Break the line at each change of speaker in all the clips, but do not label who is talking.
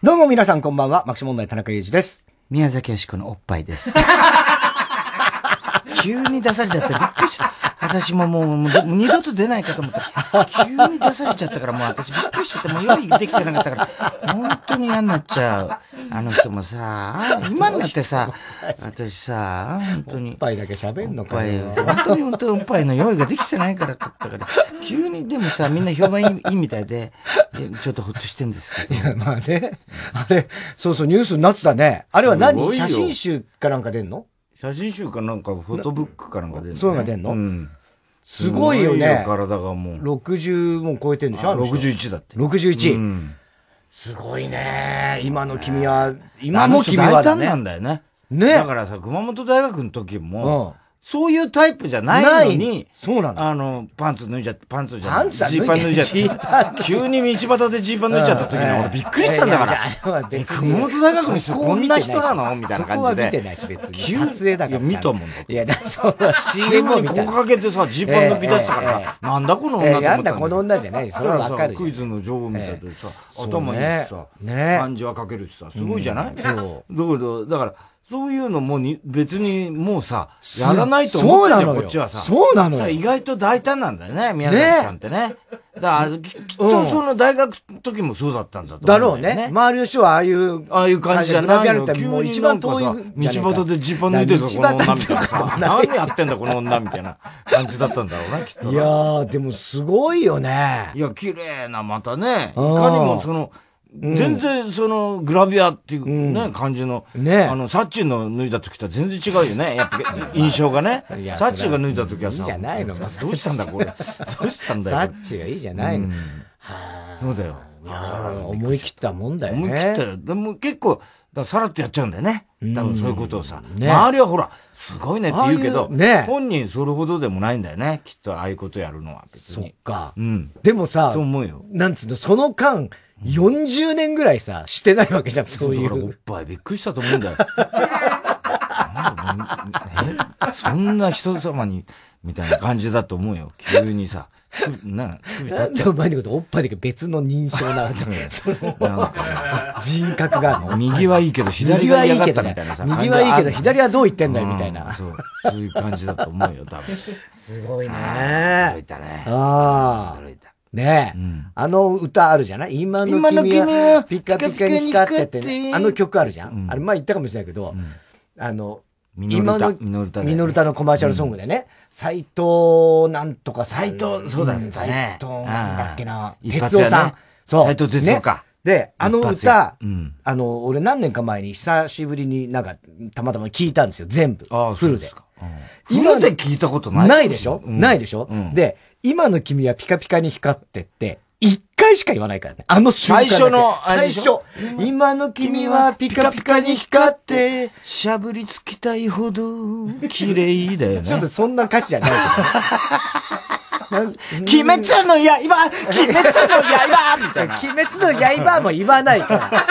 どうも皆さんこんばんは、マクシ問題田中裕二です。
宮崎よしこのおっぱい です。急に出されちゃってびっくりした。私ももう、もう二度と出ないかと思った。急に出されちゃったから、もう私びっくりしちゃって、もう用意できてなかったから、本当に嫌になっちゃう。あの人もさ、今になってさ、私さ、本当に。おっ
ぱいだけ喋んの
かよ。本当に本当におっぱいの用意ができてないからだったから、急にでもさ、みんな評判いいいいみたいで、いやちょっとほっとしてんですけど。
まあね、あれ、そうそうニュースになってたね。 あれは
す
何
ごいよ
写真集かなんか出んの
写真集かなんかフォトブックかなんか出るのね
そういうのが出んの
うん。
すごいよね
すごいよ体がもう。
60も超えてんでしょ
あ
あの人
61だって。
61
うん
すごいね。今の君は、今
あの
も
人
君はだ
大胆
ね。
なんだよね。
ね
だからさ、熊本大学の時
うん
も、そういうタイプじゃないのに、そうなの。あの、パンツ脱いじゃって、パンツじゃない
パンツは脱い
ジ
で
ーパン脱いじ ゃ
ジーパン
って。急に道端でジーパン脱いじゃった時に
うん
俺びっくりしたんだか
いやいやじゃああれ
ら
は。別に
熊本大学の人
そこ
こ
を
ん
見て
な
ないし
人なのみたいな感じ
そ
で。
こは見てないし別に
急
撮影だから
いや、見たもんだって
いや、だそうだ、
急
CM を
に
見
こ
た
こかけてさ、ジーパン脱ぎ出したから
えええ
さ、なんだこの女と思
ええ
った
なんだこの女じゃないそれはわかるよ
そしたらさクイズの女王みたいでさ、
え
頭いいしさ
そ、うねね
漢字は書けるしさ、すごいじゃない、
うん
だけ
そ
ど、だから、そういうのもに、別にもうさ、やらないと思
そ
っ
う
て
な
た
の
こ
よ
っちはさ。
そうなのよ
さ意外と大胆なんだよね、宮崎さんってね。だから、ききっとその大学の時もそうだったんだと思うんだ
だ
よ
ろうね。周りの人はああいう、
ああいう感じじゃない
感
の。
で比べられた
急
ら
に
もう一番遠い
なんかさ道端でジーパン脱いでるぞ、こ
道
の
端
女みたいなさ。何やってんだ、この女みたいな感じだったんだろうな、きっとな。
いやー、でもすごいよね。
いや、綺麗な、またね。いか
うん
にもその、全然そのグラビアっていうね、感じの、
ね
あの、サッチーの脱いだ時とは全然違うよね。や っぱ印象がね
いや。
サッチーが脱いだ時はさ、
いいじゃないの
どうしたん だ、これ。どうしたんだ
サ
よ。
ッチがいいじゃないの。は
そうだよ。
あいやー思い切ったもんだよね。
思い切ったよ。でも結構、だからさらっとやっちゃうんだよね。多分そういうことをさ。
ね
周りはほら、すごいねって言うけ
あ
ど、
あいうね
本人それほどでもないんだよね。きっとああいうことやるのは別
そっ
に。
か。
うん。
でもさ
そう、思うよ。
なんつうの、その間、40年ぐらいさ、してないわけじゃん、そうい
だからおっ
う。
ぱいびっくりしたと思うんだよ。なんだえそんな人様に、みたいな感じだと思うよ。急にさ。つな、乳首立
なん
っ
でお前のこと、おっぱいだけ別の認証 なわけその人格があるの。
右はいいけど左
右
が
はい
嫌
い
がっ
けど
た
ね
みたいなさ。
右はいいけど、
感
左はどう言ってん
じ
だ
はあ
よ、
るの
みたいな
うん。そう。そういう感じだと思うよ、多分。
すごいね
驚いたね。
ああ
驚いた。
ねえ、
ん
あの歌あるじゃない今の君
今の君
は
は
ピカピカに光ってて、
ピカピカに光って
あの曲あるじゃん、
うん
あれ前言ったかもしれないけど、あの、
ミノルタ
今
ミノルタだよね
ミノルタのコマーシャルソングでね、斎、藤なんとかさん
斎藤そうだったね
斎藤なんだっけな、
うん
哲夫
一発
さ
や
ん
ね。斎藤哲夫か
ねで、 あの
一発や
歌、
うん
あの、俺何年か前に久しぶりになんか、たまたま聞いたんですよ、全部。
ああ、
フ
そう
ル
で。
です
か。うん
今の
フルで聞いたことない。
ないでしょ、
うん
ないでしょ、
うん
で、今の君はピカピカに光ってって、一回しか言わないからね。あの瞬間だけ。
最初のあれ
最
でし
初
ょ。
今の君はピカピカに光って。、
しゃぶりつきたいほど、綺麗だよね。
ちょっとそんな歌詞じゃないけど。なん
鬼滅の刃鬼滅の刃みたい な。
鬼滅の刃も言わないから。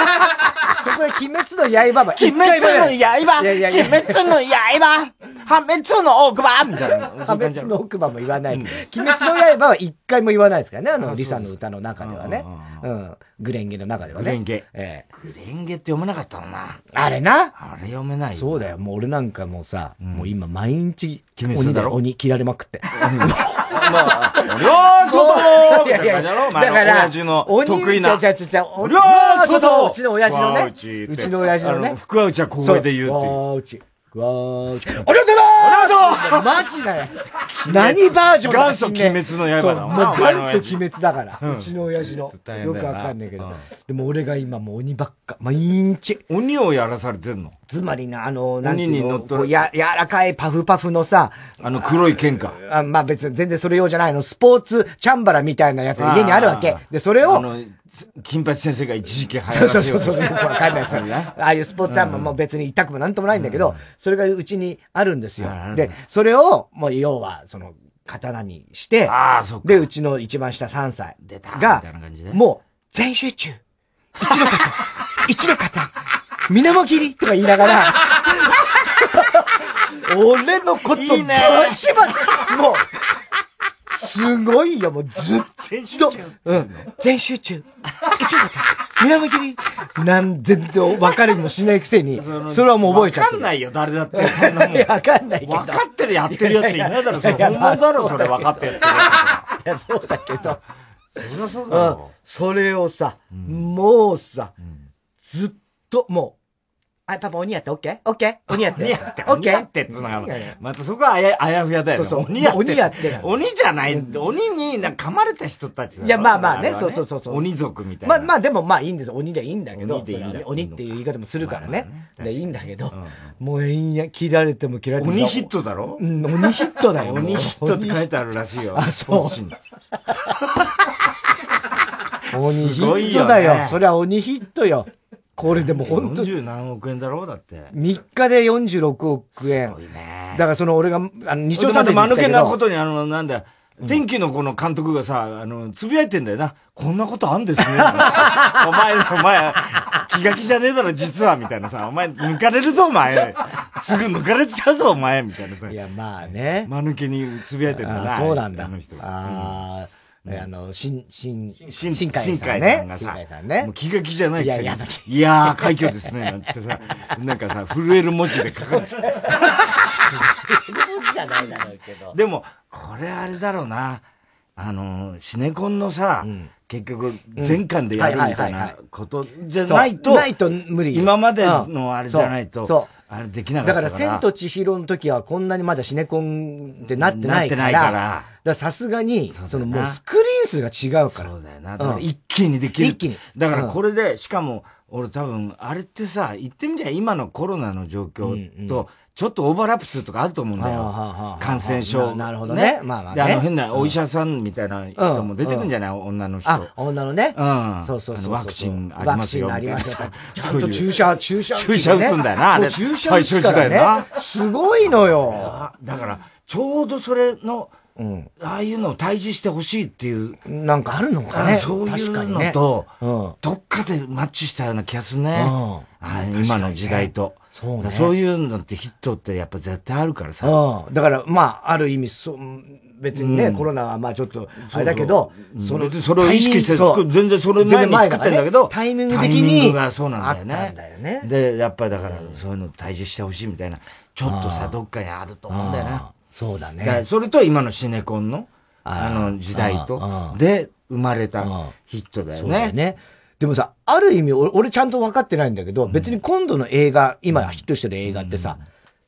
そこで鬼滅の刃も
鬼
一
滅
回も言わ
の
ない。
刃
いやいやい
鬼
や
滅の刃破滅の奥歯みたいな。
破滅の奥歯も言わない。鬼滅の刃は一回も言わないですからね、あの、リサの歌の中ではね。うん。グレンゲの中ではね。
グレンゲ
ええ。
クレンゲって読めなかったのな。
あれな。
あれ読めない。
そうだよ。もう俺なんかもうさ、もう今毎日、
鬼滅
鬼
だ
だ
ろ
鬼切られまく って。
よー外
いやいや
みたいな感じだろ
だ
まあ
か
あの
ら、
親父の得意な。
鬼ちゃちゃちゃ、お
りゃー
ちょっ
外
とうちの親父の
わー
ね
うちっ。て
うちの親父の
あ
ね。
福は内は小声で言うっていう
わーうち。わーうち。ありがとうございますマジなやつ。何バージョンだ
元祖鬼滅の刃だもんな
そうもう
お前の
元祖
親父
鬼滅だから。うちの親父の
大。変
よ
だ
く
よな
わかんないけど
うん。
でも俺が今もう鬼ばっか。毎日。
鬼をやらされてんの
つまりな、あの、なんてい
鬼に
う
乗
の、
っ取る
こうや、柔らかいパフパフのさ、
あの黒い剣か。
あまあ別に全然それ用じゃないの。スポーツチャンバラみたいなやつが家にあるわけ。で、それ
あ
を、
の、金八先生が一時期流行らせ
そ
よ
うそうそう
とし
そう、
た
よくわかんないや つ。ああいうスポーツチャンバラも別に痛くもなんともないんだけど、それがうちにあるんですよ
あある。んだ
で、それを、もう要は、その、刀にして、
ああ、そっか。
で、うちの一番下3歳
たみ
が
たいな感じ、で
もう、全集中。一の方、 一の方、みなも切りとか言いなが ら、俺のこと、バ
いいね
シバシ、もう、すごいよ、もうずっと、うん、全集中。一の方、みなも切り。なん、全然分かりもしないくせに、それはもう覚えちゃって
わか
る
ん。ないよ、誰だって。そんな もん。
いやわかんないけど。
分かってるやってるやついないだろ、それ。本物だろ、それ分かってやってるや
いや、そうだけど。
つ。そりゃそうだ
うん
ろ。
それをさ、もうさ、ずっと、もう、あ、パパ鬼やって、オッケーオッケー鬼やって。
鬼やって、
オッ
鬼
ケー
やってっつうのが
いやいや、
またそこはあやあやふやだよね。
そうそう
鬼やって。
鬼やって
鬼じゃない、鬼になんか噛まれた人たちだろ
いやまあまあね
れは
そうそうそうそう
鬼族みたい
ま
な。
あまあでもまあいいんです鬼でいいんだけど
鬼でいい
それ
んだ
はね鬼っていう言い方もするから
まあまあ
ね
ね。
でいいんだけど、もう延々切られても切られても。
鬼ヒッ。トだろ
うん、鬼ヒットだよ。
鬼ヒットって書い
て
てあるらしいよ。
あそう
スポ ーツ紙に
鬼ヒ
すごい
ッ
よ
ト
ね
だよそれは鬼ヒットよ。これでも本当に、
40何億円だろうだって。
3日で46億円。
いね
だからその俺が、あの、日
ちょ
曜
っと
さんで。
また間抜けなこととに、あの、なんだ、天気のこの監督がさ、あの、つぶやいてんだよな。こんなことあ んですね。お前、お前、気が気じゃねえだろ、実は、みたいなさ、お前、抜かれるぞ、お前。すぐ抜かれちゃうぞ、お前、みたいなさ
い。や、まあね。
間抜けにつぶやいてんだな。
あそうなんだ。
あ
あ
の人
あー、あの、新、新、
新
新海
新
さん
海
ね。
さ
新
んが
海
さ
さん、ね
もう。気が気じゃないくせに
いやいや
いやー、快挙ですね、なんつってさ、なんかさ、震える文字で書かれてた
じゃないだろうけど。
でも、これあれだろうな。あの、シネコンのさ、結局、全巻でやるみた
はいいはいはい
な
は
ことじゃ
そう
ないと、
ないと無理よ
今までのあれじゃない
うん
と、
そうそう
あれできな
だ
かっ
か、
たからら。
千と千尋の時はこんなにまだシネコンってなってないから。
なってないから
だらさすがに、
うだよな
そのもうスクリーン数が違うから。
そうだよな。だから
うん
一気にできる。
一気に
だからこれで、しかも、俺多分、あれってさ、言ってみりゃ今のコロナの状況と、ちょっとオーバーラップするとかあると思うんだ
はあはあは
よ
あ。
感染症。
ななるほどねまあまあね
での変なお医者さんみたいな人も出てくんじゃない女の人。
あ、女のね。
うん
そうそうそうそう。
あのワクチンありますよ
ワクチンありますよ
みたい
ち
な
ゃ
そうんいう
と注射、注射器でね。
注射打つんだよなあれ
そう注射打つか
大正時代
ら
だ
ね。すごいのよ。
あだから、ちょうどそれの、ああいうのを退治してほしいっていう、
なんかあるのか
あ
ね。
そうい
確か
う
に
の
ね
と、
うん
どっかでマッチしたような気がするね。
うん
あ今の時代と。
そうね
だからそういうのってヒットってやっぱ絶対あるからさ。
うん。だから、まあ、ある意味、そう、別にね、コロナはまあちょっと、あれだけど、
それそれを意識して
そう
作る、全然それ前に作ってんだけど、
タイミング的に
タイミングがそうなんだよね。
あったんだよね
で、やっぱりだから、そういうの退治してほしいみたいな、ちょっとさ、どっかにあると思うんだよな。
そうだ
だから
ね。
それと今のシネコンの、あ
あー
の時代
うん
と
う、ん
で、生まれた
うん
ヒットだよ
そうだよ
ね。
ね。でもさ、ある意味、俺、俺ちゃんと分かってないんだけど、別に今度の映画、今ヒットしてる映画ってさ、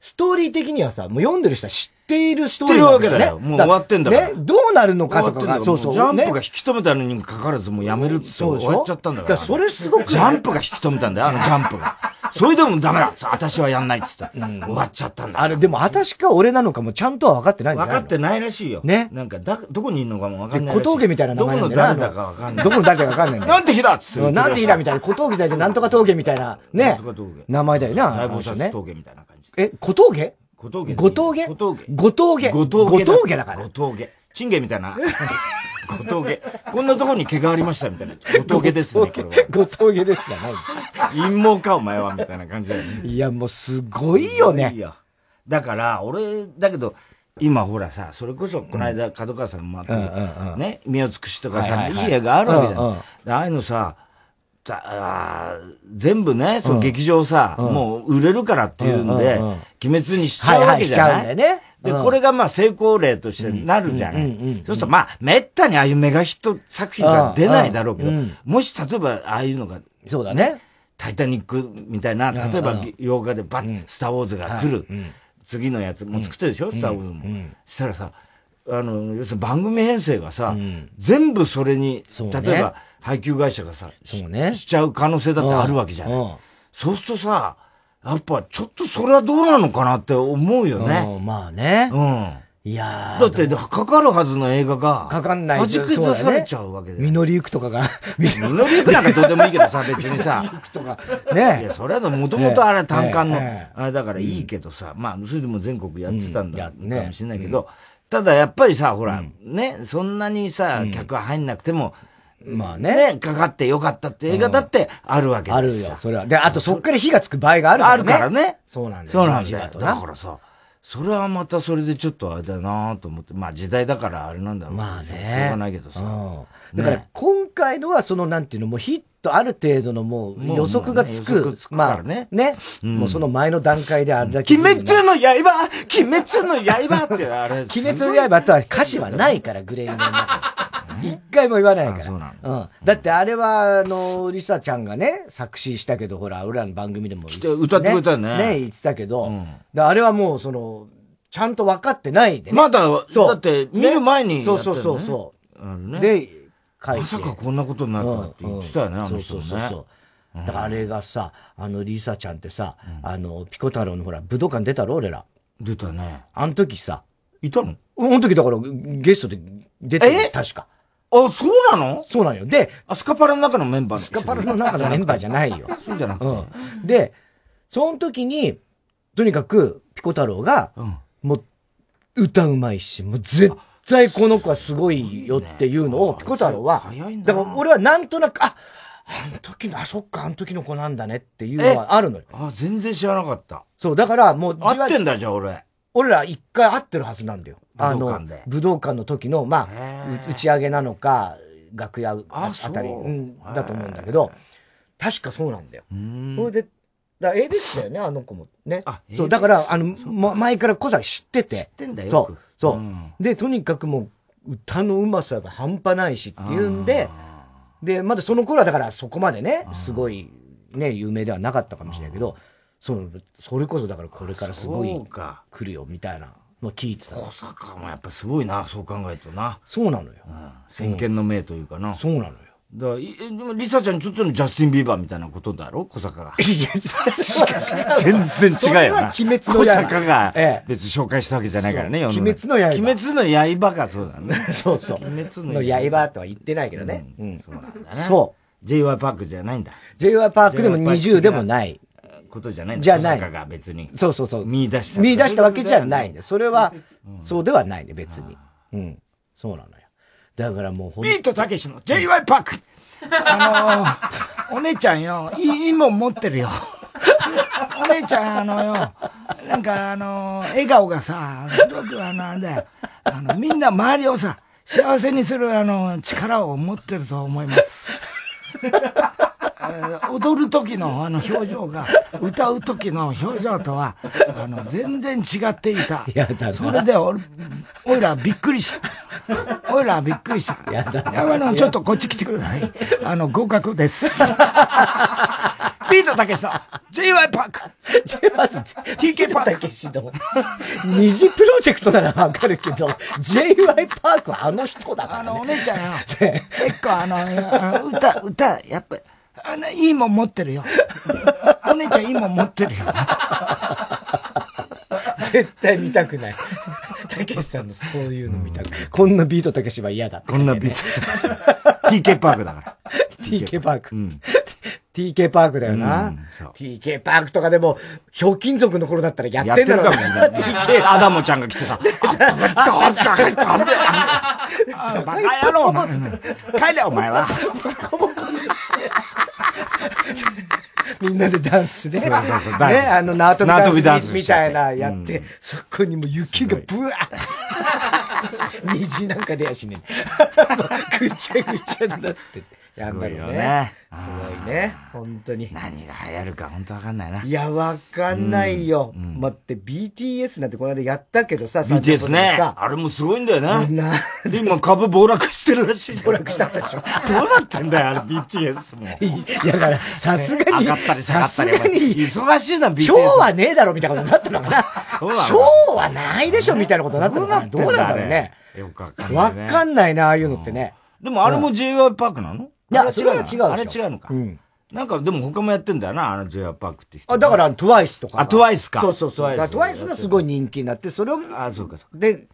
ストーリー的にはさ、もう読んでる人は知っているストーリー
知ってるわけだよもう終わってんだから
ね、 どうなるのかとか
終わって
が、
んだよ
そうそう。
ジャンプ
ね
が引き止めたのにもかかわらず、もうやめるっつって
そうで
終
しょ
わっちゃったんだから。
それすごく
ジャンプが引き止めたんだよ、あのジャンプが。それでもダメだ私はやんないっつって。終わっちゃったんだ
あ。れ、でも、私か俺なのかもちゃんとは分かってないんじゃ
分
ない
か
の
ってないらしいよ。
ね
なんか、だ、どこにいんのかも分かん
で
ないらし
小峠みたいな名前
ど
な
こ
ん
の
だよ
誰だか分かんない。
どこの誰だか分かんないんだよ
なんて日だっつって言
う
っ
ん
てくれた。
なんていいなみたいな、小峠大でなんとか峠みたいな、
な
ね
んとか峠。
名前だよな、
大
あの
菩
人
薩
ね。
峠みたいな感じで。
え、小峠
小峠でいい
後
よ。
峠
小峠。
後峠
後峠
後峠だから
後峠。チンゲみたいな。後峠。こんなところに毛がありましたみたいな。後峠ですね、これは。
後峠ですじゃない。
陰謀か、お前は、みたいな感じだよね。
いや、もうすごいよ
い
ね。
やだから、俺、だけど、今ほらさ、それこそ、この間、角川さんもあったけど、ね、身を尽くしとか
は
さ、
いはい
い
はい
い絵があるわけじゃ
うんうん
んで。ああいうのさ、さあー全部ね、その劇場さ、もう売れるからっていうん
うん
で、
うん
鬼滅にしちゃうわけじゃ
はい
な
はいしちゃ
い
うんだよね
で、
うん
これがまあ成功例としてなるじゃな
うんうんうんうん
い。そうするとまあ、めったにああいうメガヒット作品が出ないだろうけど
うんうん、
もし例えばああいうのが
そうだね。
タイタニックみたいな、例えば洋画でバッ、スターウォーズが来る。次のやつもう作ってるでしょ、スターウォーズも。したらさ、
あの、要するに番組編成がさ、全部それに、
そうね
例えば配給会社がさ、し
そうね
しちゃう可能性だってあるわけじゃない。
うんうん
そうするとさ、やっぱちょっとそれはどうなのかなって思うよね。
うんまあね。
うん。
いや
だって、かかるはずの映画が、
かかんない
弾き出されちゃうわけで。
実りゆくとかが、
実りゆくなんかどうでもいいけ どさ、別にさ。
とか、ね
いや、それはもともとあれは単管の、
ええええ
あれだからいいけどさ、まあ、それでも全国やってたんだ、
うんやね
かもしれないけど、ただやっぱりさ、ほら、ね、そんなにさ、客は入んなくても、
まあ
ね、かかってよかったって映画だってあるわけ
あ
で
る
すさ
よ、それは。で、あとそっから火がつく場合がある
あるから。ね。
そうなんだよ。
そうなん
じわ
だ
じ
よ
わ。とな
だからさ、それはまたそれでちょっとあれだなと思って、まあ時代だからあれなんだろうけど
まあね。
しょうがないけどさ。
うんだから
ね
今回のはそのなんていうの、もうヒットある程度のもう
もう
予測がつ
もうね予
く
測。つくか
まあ
らね
ね。もうその前の段階であれだけ。
鬼滅の刃鬼滅の刃ってあれ。
鬼滅の刃とは歌詞はないから、グレイの中に。一回も言わないから。
あそうな
うん。だってあれは、あの、リサちゃんがね、作詞したけど、ほら、俺らの番組でも言って
歌ってくれたよね
ね、言ってたけど、
うん
であれはもう、その、ちゃんと分かってないでね。
まだ、
そう
だって見る前に、。
ねそうそうそうそう
あ
う。
のね、
で、書いて。
まさかこんなことになるとはって言ってたよね、
うん
あの人も
そうそうそうそ
ね
う。だからあれがさ、あの、リサちゃんってさ、あの、ピコ太郎のほら、武道館出たろ、俺ら。
出たね。
あの時さ、
いたの
あの時だからゲストで出て
え
る、確か。
あ、そうなの
そうなんよ。で、
あ、スカパラの中のメンバース
スカパラの中のメンバーじゃないよ。
そうじゃなくて。
うん。で、その時に、とにかく、ピコ太郎が、
うん
もう、歌うまいし、もう絶対この子はすごいよっていうのを、ピコ太郎は、
早いんだ
だ
な
から俺はなんとなく、あ、あの時の、あ、そっか、あの時の子なんだねっていうのはあるのよ。
あ、全然知らなかった。
そう、だからもう、じわ
合ってんだ、じゃあ俺。
俺ら一回会ってるはずなんだよ。あ
武道
の
館で、
武道館の時の、まあ
へ、ー
う打ち上げなのか、楽屋
あ
あたり
そう
うんだと思うんだけど、確かそうなんだよ。
うん
それで、だ ABEX だよね、あの子も。ね
あ。
そ
ABEX
う、だから、あの、ま前から小崎知ってて。
知ってんだよ
そ
よ
う
く。。
そううんで、とにかくもう、歌のうまさが半端ないしっていうんで、で、まだその頃はだからそこまでね、すごい、ね、有名ではなかったかもしれないけど、その、それこそだからこれからすごい
そうか
来るよみたいなの聞いてた。
小坂もやっぱすごいな、そう考えるとな。
そうなのよ。
うん先見の明というかな。
そうなのよ。
だからいえでも、リサちゃんにとってのジャスティン・ビーバーみたいなことだろ小坂が。
いや、確か
全然違うよな。
それは鬼滅の刃
小坂が
ええ
別に紹介したわけじゃないからね、
そう
世中
鬼滅の刃
鬼滅の刃がそうだね。
に。 そうそう。
鬼滅
の
の
刃とは言ってないけどね。
う
うんん。
そうなんだね。。
そう
J.Y. パークじゃないんだ。
j y パークでも
J.Y. パーク的な
20でもない。
ことじゃないんだ。
じゃない
小坂が別に。
そうそうそう。
見出した
見出したわけじゃないんで。それは、そうではないね、別に。うん。そうなのよ。だからもうほん
ビートたけしの J.Y. パークあのー、お姉ちゃんよ、いいいいもん持ってるよ。お姉ちゃん、あのよ、なんかあのー、笑顔がさ、すごくあの、あれだよ、あの、みんな周りをさ、幸せにするあの、力を持ってると思います。あの踊る時のあの表情が、歌う時の表情とは、あの、全然違っていた。
やだな
それで俺、おいらびっくりした。おいらびっくりした。やだあの、ちょっとこっち来てください。あの、合 格です。ビートたけしの J.Y. パーク。
まず、
TK パーク
たけしの、二次プロジェクトならわかるけど、j y パークはあの人だか
あ
ら
の、お
ね。
姉ちゃんよ。結構あの、あの歌、歌、やっぱ、あの、いいもん持ってるよ。お姉ちゃんいいもん持ってるよ。
絶対見たくない。たけしさんのそういうの見たくない。こんなビートたけしは嫌だって。
こんなビート。TK パークだから。
TK パーク。
うん
TK パークだよ
う
なん
そう。
TK パークとかでも、ひょうきん族の頃だったらやってんだろうな。
ない。アダモちゃんが来てさ、バカ野郎、お前帰れ、お前は。
みんなでダンスで。ね、
そうそうダンス
あの、縄跳びダンスみ
縄跳びダンスしちゃ
た
って
いなやって、そこにもう雪がブワーッ虹なんか出やしねえ。ぐちゃぐちゃになってて。やんだろう
すごいよ
ね
ね。
すごいね。本当に。
何が流行るか本当わかんないな。
いや、わかんないよ。待って、BTS なんてこの間やったけどさ、
BTS ね。
さ
あれもすごいんだよな。
な
で、今株暴落してるらしい。暴落
したでしょ。
どうなってんだよ、あれ BTS も。
だから、さすが
上
に
がった、り下が
さ
っ
す
たり。
がに、
忙しいな、BTS。
超はねえだろみたいなことになったのかな。
うなの
超はないでしょみたいなことになったのかな。どうなんだろうね。。
よくわかんな
わ
いね。
かんないな、ああいうのってね。
でもあれも j y パークなの
いや
あれ違うの
それは違う
あれ
でしょ
違うのか
う。ん。
なんかでも他もやってんだよな、あの j y パークって人。
あ、だから、トゥワイスとかが。
あ TWICE か
そうそうそう。
TWICE
だトゥワイスがすごい人気になって、それを、
あ、そうかそうか。
で、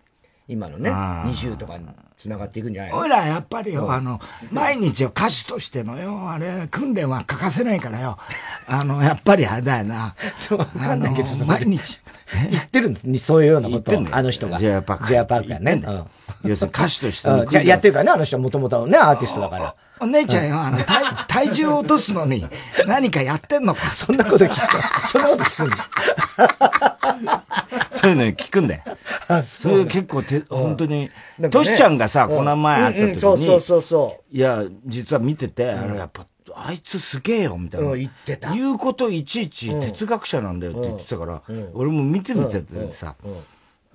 今のね、
あー
20とかに繋がっていくんじゃないの
俺らやっぱりよ、あの、毎日よ歌手としてのよ、あれ、訓練は欠かせないから よ。あの、やっぱりあれだよな。
そう、わかんないけど、
あの 毎日。
言ってるんです。そういうようなことを
言ってんだよ
あの人が。
J.R. パーク
ジェパークやね。う
要するに歌手として
ん。うん
の
じゃやってるからね、あの人はもともとね、アーティストだから。
お姉ちゃんよ、あの、体、 体重を落とすのに、何かやってんのか。
そんなこと聞く。そんなこと聞くんだ。
そういうの聞くんだよ。
あ、
そう
そ
いうう。結構て、本当に
なん、か
ト
ね
シちゃんがさ、この前会った時
うんうん
に、
そうそうそうそ
いや、実は見てて、あれやっぱ、あいつすげえよ、みたいな。
うん言ってた
言うこといちいち哲学者なんだよって言ってたから、俺も見てみててさ、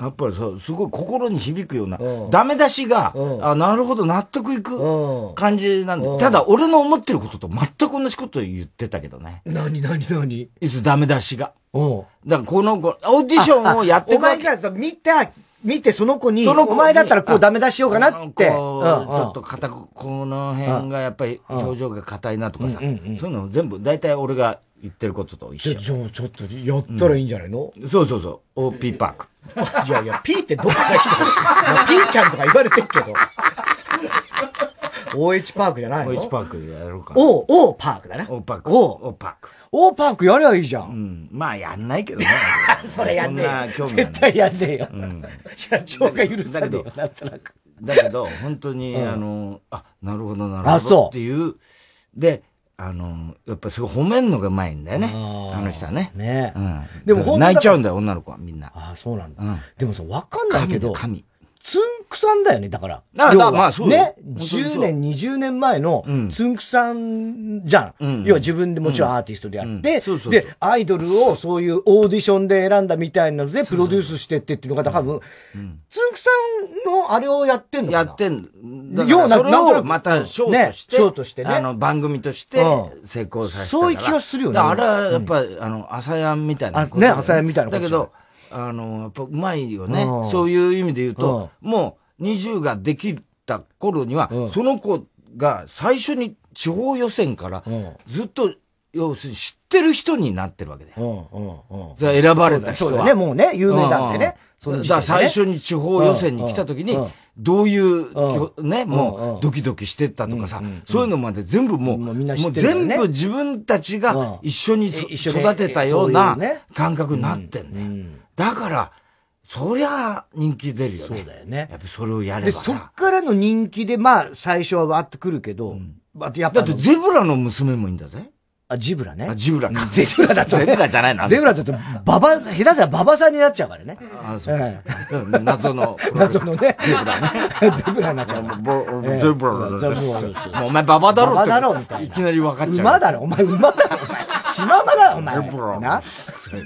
やっぱりさ、すごい心に響くような、ダメ出しが、あ、なるほど、納得い
うん
く感じなんで、ただ俺の思ってることと全く同じこと言ってたけどね。
う。なになになに
いつダメ出しが。
お
だからこの子、オーディションをやって
お
くわ
前
け
がさ、見た、見てその子に、
その子
お
に
前だったらこうダメ出しようかなって。うん
こうちょっと硬く、この辺がやっぱり表情が硬いなとかさ、そういうの全部、大体俺が言ってることと一
ちょ、
緒。
ちょ、ちょっと、やったらいいんじゃないの
そうそうそう、OP パーク。
いやいや、ピーってどっから来たのまあピーちゃんとか言われてるけ ど。OH パークじゃないの
OH パークやろうか。
O、O パークだな。
O パーク。
O。
O パーク。
O パークやりゃいいじゃん。
うん。まあやんないけどね。
それやんねえよ。
そんな興味は
絶
ない。
対やんねえよ。社長が許さねえ
だけど
よ、なんとなく。
だけど、本当に、あの、あ、なるほど、な
あ
るほ
そう
ど。っていう。で、あの、やっぱすごい褒めんのがうまいんだよね。
あー
あの人はね。
ねえ
うん。
で
で
も本当
も
に
泣いちゃうんだよ、女の子はみんな。
ああ、そうなんだ
うん。
でもさ、わかんないけ
神だ
ど
よ、、神。
つんくさんだよね、だから。
ああ
要は
まあそうよ
ね。
本当にそう
10年、20年前の
ん
つんくさんじゃ
ん
ん。要は自分でもちろんアーティストでやっ
う
て
んそう、そうそう
で、アイドルをそういうオーディションで選んだみたいなので、プロデュースしてってっていうのが多分、つんくさんのあれをやってんのか
や
な
ってんだ
ような
それ
なんとな
を
く
またショーとして、
ねショーとしてね
あの、番組として
うん
成功させたから、
そういう気がするよね
だからあれはやっぱ、あの、朝やんみたいなことだよ。
あね朝やんみたいなこ
だ
と
け
じゃない
ど、あの、やっぱうまいよね
うん。
そういう意味で言うと、もう20ができた頃には、
ん
その子が最初に地方予選から
うん
ずっと、要するに知ってる人になってるわけだよ。
うんうんうん。
それ選ばれた
そ
人
うだ
は。
よね、もうね、有名なんで
うんうん
ね。その時
だか
点
ら
でね
最初に地方予選に来た時に
うんうん、
どういう、
う
ね、
うんう
も
ん
うドキドキしてったとかさ、そういうのまで全部もう、
も
も
う
う
みんな知ってるよね
全部自分たち
うん
が一緒にそ
え一緒に
育てたような
そういうね
感覚になってん
う
ね。
ん
だから、そりゃ人気出るよね。
そうだよね
やっぱそれをやれ
で、
ば
そ
さ
っ。からの人気で、まあ、最初はわーっとくるけど、あとやっぱ
だ
あ
っ
の、
てゼブラの娘もいいんだぜ。
あジブラね
あ、。ジブラか。
ゼブラだとね
ゼブラじゃないの
ゼブラだと、ババ、下手したらババさんになっちゃうからね。
あ、そうか。
え
謎の。
え謎の ね。ゼブラね。ゼブラになっちゃうから。
ぼ
ええゼ
ゼブラだ
ブラ
ね
そうそう
もうお前ババだろ
ババ
って。
だろみたいない
きなり分かっちゃう。
馬だろ、お前馬だろ、お前。シマウマだろ、お前。
ゼブラ
な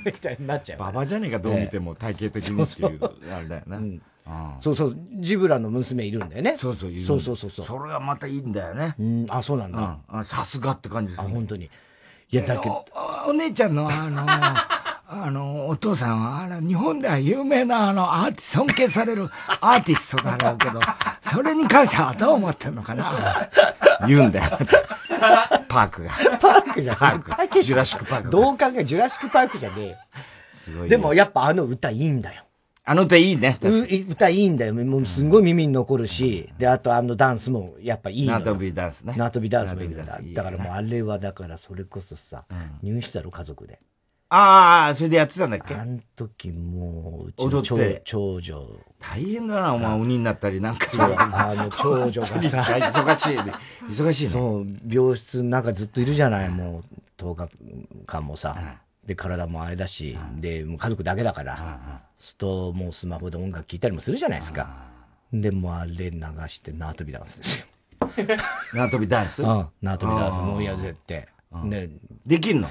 みたいになっちゃうから。
ババじゃねえか、どう見ても体系的にっていう、あれだよね。ああ
そうそう、ジブラの娘いるんだよね。
そうそう、いるんだ
そうそうそうそう。
それがまたいいんだよね
う。ん、あ、そうなん
う
だ。
んあさすがって感じで
あ、
すね。
本当に。いや、だけど、
おお姉ちゃんの、あの、 あの、お父さんは、あの、日本では有名な、あの、アーティ尊敬されるアーティストだろうけど、それに関してはどう思ってんのかな言うんだよ。パークが。
パークじゃん、
パーク
パークじゃん
ジュラシックパーク
どう考え、ジュラシックパークじゃねえよ。
すごい
で、もやっぱあの歌いいんだよ。
あの手いいね。
う歌いいんだよ。もうすんごい耳に残るし、で、あとあのダンスもやっぱいいのよ
縄跳びダンスね。
縄跳びダンスもいいんだ
縄跳びダンスいいよね
だからもうあれはだからそれこそさ、入試だろ家族で。
ああ、それでやってたんだっけ
あの時もう、うちの
踊って
長長女、
大変だな、お前、鬼になったりなんか。
あの長女がさ、
忙しいね。 忙しいね。
そう、病室の中ずっといるじゃない、もう、10日間もさ。で、体もあれだし、で、もう家族だけだから、すると、もうスマホで音楽聴いたりもするじゃないですか。で、もうあれ流して縄跳びダンスですよ。
縄跳びダンス
うん、縄跳びダンスもうや
で。
絶対。ね、
できんの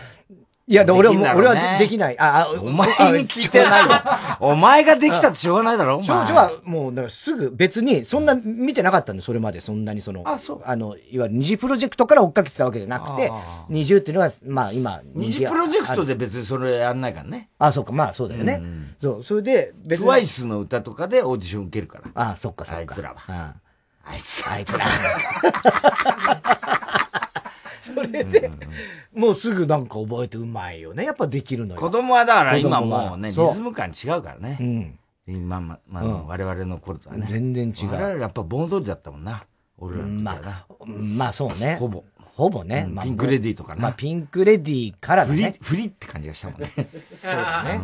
いや、で俺はもう、
できんだろう
俺
ね
はでできない。あ、あ
お前に聞いて ないわ。お前ができたってしょうがないだろ、お前
少女はもう、だからすぐ別に、そんな見てなかったんで、それまで、そんなにその、
あそう
あの、いわゆる二次プロジェクトから追っかけてたわけじゃなくて
あ、
二重っていうのは、まあ今、
二次プロジェクト
で。
で別にそれやんないからね。
あ、そうか、まあそうだよね。そう、それで、別
トゥワイスの歌とかでオーディション受けるから。
あ、そっか、そっか。
あいつらは
は。
あいつ、あいつ
ら。 それで、もうすぐなんか覚えてうまいよね。やっぱできるの
子
よ。
供はだから
子供
今
は
もうね、リ
そう
ズム感違うからね。
うん。
今、ま、まあ、
うん
我々の頃とはね。
全然違
我々
う。
やっぱ盆踊りだったもんな。俺らの時
ま
はな。
あ、まあそうね。
ほぼ。
ほぼね。
うん
まあ
ピンクレディーとかな
まあピンクレディーからだ
フリ、
ね。
フリって感じがしたもんね。
そうだね。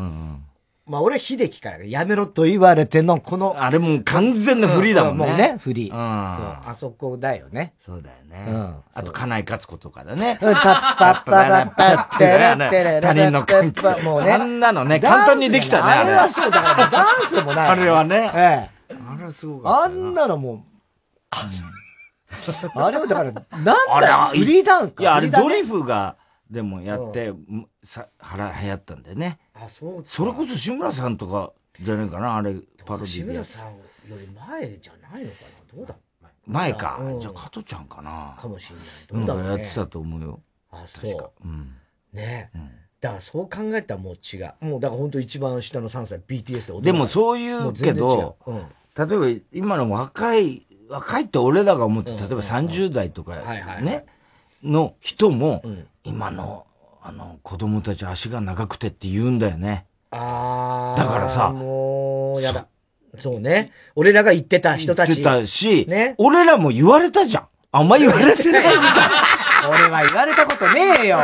まあ俺は秀樹からやめろと言われてのこの。
あれもう完全なフリだもんね。
もうね、フリー。そう、
ん
あそこだよね。
そうだよね。
うん
あと、金井勝子とかだね。
パッパッパッパッテレテレ
他人の関係。
もうね。
あんなのね、簡単にできたね、
あ
あ
れ
れ。
はそうだから、ダンスもない。
あれはね
ええ。
あれはすご
あ
ったよ
んなのもう、あれはだから、なん
あれは
だよ、フリーダンか。
いや、あれ
フリーダ
ド
ンね
リフが、でもやって、さ、腹流行ったんだよね。
あ、そう
それこそ志村さんとかじゃないかな、あれ、パロディでやって。
んより前じゃないのかなどうだ
前か
う。ん
じゃあ、加トちゃんかな。
もしれない。
うん、やってたと思うよ。
あ、そ
確か。うん。
ね
ん
だからそう考えたらもう違う。もうだから本当一番下の3歳 BTS で
でもそういうけど、例えば今の若い、若いって俺らが思って、例えば30代とか
はいはいはい
ね、の人も
ん、
今の、あの、子供たち足が長くてって言うんだよね。
あ
だからさ
もう、やだ。そうね。俺らが言ってた人た
言っ
ち。
てたし
ね、
俺らも言われたじゃん。あんま言われてないんだ。
俺は言われたことねえよ。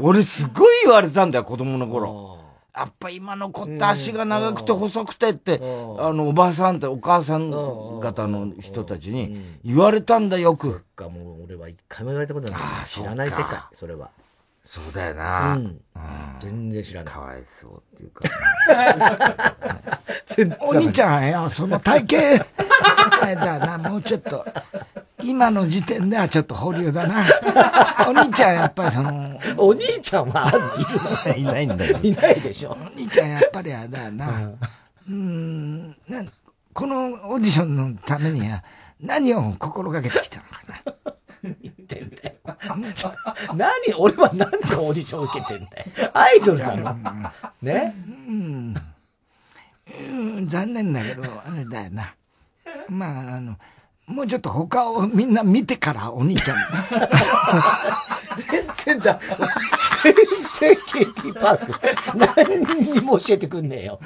俺すごい言われたんだよ、子供の頃。やっぱ今の子って足が長くて細くてって、
うん
あの、おばあさんってお母さん
うん
方の人たち
う
に
ん
言われたんだ、よく。
か、もう俺は一回も言われたことない
あ。ー
知らない
そ
世
うか
界、それは。
そうだよ
う
な。
ん。全然知らない。
かわいそうっていうか。
全然
お兄ちゃんよ、その体型。あれだな、もうちょっと。今の時点ではちょっと保留だな。お兄ちゃんやっぱりその、
お兄ちゃんはい
いないんだよ。
るいないでしょ。
お兄ちゃんやっぱりあれだよな。うーん、なこのオーディションのためには何を心がけてきたのか な。
何俺は何のオーディション受けてんだよ。アイドルなの。ね
うん、残念だけど、あれだよな。まあ、あの、もうちょっと他をみんな見てからお兄ちゃん。
全然だ。全然ケイティパーク。何にも教えてくんねえよ。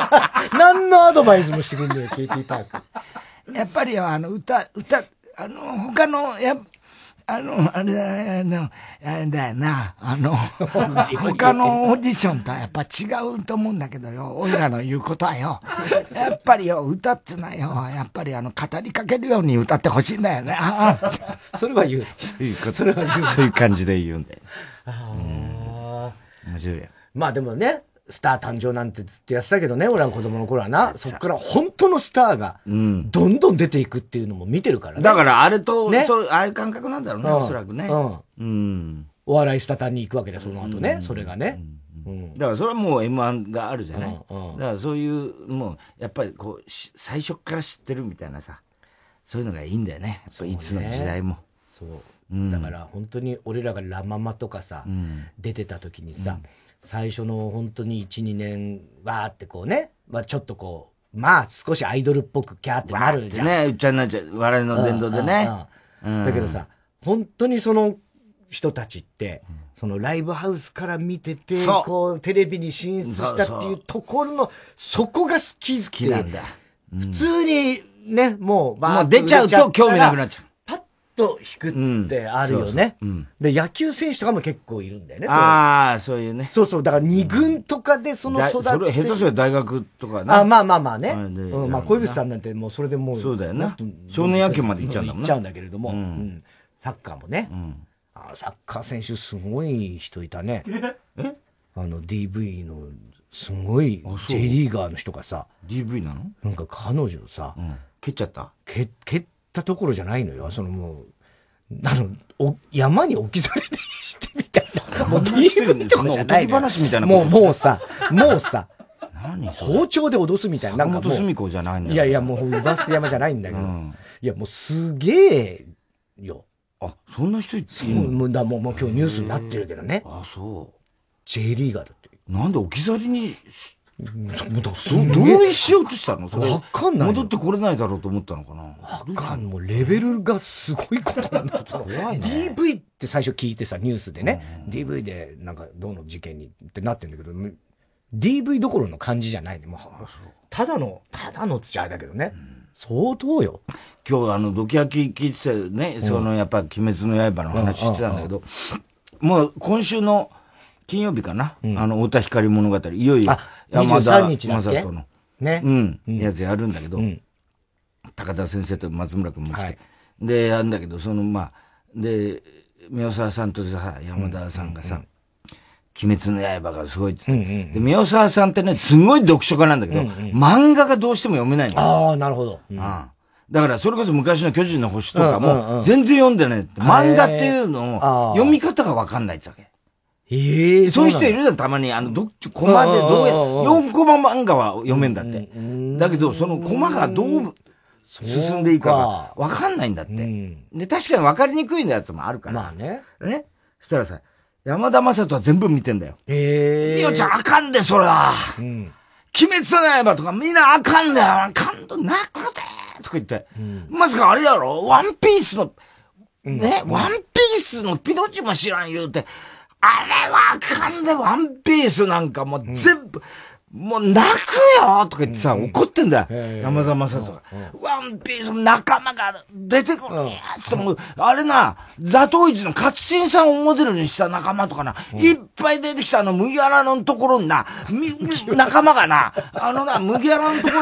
何のアドバイスもしてくんねえよ、ケイティパーク。
やっぱりあの歌、歌、あの、他の、や、 あの、あれだよな、あれだよな、あ の、他のオーディションとはやっぱ違うと思うんだけどよ、俺らの言うことはよ、やっぱりよ、歌っつうのはよ、やっぱりあの、語りかけるように歌ってほしいんだよね。ああ
それは言う。
そういうこと、それはそういう感じで言うんだよ。
あー
面白いよ。
まあでもね、スター誕生なんてずっとやってたけどね、俺らの子供の頃はな、そっから本当のスターが、ど
ん
んどん出ていくっていうのも見てるからね。
だから、あれと、
ね
そう、ああいう感覚なんだろうね、
うん
おそらくね。
う
うん。
お笑いスタタンに行くわけだ、その後ね、それがね。うん
だからそれはもう M1 があるじゃない。
うんうん
だからそういう、もう、やっぱりこう、し最初っから知ってるみたいなさ、そういうのがいいんだよね。やっぱいつの時代も。
そう。だから本当に俺らがラ・ママとかさ、出てた時にさ、最初の本当に1、2年、わーってこうね、まあちょっとこう、まあ少しアイドルっぽくキャーってなるじゃん。
ね、うっちゃんなっちゃう、笑いの殿堂でね。
うんうんうん
うん
だけどさ、本当にその人たちって、そのライブハウスから見てて、
そう
こうテレビに進出したって
そう
い
そう
ところの、そこが好き好
好きなんだ。
普通にね、もう、
もう出ちゃうと興味なくなっちゃう。
パッと引くってあるよね。
うんそうそううん
で、野球選手とかも結構いるんだよね。
ああ、そういうね。
そうそう、だから二軍とかでその
だ
育
そ
っ
れ、下手す
て。
りゃ大学とかね。
あまあまあまあね。
あれで
うん、まあ、
やるんだ
小指さんなんてもうそれでもう。
そうだよな
もっと
少年野球まで行っちゃうんだもん
行っ
な
ちゃうんだけれども。
う
うんん。サッカーもね。
うん。
あサッカー選手すごい人いたね。あの DV のすごい
あそう
J リーガーの人がさ、
DV なの
なんか彼女さ、
うん。蹴っちゃった
蹴蹴っったところじゃないのよ。そのもう、あの、お山に置き去りにしてみたいな。もう DV とかじゃないのよ。
そんなおとぎ話みたいなこ
も
と
う、もうさ、もうさ、
何それ
包丁で脅すみたいな。なんか
坂
もう
本澄子じゃないんだ
いやいや、もう、バステ山じゃないんだけど。
ん
いや、もうすげえよ。
あそんな人いる
もう
の
もうだもうもう今日ニュースになってるけどね。
あそ
J リーガーだって。
うなんで置き去りにし
もうだす
ど
げえ
同意しようとしたのそれ
わかんないよ
戻ってこれないだろうと思ったのかな
わかんもうレベルがすごいことなんだ
怖いね
DV って最初聞いてさ、ニュースでね、DV でなんかどうの事件にってなってんだけど、む DV どころの感じじゃないね。もうただの、ただのつっちゃあれだけどね。相当よ。
今日あの、ドキヤキ聞いてたね、そのやっぱ鬼滅の刃の話してたんだけど、もう今週の金曜日かな、あの、太田光物語、いよいよ
あ、23日だっけ
山人の、
ね。
うん、やつやるんだけど、
ん
高田先生と松村君も来て、
はい
で、やるんだけど、そのまあ、で、宮沢さんとさ、山田さんがさ、鬼滅の刃がすごいって言って、で、宮沢さんってね、すごい読書家なんだけど、漫画がどうしても読めないの。
ああ、なるほど。うん
うんだから、それこそ昔の巨人の星とか
うんうんう
も、
ん
全然読んでないって。漫画っていうのを
へーあ、ー
読み方がわかんないってわけ。
ええ
そういう人い
る
るじゃん、たまに。あの、どっち、コマでどうや、
うんうんうんうん
4コマ漫画は読めんだって。だけど、そのコマがどう進んでいくかがわかんないんだって。
ん
で、確かにわかりにくいやつもあるから。
まあね。
ね。そしたらさ、山田正人は全部見てんだよ。
ええ
みよちゃん、あかんで、それは。鬼滅の刃とかみんなあかんだよ。あかんと、泣くでとか言って。まさかあれだろワンピースの、ね、ワンピースのピノチも知らん言うて、あれはあかんで、ワンピースなんかもう全部、もう泣くよとか言ってさ、怒ってんだよ。山田正人が。ワンピースの仲間が出てくるやつともう、あれな、ザトウイチの勝新さんをモデルにした仲間とかな、いっぱい出てきたあの麦わらのところにな、み仲間がな、あのな、麦わらのとこ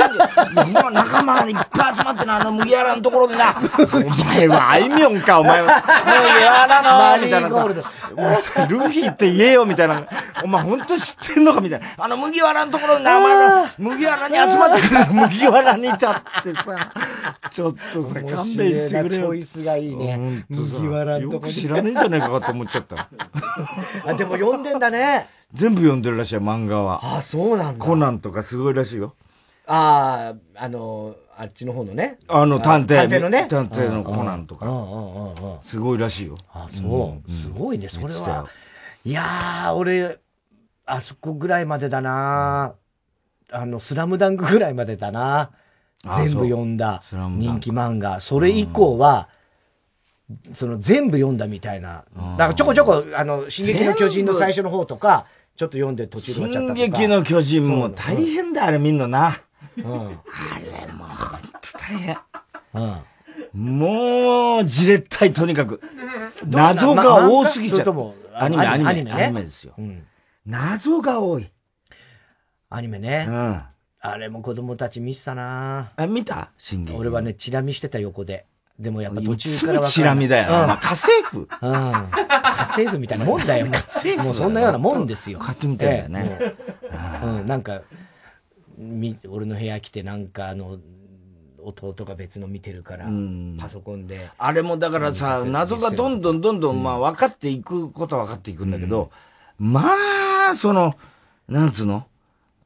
ろに、もう仲間がいっぱい集まってな、あの麦わらのところにな、お前はあいみょんか、お前は。 麦 わらの、みたいなさ。お前さ、ルフィって言えよ、みたいな。お前ほんと知ってんのか、みたいな。あの麦わらのところにな、お前は麦わらに集まってくる 麦わらにいたってさ、ちょっとさ、勘弁してくれ
チ
よ
ョイ。スがいいね。
ほんとさ
麦わらの
よ
とこ
く知らねえんじゃねえかと思っちゃった。
あ、でも読んでんだね。
全部読んでるらしいよ、漫画は。
あ、そうなんだ。
コナンとかすごいらしいよ。
ああ、あの、あっちの方のね。
あの、探偵。
探偵のね
探偵のコナンと
うんう
か。
んうんうん。
すごいらしいよ。
あ、そう。すごいね、それ
言ってた
は
よ。
いやー、俺、あそこぐらいまでだなあの、スラムダンクぐらいまでだな
あ
全
そう
部読んだ
スラムダン
人
ク
気漫画。それ以降は、その全部読んだみたいな。なんかちょこちょこ、あの、進撃の巨人の最初の方とか、ちょっと読んで途中で終わっちゃった
進
とか。
撃の巨人も大変だ、あれ見んのな。
うん。
大変。
うん。
もう、じれったい、とにかく。
な
謎が多すぎ
ま漫画そ
ち
れ
ゃ
と
う
も。
アニメ、
あ
アニメ、
アニメね
アニメですよ
う。ん。
謎が多い。
アニメ
う
ね
ん。。あ、
あれも子供たち見てたな
見た進撃。
俺はね、チラ見してた横で。でもやっぱ途
いつ
中から
も
わかんない
チラ見だよ。まあ家政婦。
うん。うん。家政婦みたいなもんだよ。もうもうそんなようなもんですよ。
買ってみたんだよね
ええ。もううん。なんか、み俺の部屋来てなんかあの、弟が別の見てるから、パソコンで。
あれもだからさ、謎がどんどんどんどん、まあ分かっていくことは分かっていくんだけど、まあ、その、なんつうの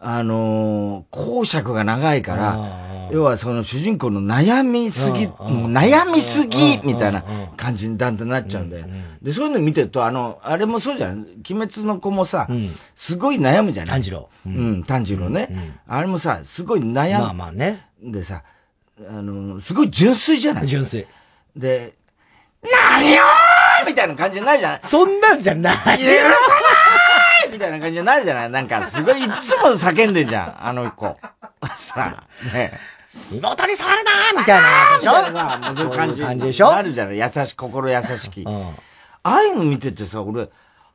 あのー、公爵が長いから、要はその主人公の悩みすぎ、もう悩みすぎ、みたいな感じにだんだんなっちゃうんだよ。で、そういうの見てると、あの、あれもそうじゃん鬼滅の子もさ、すごい悩むじゃない
炭治郎。
うん、炭治郎ね。あれもさ、すごい
ま
悩
あ
ん
まあね。
でさ、あの、すごい純粋じゃない
純粋。
で、何よーみたいな感じじゃないじゃない
そんなんじゃない。
許さないみたいな感じじゃないじゃないなんか、すごい、いつも叫んでんじゃん、あの子。さあ、ね
妹に触るなーみたいな。でし
み
ょ
たいなさそういう感じ
そういう感じでしょ
なるじゃない優しい、心優しき。ああいうの見ててさ、俺、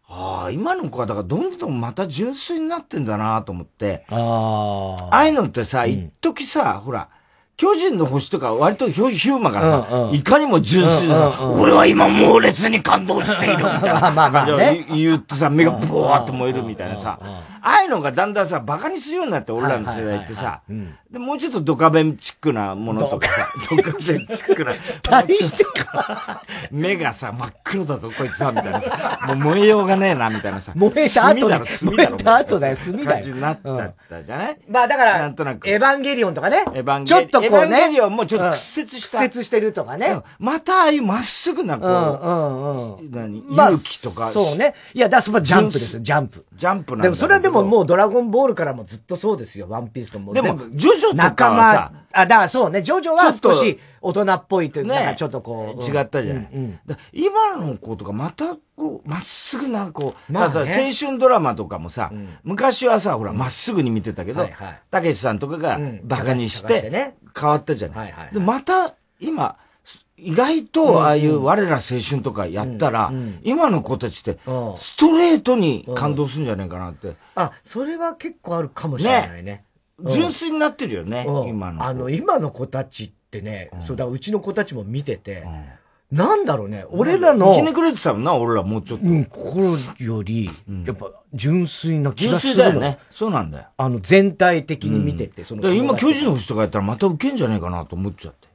ああ、今の子はだからどんどんまた純粋になってんだなと思って。
ああ。
ああいうのってさ、一時さ、ほら、巨人の星とか割とヒュヒューマがさ、
うんうん
いかにも純粋でさ、
うんうんうん
俺は今猛烈に感動しているみたいな。
まあまあね
い言ってさ、目がブワーッと燃えるみたいなさ、ああいうのがだんだんさ、バカにするようになって、俺らの世代ってさ、 で、もうちょっとドカベンチックなものとかさ、ドカベンチックな、
大してか。
目がさ、真っ黒だぞ、こいつさ、みたいなさ、もう燃えようがねえな、みたいなさ、
燃えた後
炭だ
だ
ろ、炭
燃
だ
え
ろ、み
た
たい
後だよ、炭
な
だ
感じ
よ。
になっち
う
ゃ
ん
ったじゃない
まあだから、
なんとなく
エヴァンゲリオンとかね。
エヴァンゲ
ち
リ
ょっとこうね。
エヴァンゲリオンもちょっと屈折した
うん屈折してるとかね。
またああいうまっすぐな、こ
う
う、
んうんうん。
何、
まあ
勇気とか、
そうね。いや、だそれはジャンプですよ、ジャンプ。
ジャンプなんだ
でもそれはでも
う。
もうドラゴンボールからもずっとそうですよ、ワンピースともう
で
全部。
も、ジョジョとかは
仲
さ
間、あ、だからそうね、ジョジョは
ちょっと
少し大人っぽいというか、なんかちょっとこう。
違ったじゃない。
うんうん
だから今の子とかまたこう、まっすぐな、こう、
まあね
だから青春ドラマとかもさ、昔はさ、ほら、まっすぐに見てたけど
はいはい、
たけしさんとかが
うん
バカにし
高橋高橋で
て、
ね
変わったじゃない。
はいはいはい
でまた、今、意外とああいう我ら青春とかやったら、今の子たちって
うん
ストレートに感動するんじゃないかなって。
あ、それは結構あるかもしれないね。うん
純粋になってるよね、
うん
今の子。
あの、今の子たちってね、そうだ、うちの子たちも見てて、なんだろうね、俺らの、
ひねくれてたもんな、俺らもうちょっと。
うん、心より、やっぱ、純粋な気
純
がする
粋だよ
の
ね。そうなんだよ。
あの、全体的に見てて、その
だから今、巨人の星とかやったらまたウケんじゃねえかなと思っちゃって。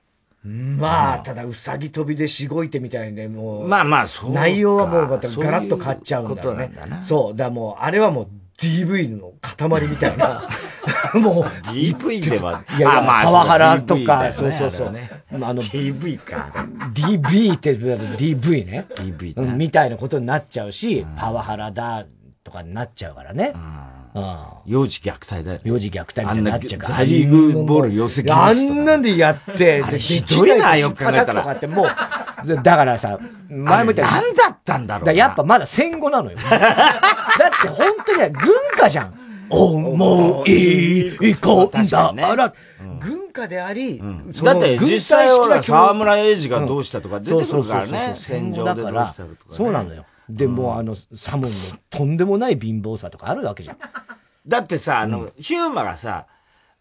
まあ、ただ、うさぎ跳びでしごいてみたいで、もう、
まあまあ、そうか。
内容はもうまた
そう
ガラッと変わっちゃうんだよ
い
ね
ことなんだ。な。
そう、だからもう、あれはもう DV の塊みたい な。もう、
DV では、
いやいや、
あまあ
パワハラとか、
そ
そうう
DV
そうそう。
だよね
あの、
DV か。
DB って、DV ね。
DV
う
ね
んみたいなことになっちゃうし、パワハラだとかになっちゃうからね。うん。
幼児虐待だよね。
幼児虐待みたいになっちゃうから。
あんな大リーグボール寄せ切り
あ
ますとか
んなんでやって、で
ひどいなよく考えたら
叩くとかってもう、 でだからさ、
あ
前
れ
も言ったように
何だったんだろう
だ
な。
やっぱまだ戦後なのよ。 だって本当にね軍歌じゃん。思い込んだあら、軍歌であり、その
だって実際ほら沢村英二がどうしたとか出てくるか
そ
ら
うそうそうそ
ね。
う
戦場でどうしたとかね。
そうなのよ。で、もうあの、サモンのとんでもない貧乏さとかあるわけじゃん。
だってさ、あの、ヒューマがさ、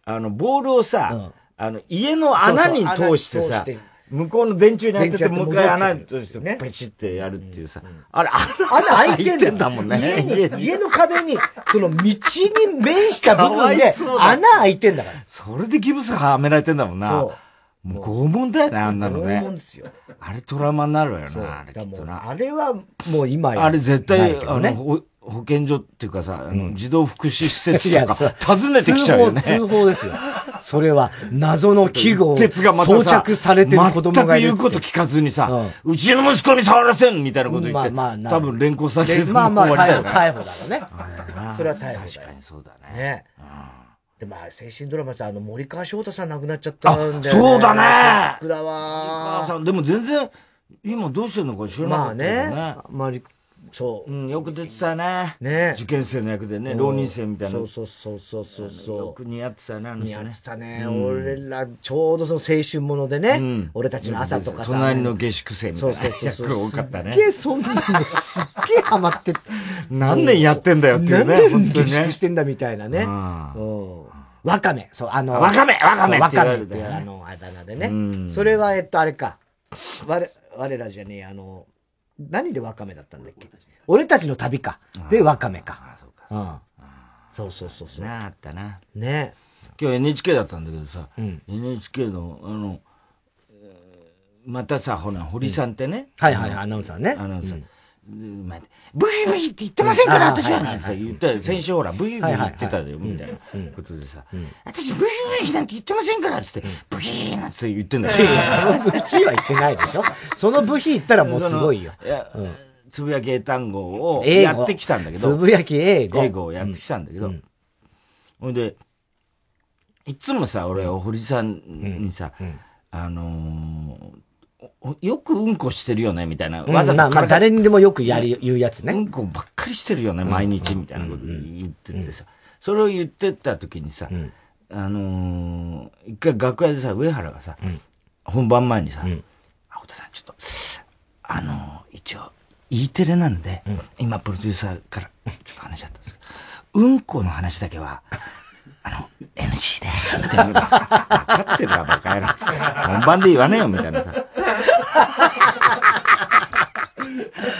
あの、ボールをさ
ん、
あの、家の穴に
そうそう
通してさ
穴に通して、
向こうの電柱に当てて、
電
もう一
柱
回
やって
穴に
戻
通
って
して、
くるね
ペチってやるっていうさ、あれ、
穴
穴
開いてんだ
だもんね。
家に
家に
家の壁に、その道に面した部分
かわ
で
いそうだ
穴開いてんだから。
それでギブスはめられてんだもん
そ
な。もう拷問だよね、あんなの
拷問
ね
で。すよ。
あれトラウマになるわよ
そう
な、あれきっと
だからもう
な。
あれはもう今や
あれ絶
ない
対、
けど
あの、
ね
ほ保健所っていうかさ、あの児童福祉施
い
設
や
とか
そう
訪ねてきちゃうよね。
通報、通報ですよ。それは、謎の器具を
鉄がまた
装
さ
着されてる子供がいる
全く言うこと聞かずにさ、うちの息子に触らせんみたいなこと言って、
まあまあな
多分連行されて
でまあまあ、
もう終わりだ
逮捕、逮
よ な
捕だからね。それは逮捕
確
だ
か
よ
に。そうだね。
ね。で、まあ、精神ドラマさ、あの、森川翔太さん亡くなっちゃったん
あ
だよね。
そうだ
ショッ
ね
クだ
お母
わ
さん、でも全然、今どうしてんのか知らな
ま
か
あ
ったけどね。
ね、あんまり、そう
う。ん、よく出てたね。
ね
受験生の役でね、浪人生みたいな。
そう
よ
そうそうそうそうそう。
く似合ってたね、あの
似
人
合
ね
っ。てたね、俺ら、ちょうどその青春ものでね、俺たちの朝とかさ、
隣の下宿生みた
そ
いう
そう
な
そうそう。
役多かったね
すっ。げえそんなのすっげえハマって。
何年やってんだよっていうね、
何
本
年
当
下
にね
宿。してんだみたいなね。うんわかめ、そう、あの、
わかめわか
そう
めっ
わ
て言
か
わ
め
れ
って
る
いうあの、あだ名でね。それは、えっと、あれか。我、我らじゃねえ、あの、何でわかめだったんだっけ俺たちの旅か。で、わかめか。うん。そうそうそうそう。
なああったな。
ね
今日 NHK だったんだけどさ、NHK のあの、えーまたさ、ほな、堀さんってね、
はいはいはい、アナウンサーね。
あのさ、うんまあブイブイって言ってませんから、
うん
私は
あーはい
なんて言ったよ先週ほら、ブイブイ言ってたよ、みたいなことでさ、私ブイブイなんて言ってませんから、つって、ブギーなんつって言ってんだよ。
その部費は言ってないでしょその部費言ったらもうすごいよ。
いやつぶやき英単語を
英
や
語
ってきたんだけ
つ
ど、
ぶやき英語。
英語をやってきたんだけど、ほいで、いつもさ、俺、堀さんにさ、あのーおよくうんこしてるよね、みたいな。
うん
わざ
まあ
と
まあ、
体
誰にでもよくやり、言うやつ
う
ね。
んこばっかりしてるよね、毎日、みたいなこと言っててさ。それを言ってた時にさ、あのー一回楽屋でさ、上原がさ、本番前にさ、あ、太田さん、ちょっと、あのー一応、E テレなんで、 今、プロデューサーから、ちょっと話しちゃったんですけど、うんこの話だけは、
NG で、みたいな。分かってるわ、バカ野郎っつって。本番で言わねえよ、みたいなさ。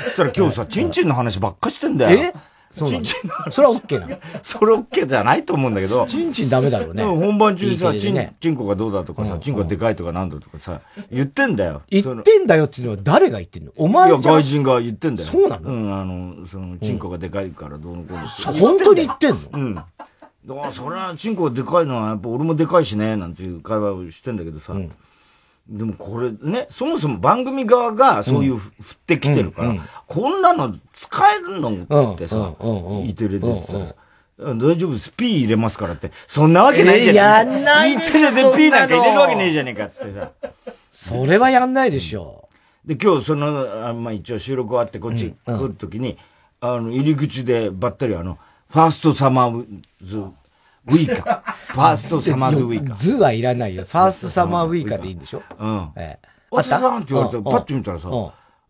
そしたら今日さ、チンチンの話ばっかしてんだよ。
えそうなの
チンチンの話
それは OK なの。
それ OK じゃないと思うんだけ ど。
チンチンダメだろうね。
でも本番中にさ、
いい
チ
声でね
ン、チンコがどうだとかさ、チンコがでかいとかなんだとかさ、言ってんだよ。
言
その
ってんだよっていうのは誰が言ってんのお
い
前
や、
じゃ
外人が言ってんだよ。
そうなの
うん、あの、その、チンコがでかいからどうのこうのって。
本当に言ってんの
うん。だから、それは、チンコがでかいのは、やっぱ俺もでかいしね、なんていう会話をしてんだけどさ。でもこれね、そもそも番組側がそういうふ、振ってきてるから、こんなの使えるのつってさ、
うんうんうんうん
イテレでさ、あ大丈夫です、P 入れますからって、そんなわけないじゃ
え
ん。
ーやんないでしょ
E テレで P なんか入れるわけねえ
そんなの
じゃねえかっつってさ。
それはやんないでしょ。
で、今日その、あまあ、一応収録終わってこっち来るときに、あの、入り口でばったりあの、ファーストサマーズ ウィーカー。ファーストサマーズウィーカー。
図はいらないよ。ファーストサマーウイカでいいんでしょ
うん。
ええ。
お父さんって言われて、
うん
パッと見たらさ、
うん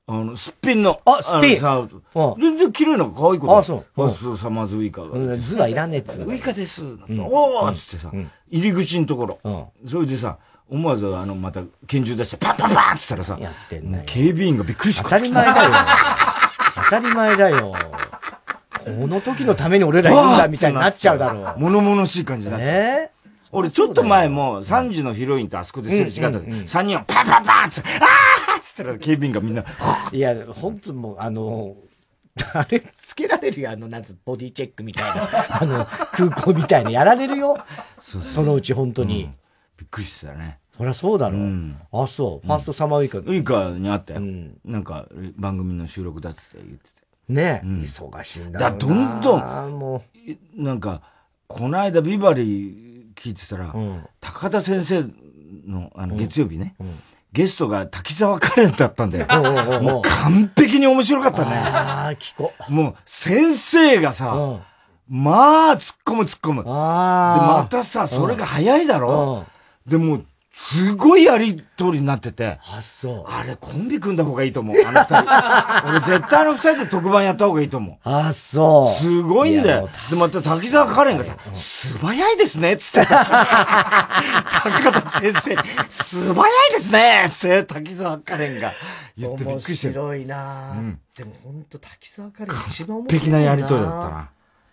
あの、すっぴんの、
あすっぴん
あのさ
うん
全然綺麗な可愛い子だよ
あそう
ファーストサマーズウィーカーが。
うん図はいらねえっつう
ウ
の
イカです。おーっつってさ、入り口のところ。それでさ、思わずあの、また拳銃出してパンパンパンっつったらさ、
やってんなよ
警備員がびっくりして
当たり前だよ。 当たり前だよ。この時のために俺らいるんだみたいになっちゃうだろ
物々しい感じにな
う。
っ
ね
てた
え
俺ちょっと前も3時のヒロインとあそこですれ違ったの3人はパンパンパンっつって、あーっつったら警備員がみんな、
いや、本当もう、あの、 あれつけられるよ、あの、なんつう、ボディチェックみたいな、 あの、空港みたいな、やられるよ。そのうち本当に。
びっくりしてたね。
そりゃそうだろう。あ、そう。ファース トサマーウイカ、
ウイカに会ったよ
ん。
なんか番組の収録だっつって言ってて。
ね、忙しいんだろうな。
だからどんどん
あーも
なんか、この間ビバリー聞いてたら、高田先生の、あの、月曜日ね、ゲストが滝沢カレンだったんだよ。
うおうおう
もう完璧に面白かった
う。
ね。
ああ、聞こ。
もう、先生がさ、まあ、突っ込む突っ込む。で、ま
ああ。
たさ、それが早いだ
う
ろ
ん。
でも、すごいやりとりになってて、
あ、そう。
あれ、コンビ組んだ方がいいと思う。あ の二人。俺、絶対あの二人で特番やった方がいいと思う。
あー、そう。
すごいんだ
やも
よ
う。
で、また滝沢カレンがさ、素早いですねっつってた。高田先生、素早いですねっつって、滝沢カレンが言ってびっ
面
くりしてる。
白いな、でも本当滝沢カレン一番面白い
的なやりとりだったな。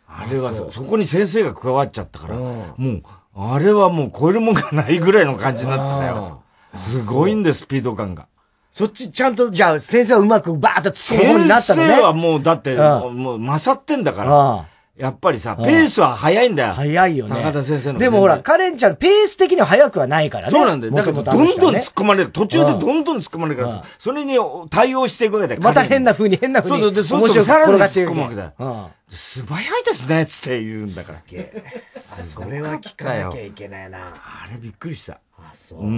あれはそ、そこに先生が加わっちゃったから、もう、あれはもう超えるもんがないぐらいの感じになってたよ。すごいんです、スピード感が。
そっちちゃんとじゃあ先生はうまくバーッと突っ込む方にな
先
ったのね
生はもう、だって、
う
もう勝ってんだから、
ああ
やっぱりさ、ペースは速いんだよ。
早いよね。
高田先生の。
でもほら、、カレンちゃん、ペース的には早くはないからね。
そうなんだよ。だ
元々
から、
あ
ど
の
ん
人
ど
は
ん
ね
突っ込まれる。途中でどんどん突っ込まれるか
うん
ら、それに対応していくわけだよ。
また変な風に変な風
そう
に。
そうで、そうするとさらに突っ込むわけだよ
面白く転がっていくわけだ。
素早いですね、つって言うんだから。
うん。 それは聞かなきゃいけないな。
あれびっくりした。
あ、そう。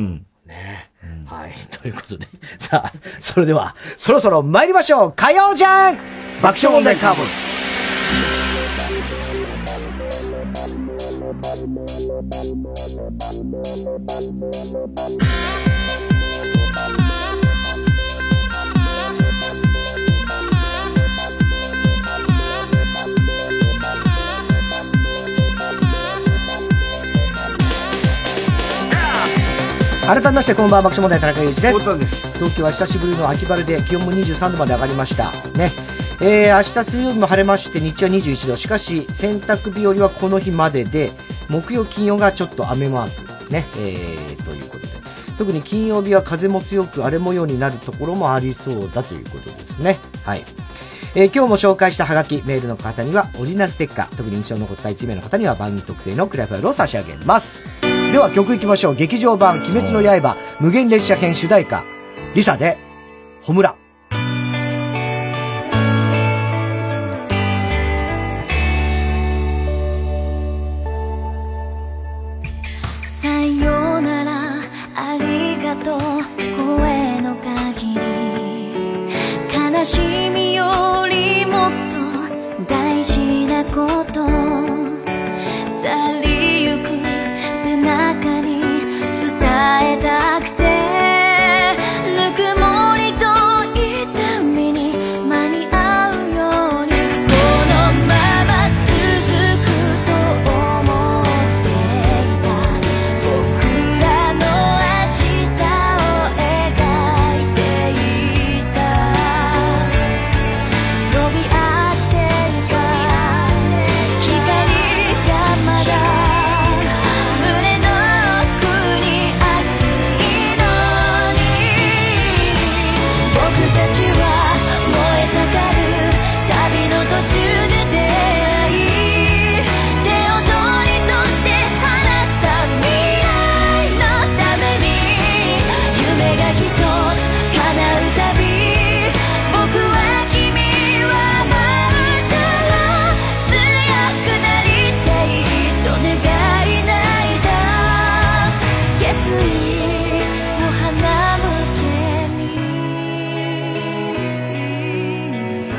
ねはい。 ということで、さあ、それでは、そろそろ参りましょう火曜ジャンク爆笑問題カーボン改めましてこんばんは爆笑問題田中裕二です
太田です
東京は久しぶりの秋晴れで気温も23度まで上がりましたねえー、明日水曜日も晴れまして日中は21度しかし洗濯日和はこの日までで木曜金曜がちょっと雨マークねえー、ということで特に金曜日は風も強く荒れ模様になるところもありそうだということですねはいえー今日も紹介したハガキメールの方にはオリジナルステッカー特に印象に残った1名の方には番組特製のクラファイルを差し上げますでは曲いきましょう劇場版「鬼滅の刃無限列車編」主題歌リサで「ホムラ」
さようならありがとう声の限り悲しみよりもっと大事なこと去りゆく背中に伝えたくてぬくもりと痛みに間に合うようにこのまま続くと思っていお花向けに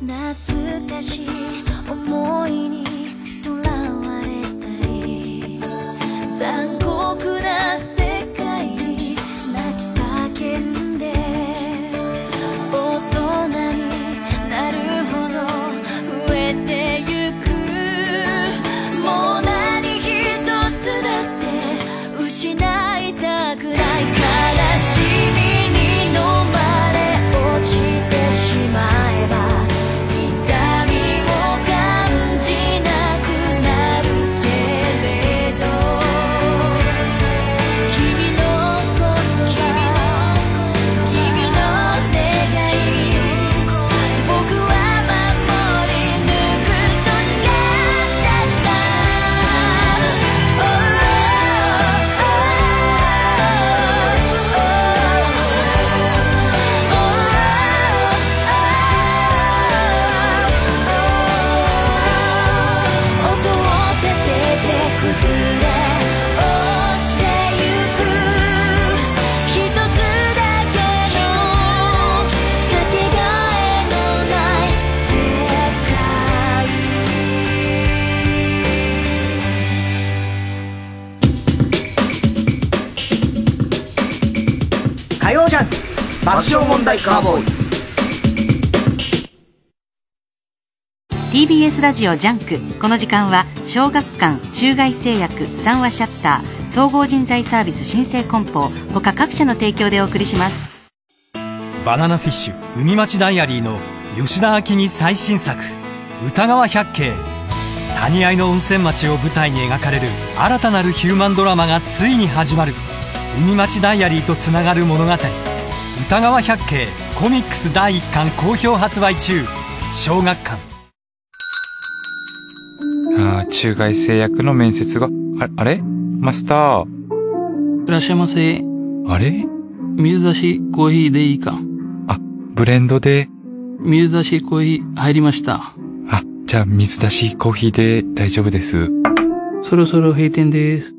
懐かしい思いにとらわれたり残酷な世界に泣き叫んで大人になるほど増えてゆくもう何一つだって失いたくない悲しみに飲まれ落ちてしまえば痛みを感じなくなるけれど君の言葉君の願い僕は守り抜くと誓ったんだ Oh, oh, oh, oh, oh, oh, oh, oh, oh, oh, oh, oh, 音を立てて崩れ落ちてゆく「ひとつだけのかけがえのない世界」
火曜じゃん爆笑問題カーボーイ
TBS ラジオジャンクこの時間は小学館中外製薬三話シャッター総合人材サービス新生梱包他各社の提供でお送りします
バナナフィッシュ海町ダイアリーの吉田明美最新作「歌川百景」谷合の温泉町を舞台に描かれる新たなるヒューマンドラマがついに始まる海町ダイアリーとつながる物語「歌川百景」コミックス第1巻好評発売中小学館
あー中外製薬の面接が、ああれマスター、
いらっしゃいませ。
あれ
水出しコーヒーでいいか
ブレンドで、
水出しコーヒー入りました。
あ、じゃあ水出しコーヒーで大丈夫です。
そろそろ閉店です。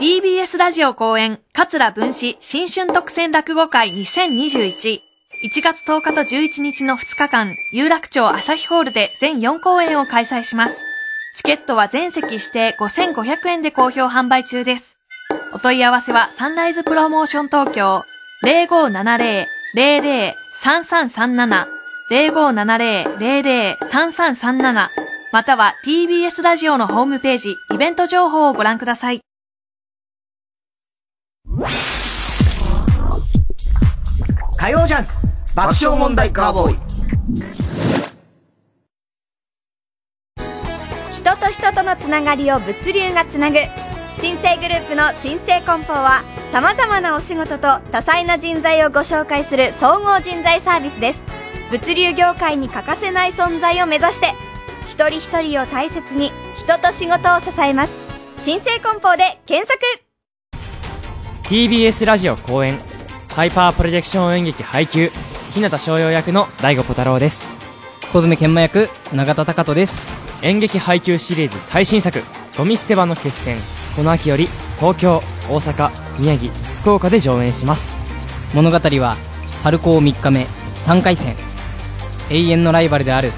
TBS ラジオ公演、桂文史新春特選落語会2021。1月10日と11日の2日間、有楽町朝日ホールで全4公演を開催します。チケットは全席指定5500円で好評販売中です。お問い合わせはサンライズプロモーション東京0570-00-3337 0570-00-3337または TBS ラジオのホームページ、イベント情報をご覧ください。
火曜じゃん爆笑問題カーボーイ
人と人とのつながりを物流がつなぐ新生グループの新生梱包はさまざまなお仕事と多彩な人材をご紹介する総合人材サービスです物流業界に欠かせない存在を目指して一人一人を大切に人と仕事を支えます新生梱包で検索
TBS ラジオ公演ハイパープロジェクション演劇配給日向翔陽役の大悟小太郎です小爪研磨役永田貴人です演劇配給シリーズ最新作「ゴミ捨て場の決戦」この秋より東京大阪宮城福岡で上演します
物語は春高3日目3回戦永遠のライバルである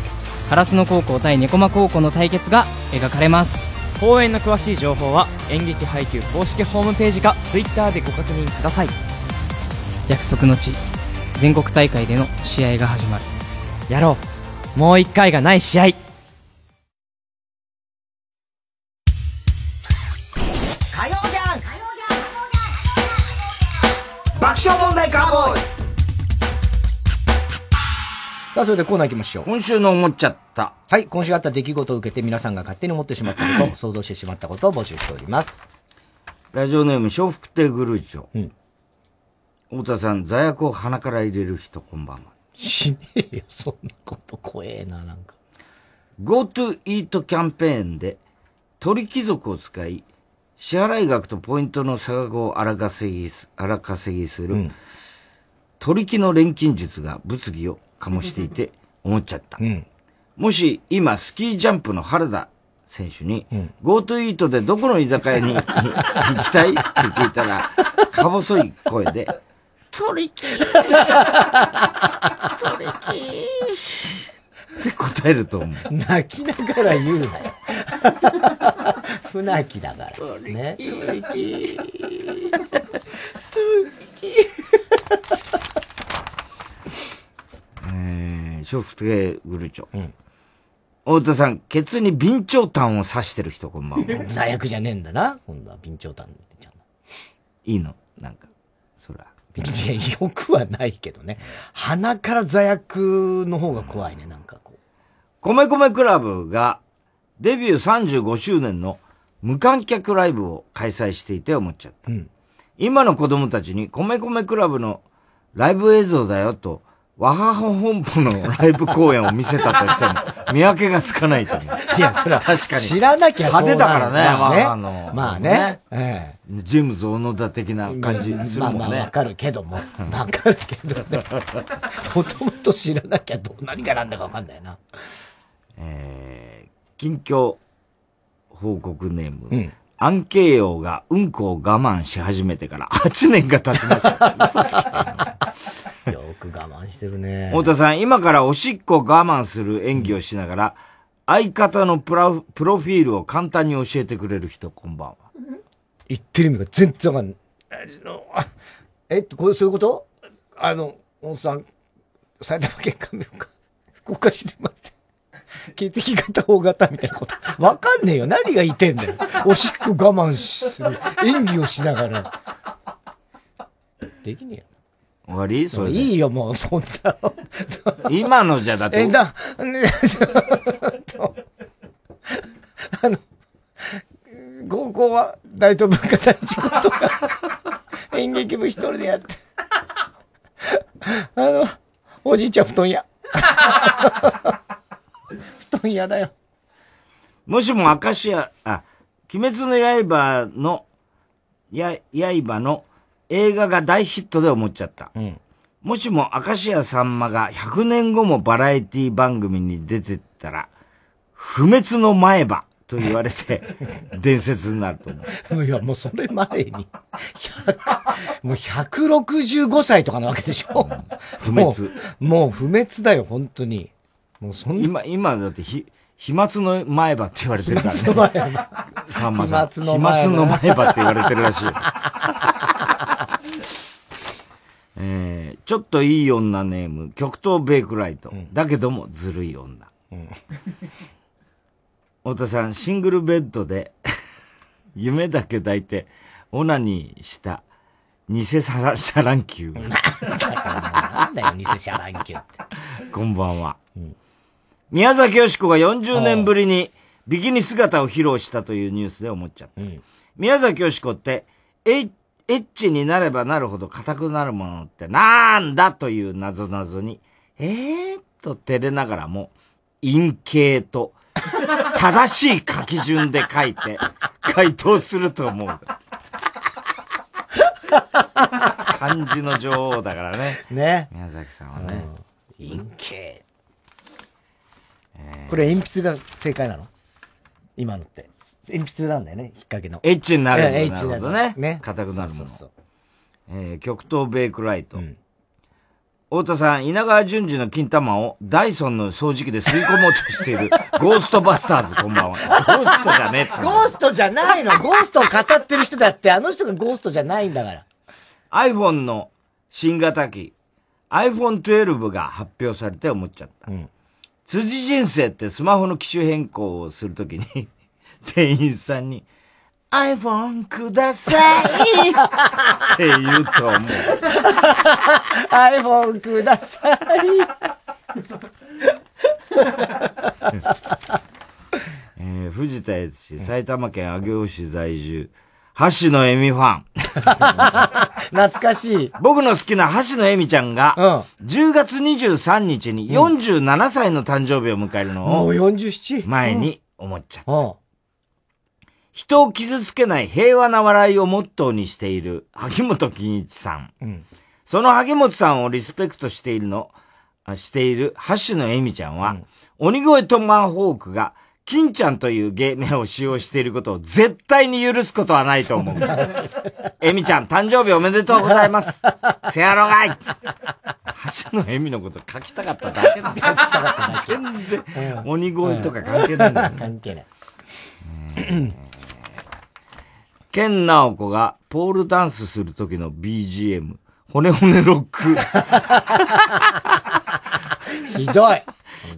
烏野高校対猫間高校の対決が描かれます
公演の詳しい情報は演劇配給公式ホームページか Twitter でご確認ください
約束の地全国大会での試合が始まる
やろうもう一回がない試合
火曜じゃん爆笑問題カーボーイ
さあ、それでコーナー行きましょう。
今週の思っちゃった。
はい、今週あった出来事を受けて皆さんが勝手に思ってしまった こと、想像してしまったことを募集しております。
ラジオネーム、笑福亭グルーチョ。太田さん、座薬を鼻から入れる人、こんばんは。
しねえよ、そんなこと怖えな、なんか。
GoTo イートキャンペーンで、鳥貴族を使い、支払い額とポイントの差額を荒稼ぎす、荒稼ぎする、取り木の錬金術が物議を醸していて思っちゃった。もし今スキージャンプの原田選手に、GoTo イートでどこの居酒屋に行きたいって聞いたら、か細い声で、トリ キートリキーって答えると思う。
泣きながら言うなよ。船木だから。ね。
えー、笑福亭グルチョ。太田さん、ケツに備長炭を刺してる人、こんばんは。
最悪じゃねえんだな。今度は備長炭でちゃん
いいのなんか、そら。
いや、よくはないけどね。鼻から罪悪の方が怖いね、なんかこ
米米クラブがデビュー35周年の無観客ライブを開催していて思っちゃった。今の子供たちに米米クラブのライブ映像だよと、ワハホ本舗のライブ公演を見せたとしても、見分けがつかないと思う。
いや、それは
確かに。
知らなきゃそう
派
な
手
る
だからね、
まあね
ワハの。
まあねえ
ジェームズ小野田的な
う。
感じするもんね。
まあまあ、わかるけど も。わかるけどね。ほとんど知らなきゃどう、何がなんだかわかんないな。
えー近況報告ネーム、アンケイオウがうんこを我慢し始めてから8年 が経ちました。嘘つけ
よく我慢してるね。
太田さん、今からおしっこを我慢する演技をしながら、相方のプラプロフィールを簡単に教えてくれる人、こんばんは。
言ってる意味が全然わかんない。あのあえっと、これそういうことあの、おんさん、埼玉県上岡、福岡市で待って、血液型、O 型みたいなこと。わかんねえよ。何が言ってんだよ。おしっこ我慢する。演技をしながら。できね
終わり
え
それで
いいよ、もう、そんな。
今のじゃだって。
え、だ、ね、ちょっと、あの、高校は大東文化大事故とか、演劇部一人でやって、あの、おじいちゃん布団屋。布団屋だよ。
もしも明石家、あ、鬼滅の刃の、や、刃の映画が大ヒットで思っちゃった。もしも明石家さんまが100年後もバラエティ番組に出てったら、不滅の前歯と言わ れて、伝説になると思う。
いや、もうそれ前に、100もう165歳とかなわけでしょ
不
も
滅
うもう不滅だよ、本当に。もうそん
今、今だってひ、飛沫の前歯って言われてるからね。
飛沫の前歯
さんまさん。
飛沫
飛沫
の前歯
の前歯って言われてるらしい。 えー、ちょっといい女ネーム、極東ベイクライト。だけどもずるい女。太田さん、シングルベッドで、 夢だけ抱いて、オナニーした、偽サラシャランキュー。
なんだよ、偽シャランキューって。
こんばんは。宮崎美子が40年ぶりにビキニ姿を披露したというニュースで思っちゃった。宮崎美子って、エッエッチになればなるほど硬くなるものってなんだという謎謎に、えーっと照れながらも、陰形と、正しい書き順で書いて、 回答すると思う。漢字の女王だからね。
ね。
宮崎さんはね。陰形。
これ鉛筆が正解なの今のって。鉛筆なんだよね、引っ掛けの。
エッチになるもの
ええエ
な
ッ
る
チ
ほ
になる
ど
の
ね。
ね。
硬くなるも
そう
の
そうそう。
えー極東ベイクライト。太田さん、稲川淳二の金玉をダイソンの掃除機で吸い込もうとしている ゴーストバスターズ、こんばんは。ゴーストじゃねえっつうの
ゴーストじゃないのゴーストを語ってる人だって、あの人がゴーストじゃないんだから。
iPhone の新型機、iPhone12 が発表されて思っちゃった。辻人生ってスマホの機種変更をするときに、店員さんに、iPhone くださいって言うと思 う。
iPhone ください。
えー藤田悦司、埼玉県上尾市在住、橋野恵美ファン。
懐かしい。
僕の好きな橋野恵美ちゃんが、10月23日に47歳の誕生日を迎え るの
もう
を、
47。
前に思っちゃった。
うん
人を傷つけない平和な笑いをモットーにしている、秋元金一さん。
うん。
その萩本さんをリスペクトしているの、あしているハッシュのエミちゃんは、鬼越トマホークが、金ちゃんという芸名を使用していることを絶対に許すことはないと思う。エミちゃん、誕生日おめでとうございます。せやろがい ハッシュのエミのこと書きたかっただけなんだよ。全然、鬼越とか関係ないんだよね
関係ない。
ケンナオコがポールダンスする時の BGM、骨骨ロック。ひどい。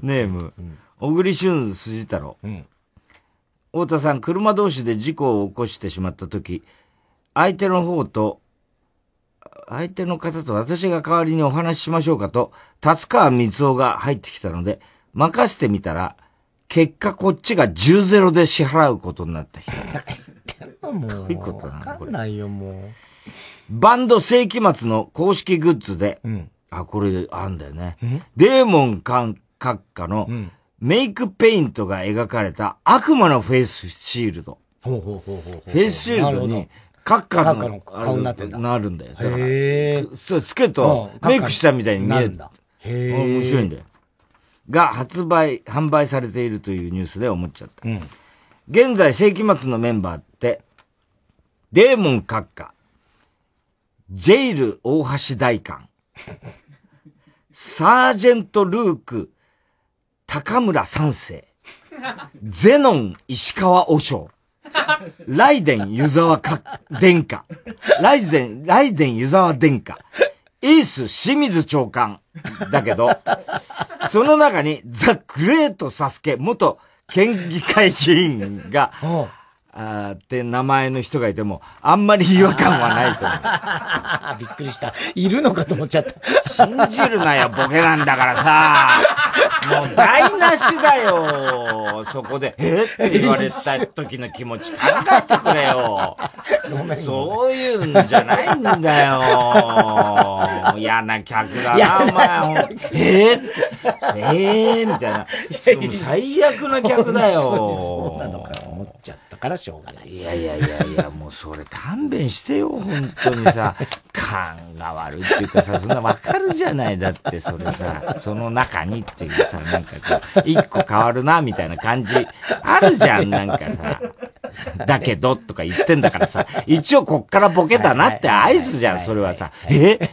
ネーム、小栗旬辻太郎。太田さん、車同士で事故を起こしてしまった時、相手の方と、相手の方と私が代わりにお話ししましょうかと、達川光夫が入ってきたので、任せてみたら、結果こっちが10ゼロで支払うことになった人。
もう。どういう
こと
わかんないよ、も
バンド世紀末の公式グッズで、あ、これあんだよね。デーモン閣下のメイクペイントが描かれた悪魔のフェイスシールド。
う。ほうほうほうほうほう。
フェイスシールド
なる
に、閣下
閣下
の
の顔になってんだ
なるんだよ。だから、
へ
そうつけると
うん閣下
メイクしたみたいに見え
な
る
るんだへー
面白いんだよ。が発売、販売されているというニュースで思っちゃった。現在、世紀末のメンバーって、デーモン閣下、ジェイル大橋大官、サージェントルーク、高村三世、ゼノン石川和尚、ライデン湯沢か殿下、ライゼン、ライデン湯沢殿下、エース清水長官、だけど、その中にザ・グレート・サスケ元県議会議員 が、あーって名前の人がいても、あんまり違和感はないと思う。
びっくりした。いるのかと思っちゃった。
信じるなよ、ボケなんだからさ。もう台無しだよ。そこで、えって言われた時の気持ち考えてくれよ。そういうんじゃないんだよ。嫌な客だ
嫌
な、お前ほん。えーって、えーみ たいな。でも最悪な客だよ。そうなのか、思っちゃったからしょう がない。いやいやいやいや、もうそれ勘弁してよ、本当にさ。勘が悪いっていうかさ、そんなわかるじゃない。だってそれさ、その中にっていうさ、なんかこう、一個変わるな、みたいな感じ、あるじゃん、なんかさ。だけど、とか言ってんだからさ、一応こっからボケだなって合図じゃん、それはさ。ええ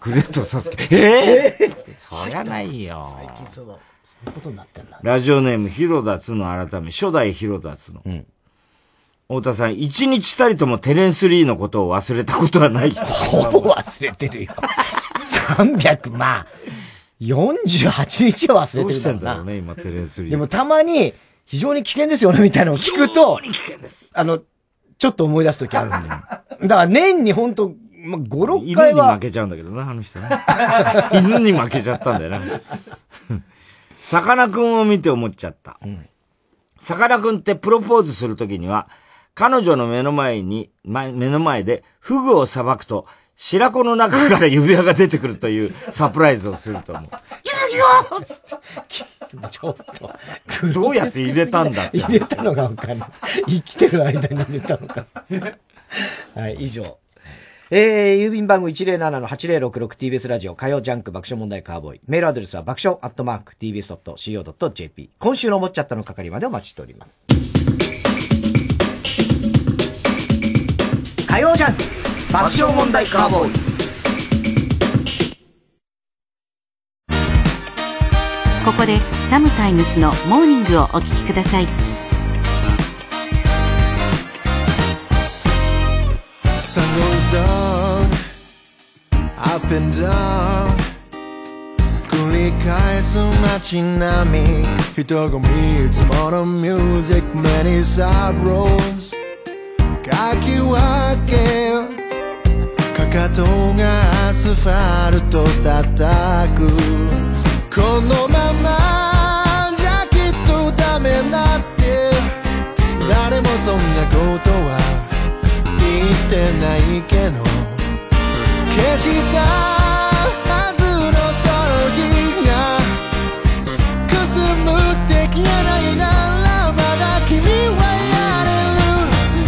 グレートサスケ、ええそりゃないよ。
最近そうだ。そういうことになってんだ。
ラジオネーム、広田つの改め、初代広田つの。太田さん、一日たりともテレンスリーのことを忘れたことはない人。
ほぼ忘れてるよ。300、まあ、48日は忘れてるだろうな
どうしてんだろうね、今、テレンスリー。
でもたまに、非常に危険ですよね、みたいなのを聞くと、あの、ちょっと思い出すときあるん だよ。だから年にほんと、まあ、5、6
犬
回
に負
は、
けちゃうんだけどな、あの人な。 犬に負けちゃったんだよな。 さかなクンを見て思っちゃった。さかなクンってプロポーズするときには、彼女の目の前に、ま目の前でフグをさばくと、白子の中から指輪が出てくるというサプライズをすると思う。
つって。
ちょっと、
どうやって入れたんだって
入れたのがわかんない。生きてる間に入れたのか。はい、以上。
えー、郵便番号 107-8066TBS ラジオ火曜ジャンク爆笑問題カーボーイ。メールアドレスは爆笑アットマーク TBS.CO.JP。今週の思っちゃったの係までお待ちしております。火曜ジャンク爆笑問題カーボーイ。
ここでサムタイムスのモーニングをお聞きください
Sun goes down, up and down 繰り返す街並み人混みいつものミュージック Many sub roads かき分けかかとがアスファルト叩くこのままじゃきっとダメだって誰もそんなことは言ってないけど消したはずのその日がくすむって消えないならまだ君はやれる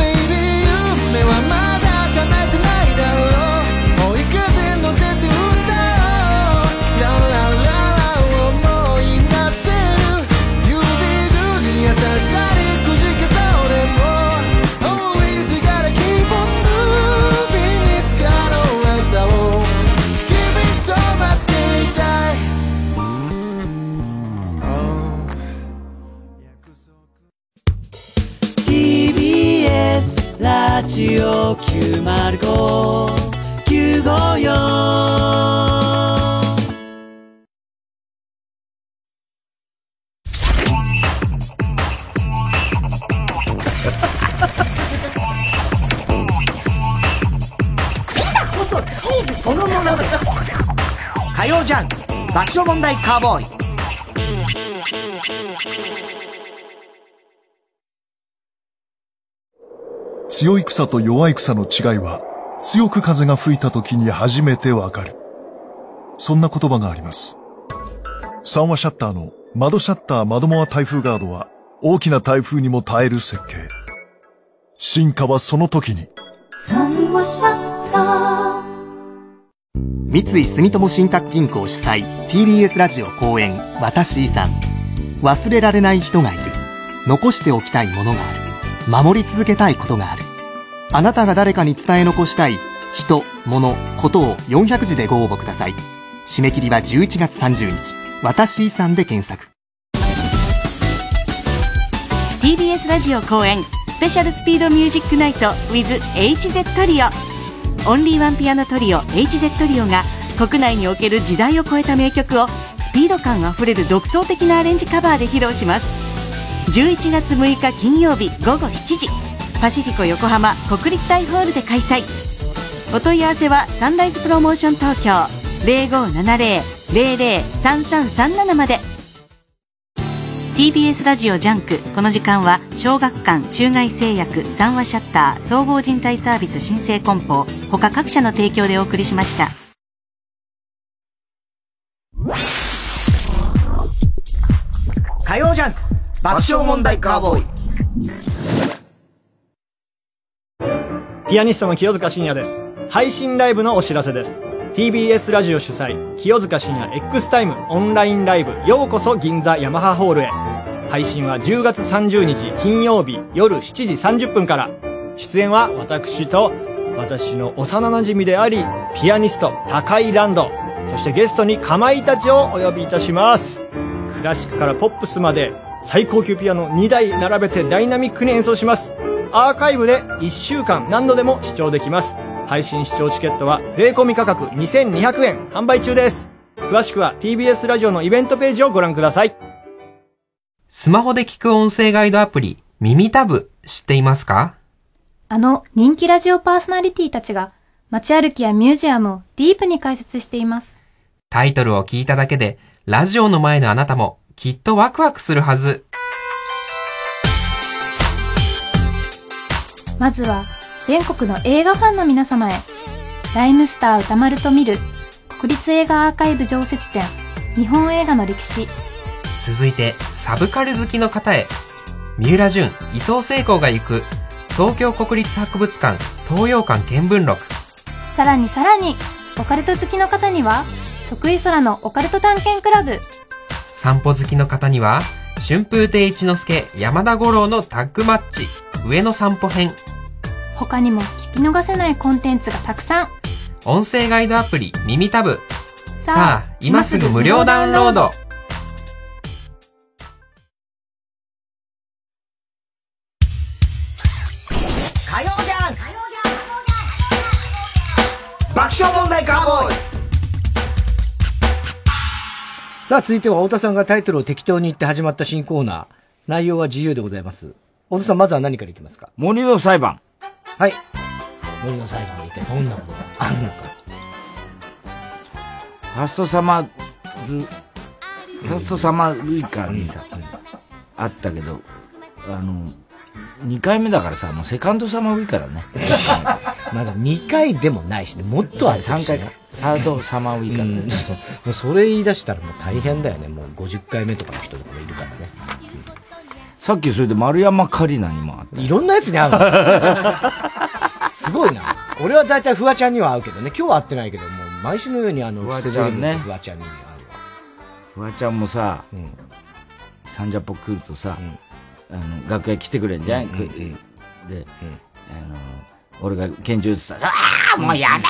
Baby 夢はまだ叶えてないだろう追いか
905-954
こそチーズそのものだ
火曜ジャンク爆笑問題カーボーイ
強い草と弱い草の違いは、強く風が吹いた時に初めてわかる。そんな言葉があります。三話シャッターの窓シャッター窓モア台風ガードは、大きな台風にも耐える設計。進化はその時に。
三井住友信託銀行主催 TBS ラジオ公演「私遺産」忘れられない人がいる残しておきたいものがある守り続けたいことがあるあなたが誰かに伝え残したい人物ことを400字でご応募ください締め切りは11月30日「私遺産」で検索
TBS ラジオ公演スペシャルスピードミュージックナイト withHZ トリオオンリーワンピアノトリオ HZ トリオが国内における時代を超えた名曲をスピード感あふれる独創的なアレンジカバーで披露します11月6日金曜日午後7時パシフィコ横浜国立大ホールで開催お問い合わせはサンライズプロモーション東京0570-003337まで TBS ラジオジャンクこの時間は小学館中外製薬三話シャッター総合人材サービス申請梱包他各社の提供でお送りしました
火曜ジャンク爆笑問題カーボーイ
ピアニストの清塚信也です。配信ライブのお知らせです。TBS ラジオ主催、清塚信也 X タイムオンラインライブ、ようこそ銀座ヤマハホールへ。配信は10月30日金曜日夜7時30分から。出演は私と、私の幼馴染であり、ピアニスト、高井ランド。そしてゲストにかまいたちをお呼びいたします。クラシックからポップスまで最高級ピアノ2台並べてダイナミックに演奏します。アーカイブで1週間何度でも視聴できます。配信視聴チケットは税込価格2200円販売中です。詳しくは TBS ラジオのイベントページをご覧ください。
スマホで聞く音声ガイドアプリ、耳タブ、知っていますか
あの人気ラジオパーソナリティたちが街歩きやミュージアムをディープに解説しています。
タイトルを聞いただけで、ラジオの前のあなたも、きっとワクワクするはず。
まずは全国の映画ファンの皆様へ。ライムスター歌丸と見る国立映画アーカイブ常設展日本映画の歴史
続いて、サブカル好きの方へ。三浦淳、伊藤聖光が行く、東京国立博物館、東洋館見聞録。
さらにさらにオカルト好きの方には得意空のオカルト探検クラブ
散歩好きの方には、春風亭一之輔、山田五郎のタッグマッチ、上野散歩編。
他にも聞き逃せないコンテンツがたくさん
音声ガイドアプリ、耳タブ。
さあ
さあ、今すぐ無料ダウンロード。
火曜ジャン爆笑問題カーボーイ
さあ、続いては太田さんがタイトルを適当に言って始まった新コーナー。内容は自由でございます。太田さん、まずは何からいきますか
森の裁判。
はい。森の裁判で一体どんなことがあるのか。
ファーストサマーズ、ファーストサマーウイカにさ、あったけど、あの、2回目だからさ、もうセカンドサマーウイカだね。
まず2回でもないしね、もっとあるし、ね。
3回か。サードサマーウイカだね。
そうもうそれ言い出したらもう大変だよね。もう50回目とかの人とかもいるからね。
さっきそれで丸山カリナにも会った。
いろんなやつに会 うのすごいな。俺は大体フワちゃんには会うけどね。今日は会ってないけど、もう毎週のようにあの、
フワち
セブ
ゃ
ンイレ
ん
ブン
ね
のフワちゃんに。
フワちゃんもさ、サンジャポ来るとさ、あの、楽屋来てくれんじゃん、くで、あの、俺が拳銃撃つさ、ああもうやめて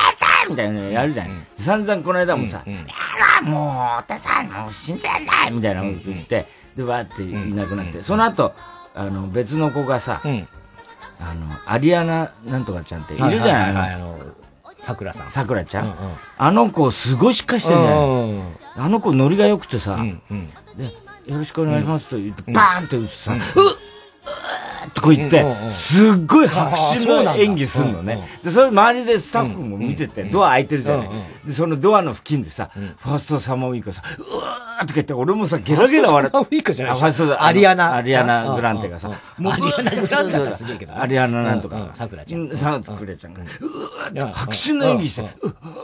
みたいなのやるじゃん。散々この間もさ、あらもう、太田さん、もう死んでんだみたいなこと言って、で、わーっていなくなって、その後、あの、別の子がさ、あの、アリアナなんとかちゃんっているじゃない,、
はいはいはいあの
さくらさん。さくらちゃん,、
うんうん
あの子すごいしっかりしてるじゃない、
うん
あの子ノリが良くてさ、で、よろしくお願いしますと言って、バーンって打つさ、うっうっとこう言って、
うんうん
すっごい拍手
ああそうな
の
んだ
演技すんのね。で、それ周りでスタッフも見てて、ドア開いてるじゃない、
うんうん
で、そのドアの付近でさ、ファーストサマーウイカさ、うわーとか言って、俺もさ、ゲラゲラ笑っ
ファーストサマー
て。
ウイカじゃない
あファーストサマー
アリアナ
アリアナ・グランテがさ、
うんうんうんアリアナグランテだったらすげえけどね
アリアナなんと
うんう
か
ん。さくら
ちゃん。さくらちゃんが、うわーって拍手
うん
の演技して、うわ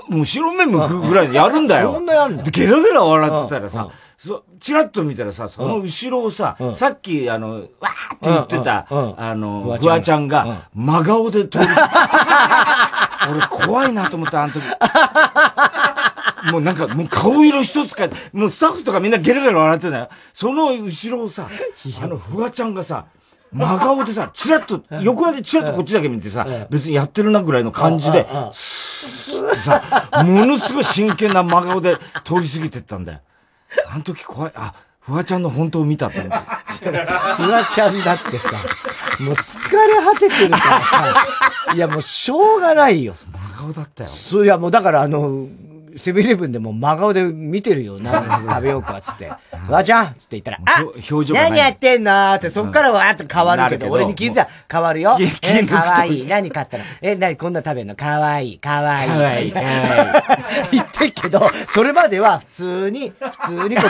ーもう後ろ目向くぐらいやるんだよ。
そんなやんの
でゲラゲラ笑ってたらさ、そう、チラッと見たらさ、その後ろをさ、さっき、あの、わーって言ってた、あの、フワちゃんが、真顔で通る。 俺怖いなと思った、あの時。 もうなんか、もう顔色一つ変えて、もうスタッフとかみんなゲラゲラ笑ってたよ。その後ろをさ、あの、フワちゃんがさ、真顔でさ、チラッと、横までチラッとこっちだけ見てさ、別にやってるなぐらいの感じで、スーッてさ、ものすごい真剣な真顔で通り過ぎてったんだよ。あの時怖い。あ、フワちゃんの本当を見たと思って。
フワちゃんだってさ、 もう疲れ果ててるからさ、いやもうしょうがないよ。真
顔だったよ。
そういやもうだからあの、セブンイレブンでもう真顔で見てるよ。何食 べようかっつって。フワちゃんっつって言ったら、あ
表情がない
何やってんのーって、そっからわーっと変わるけど、
うんなるけど
俺に聞いたら変わるよ。
気
え
気抜く
ー、
と
かわいい。何買ったのえ、何こんな食べんのかわいい、かわいい。
かわ いい
言ってっけど、それまでは普通に、普通にこう 見てるよ。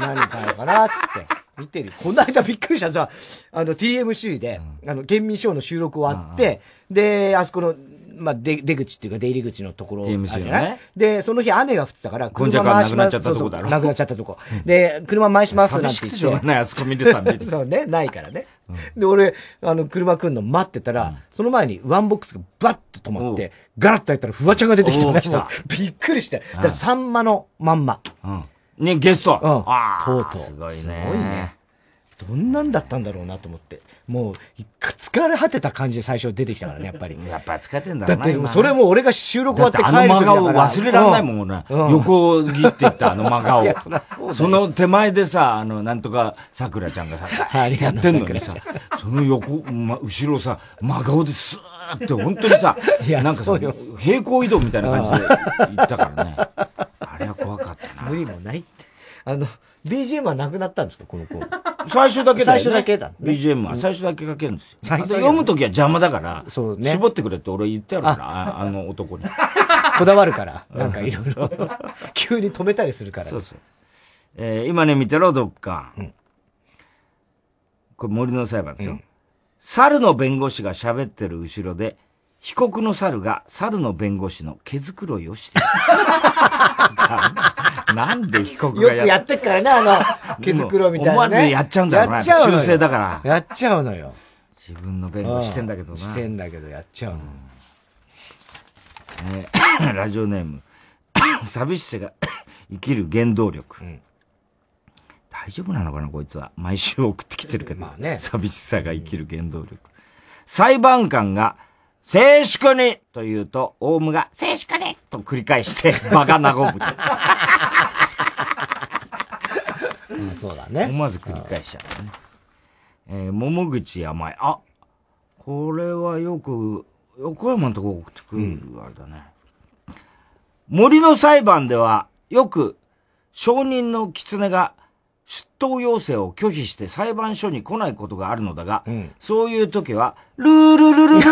何買おうかなっつって。見てるよこの間びっくりしたさ、あの TMC で、あの、県民ショーの収録終わって、で、あそこの、まあ、出出口っていうか出入り口のところある
TMC
じゃ
の
ない、
ね
で、その日雨が降ってたから、
ゴンジャ
車
カ
回
な
し
く
ま
なっ
す
ちゃったとこだろ
そうそうなくなっちゃったとこ。で、車回しますなんて言って
寂しくてしょうがない、あそこ見てたんで。
そうね、ないからね。で、俺、あの、車来んの待ってたら、その前にワンボックスがバッと止まって、ガラッとやったらフワちゃんが出てきた
お
の
う来た
びっくりして。だからサンマのまんま。
うん。ね、ゲスト。
うん。
あー
とうとう。
すごいね
すごいね。どんなんだったんだろうなと思って。もう、い疲れ果てた感じで最初出てきたからね、やっぱり。
やっぱ疲れてんだ
だ
ろう
っ
な。
て
今、
それも俺が収録終
だ
わ
っ
ってて帰る
あの
時
真
だ
顔
から
忘れられないもん、俺。
うん
横切っていったあの真 顔
いやそりゃそうだ。よ
その手前でさ、あの、なんとか桜ちゃんがさ、
あり
や
がと
っ
う
てんのにさ、その横、ま、後ろさ、真顔でスーって本当 にさ、なんかさ、平行移動みたいな感じで行ったからね。あれは怖かったな。
無理もないって。あの、BGM はなくなったんですか、この子。
最初だけだよ、ね。
最初だけだね
BGM は最初だけかけるんですよ。
最
あ
初
と
だけ
読むときは邪魔だから、
ね
絞ってくれって俺言ってやるから、ああの男に。
こだわるから、なんかいろいろ。 急に止めたりするから。
そうそう。えー今ね、見てろ、どっか。これ森の裁判ですよ。猿の弁護士が喋ってる後ろで、被告の猿が猿の弁護士の毛づくろいをして る。なんで被告
よ
が
くやってっからな、あの、毛づくろみたいな、ね。
思わずやっちゃうんだろうな
やっちゃうのよ
修正だから
やっちゃうのよ。
自分の弁護してんだけどな。
してんだけど、やっちゃうの。
えーラジオネー ム寂しさが生きる原動力、大丈夫なのかなこいつは毎週送ってきてるけど、寂しさが生きる原動力、裁判官が静粛にと言うと、オウムが、静粛にと繰り返して、 場が和むと。
うん、そうだね。
思わず繰り返しちゃったね。えー桃口甘い。あ、これはよく、横山のとこ送ってくる、あれだね。森の裁判では、よく、証人の狐が出頭要請を拒否して裁判所に来ないことがあるのだが、そういう時は、ルールルルルル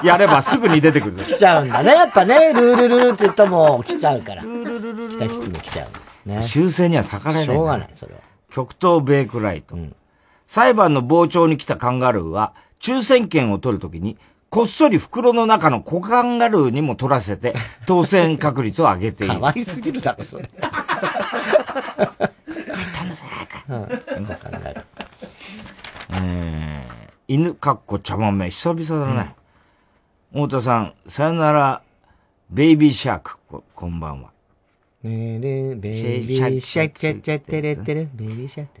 とやればすぐに出てくる。
来ちゃうんだね、やっぱね。ルールルルって言ったらもう来ちゃうから。来たきつね来ちゃう。ね。
修正には逆らえないんだ
しょうがない、それは。
極東ベイクライト。裁判の傍聴に来たカンガルーは、抽選券を取るときに、こっそり袋の中の子カンガルーにも取らせ て、当選確率を上げている。
かわいすぎるだろ、それ。うん
だからえー犬かっこ茶豆、久々だね。太田さん、さよなら、ベイビーシャーク、ここんばんは。
ねえ、ベイビーシャッチャッチャッテレテレ、ベイビーシャッチャッ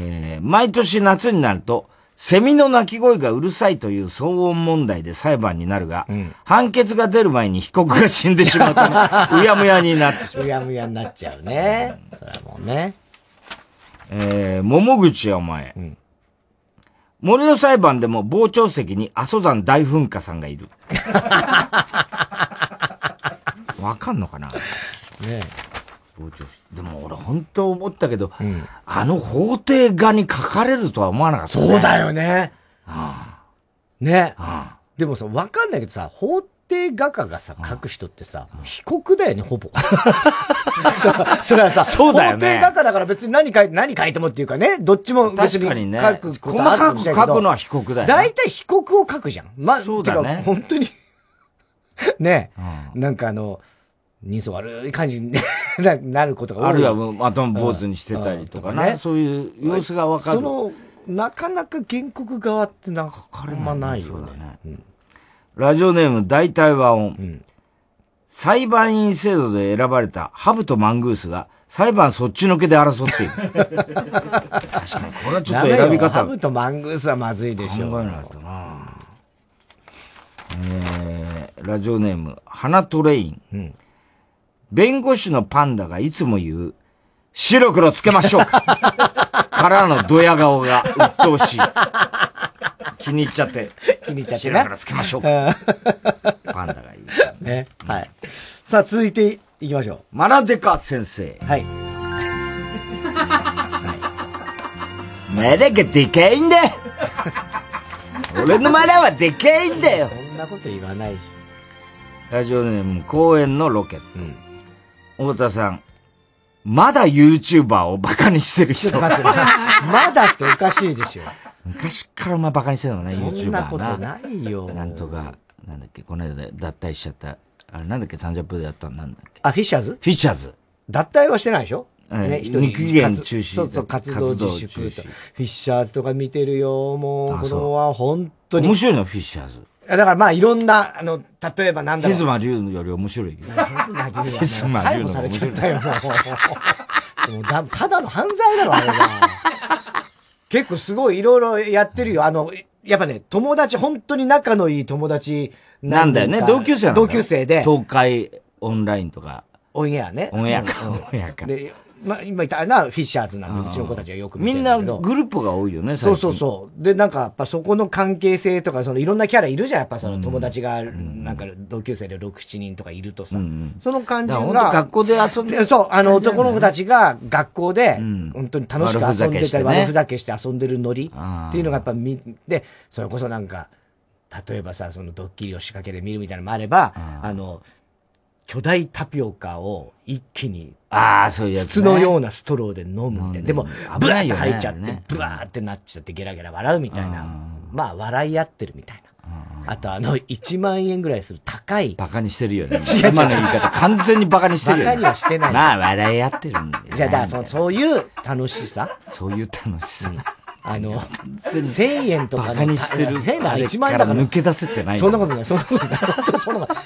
えー毎年夏になると、セミの鳴き声がうるさいという騒音問題で裁判になるが、判決が出る前に被告が死んでしま うとね、うやむやになってしまう。うやむやになっちゃうね。それはもうね。えー、桃口お前。森の裁判でも傍聴席に阿蘇山大噴火さん がいる。わかんのかな
ね
傍聴しでも俺本当思ったけど、あの法廷画に書かれるとは思わなかった、
そうだよ
ね。
ね。ね。でもさ、わかんないけどさ、法廷画家がさ、書く人ってさ、被告だよね、ほぼ。そそれはさ、
そうだよ
法廷
ね
画家だから別に何書いて、何書いてもっていうかね、どっちも別
確かにね
書くことあるんだけど
細かく書くのは被告だよね
大体被告を書くじゃん。まあ、そう
だね
本当に。 ね、なんかあの、人相悪い感じに ななることが多い。
あるいはもう頭坊主にしてたりとかな、
うん
そういう様子がわかる。
その、なかなか原告側ってなんか書かれまないよね。
ラジオネーム大体和音。裁判員制度で選ばれたハブとマングースが裁判そっちのけで争っている。確かにこれはちょっと選び
ハ
方
ブとマングースはまずいでしょ。考えないと
な。えーラジオネーム、花トレイン。弁護士のパンダがいつも言う、白黒つけましょ うかからのドヤ顔が鬱陶しい。気に入っちゃって。
気に入っちゃって
白黒つけましょうか。パンダが言う。
ね。はい。さあ、続いていきましょう。
マラデカ先生。
はい。
マラがでかいんだ俺のマラはでかいんだよ
そんなこと言わないし。
ラジオネーム公演のロケット。太田さん、まだ YouTuber をバカにしてる人。
ちょっと待って ねまだっておかしいでしょ。
昔からお前バカにしてたのね、YouTuber な。
そんなことないよ。
なんとか、なんだっけ、この間脱退しちゃった。あれなんだっけ、30分でやったのなんだっけ。
あ、フィッシャーズ
フィッシャーズ。
脱退はしてないでしょ
はい
ね、一人
無期限中止
そうそう、活動自
活動中
粛と。
止
フィッシャーズとか見てるよ、もう、
あ
子
そう
供は本当に。
面白いの、フィッシャーズ。
いやだからまあ、いろんな、あの、例えばなんだ
ヘ
ろう。
ズマ竜より面白いよ。
ヘズマ竜はもう
ヘズマ
逮
竜
捕
の
さ
方が
れ
面
ち
白
ゃ
い
ったよ、もう。もうだただの犯罪だろ、あれは。結構すごいいろいろやってるよ。あの、やっぱね、友達、本当に仲のいい友達
な
何
んだよ
人か
ね、同級生なんだよ
同級生で、
東海オンラインとか、
オンエアね。
オンエアか、
う
オ
んうん
ンエアか。
で、まあ、今言ったな、フィッシャーズなん
うん
で、うちの子たちはよく見
み
てる
ん
けど
なグループが多いよね、
そうそうそう。で、なんか、やっぱそこの関係性とか、そのいろんなキャラいるじゃん。やっぱその友達が、なんか同級生で6、7人とかいるとさ。その感じ
だ
が。
から本当学校で遊んでる
でそう、あの男の子たちが学校で、本当に楽しく遊ん
悪ふざ
で
けしたて
り、
ね
悪ふざけして遊んでるノリ
あー
っていうのがやっぱ見て、それこそなんか、例えばさ、そのドッキリを仕掛けて見るみたいなのもあれば、あの、巨大タピオカを一気に、
ああ、そういうやつ、ね。
筒のようなストローで飲むみたいな。でも、ブ
危
ラ
な
ーって
いよね
入っちゃっ
あ
て
れね、
ブワーってなっちゃってゲラゲラ笑うみたいな。まあ、笑い合ってるみたいな。あと、あの、1万円ぐらいする高い。
バカにしてるよ
違う
ね。
違う違う
今の言い方、完全にバカにしてるよ
バ
ね。
カにはしてない
まあ、笑い合ってるんだよね
じゃあ、だからその、そういう楽しさ。
そういう楽しさ。
あの、1000円とかの。
バカにしてる。
1000円
あ
あれ
れ
1
か
万円
ら
だから
抜。け出せてない。
そんなことない、そんなことない。本当にそんなことない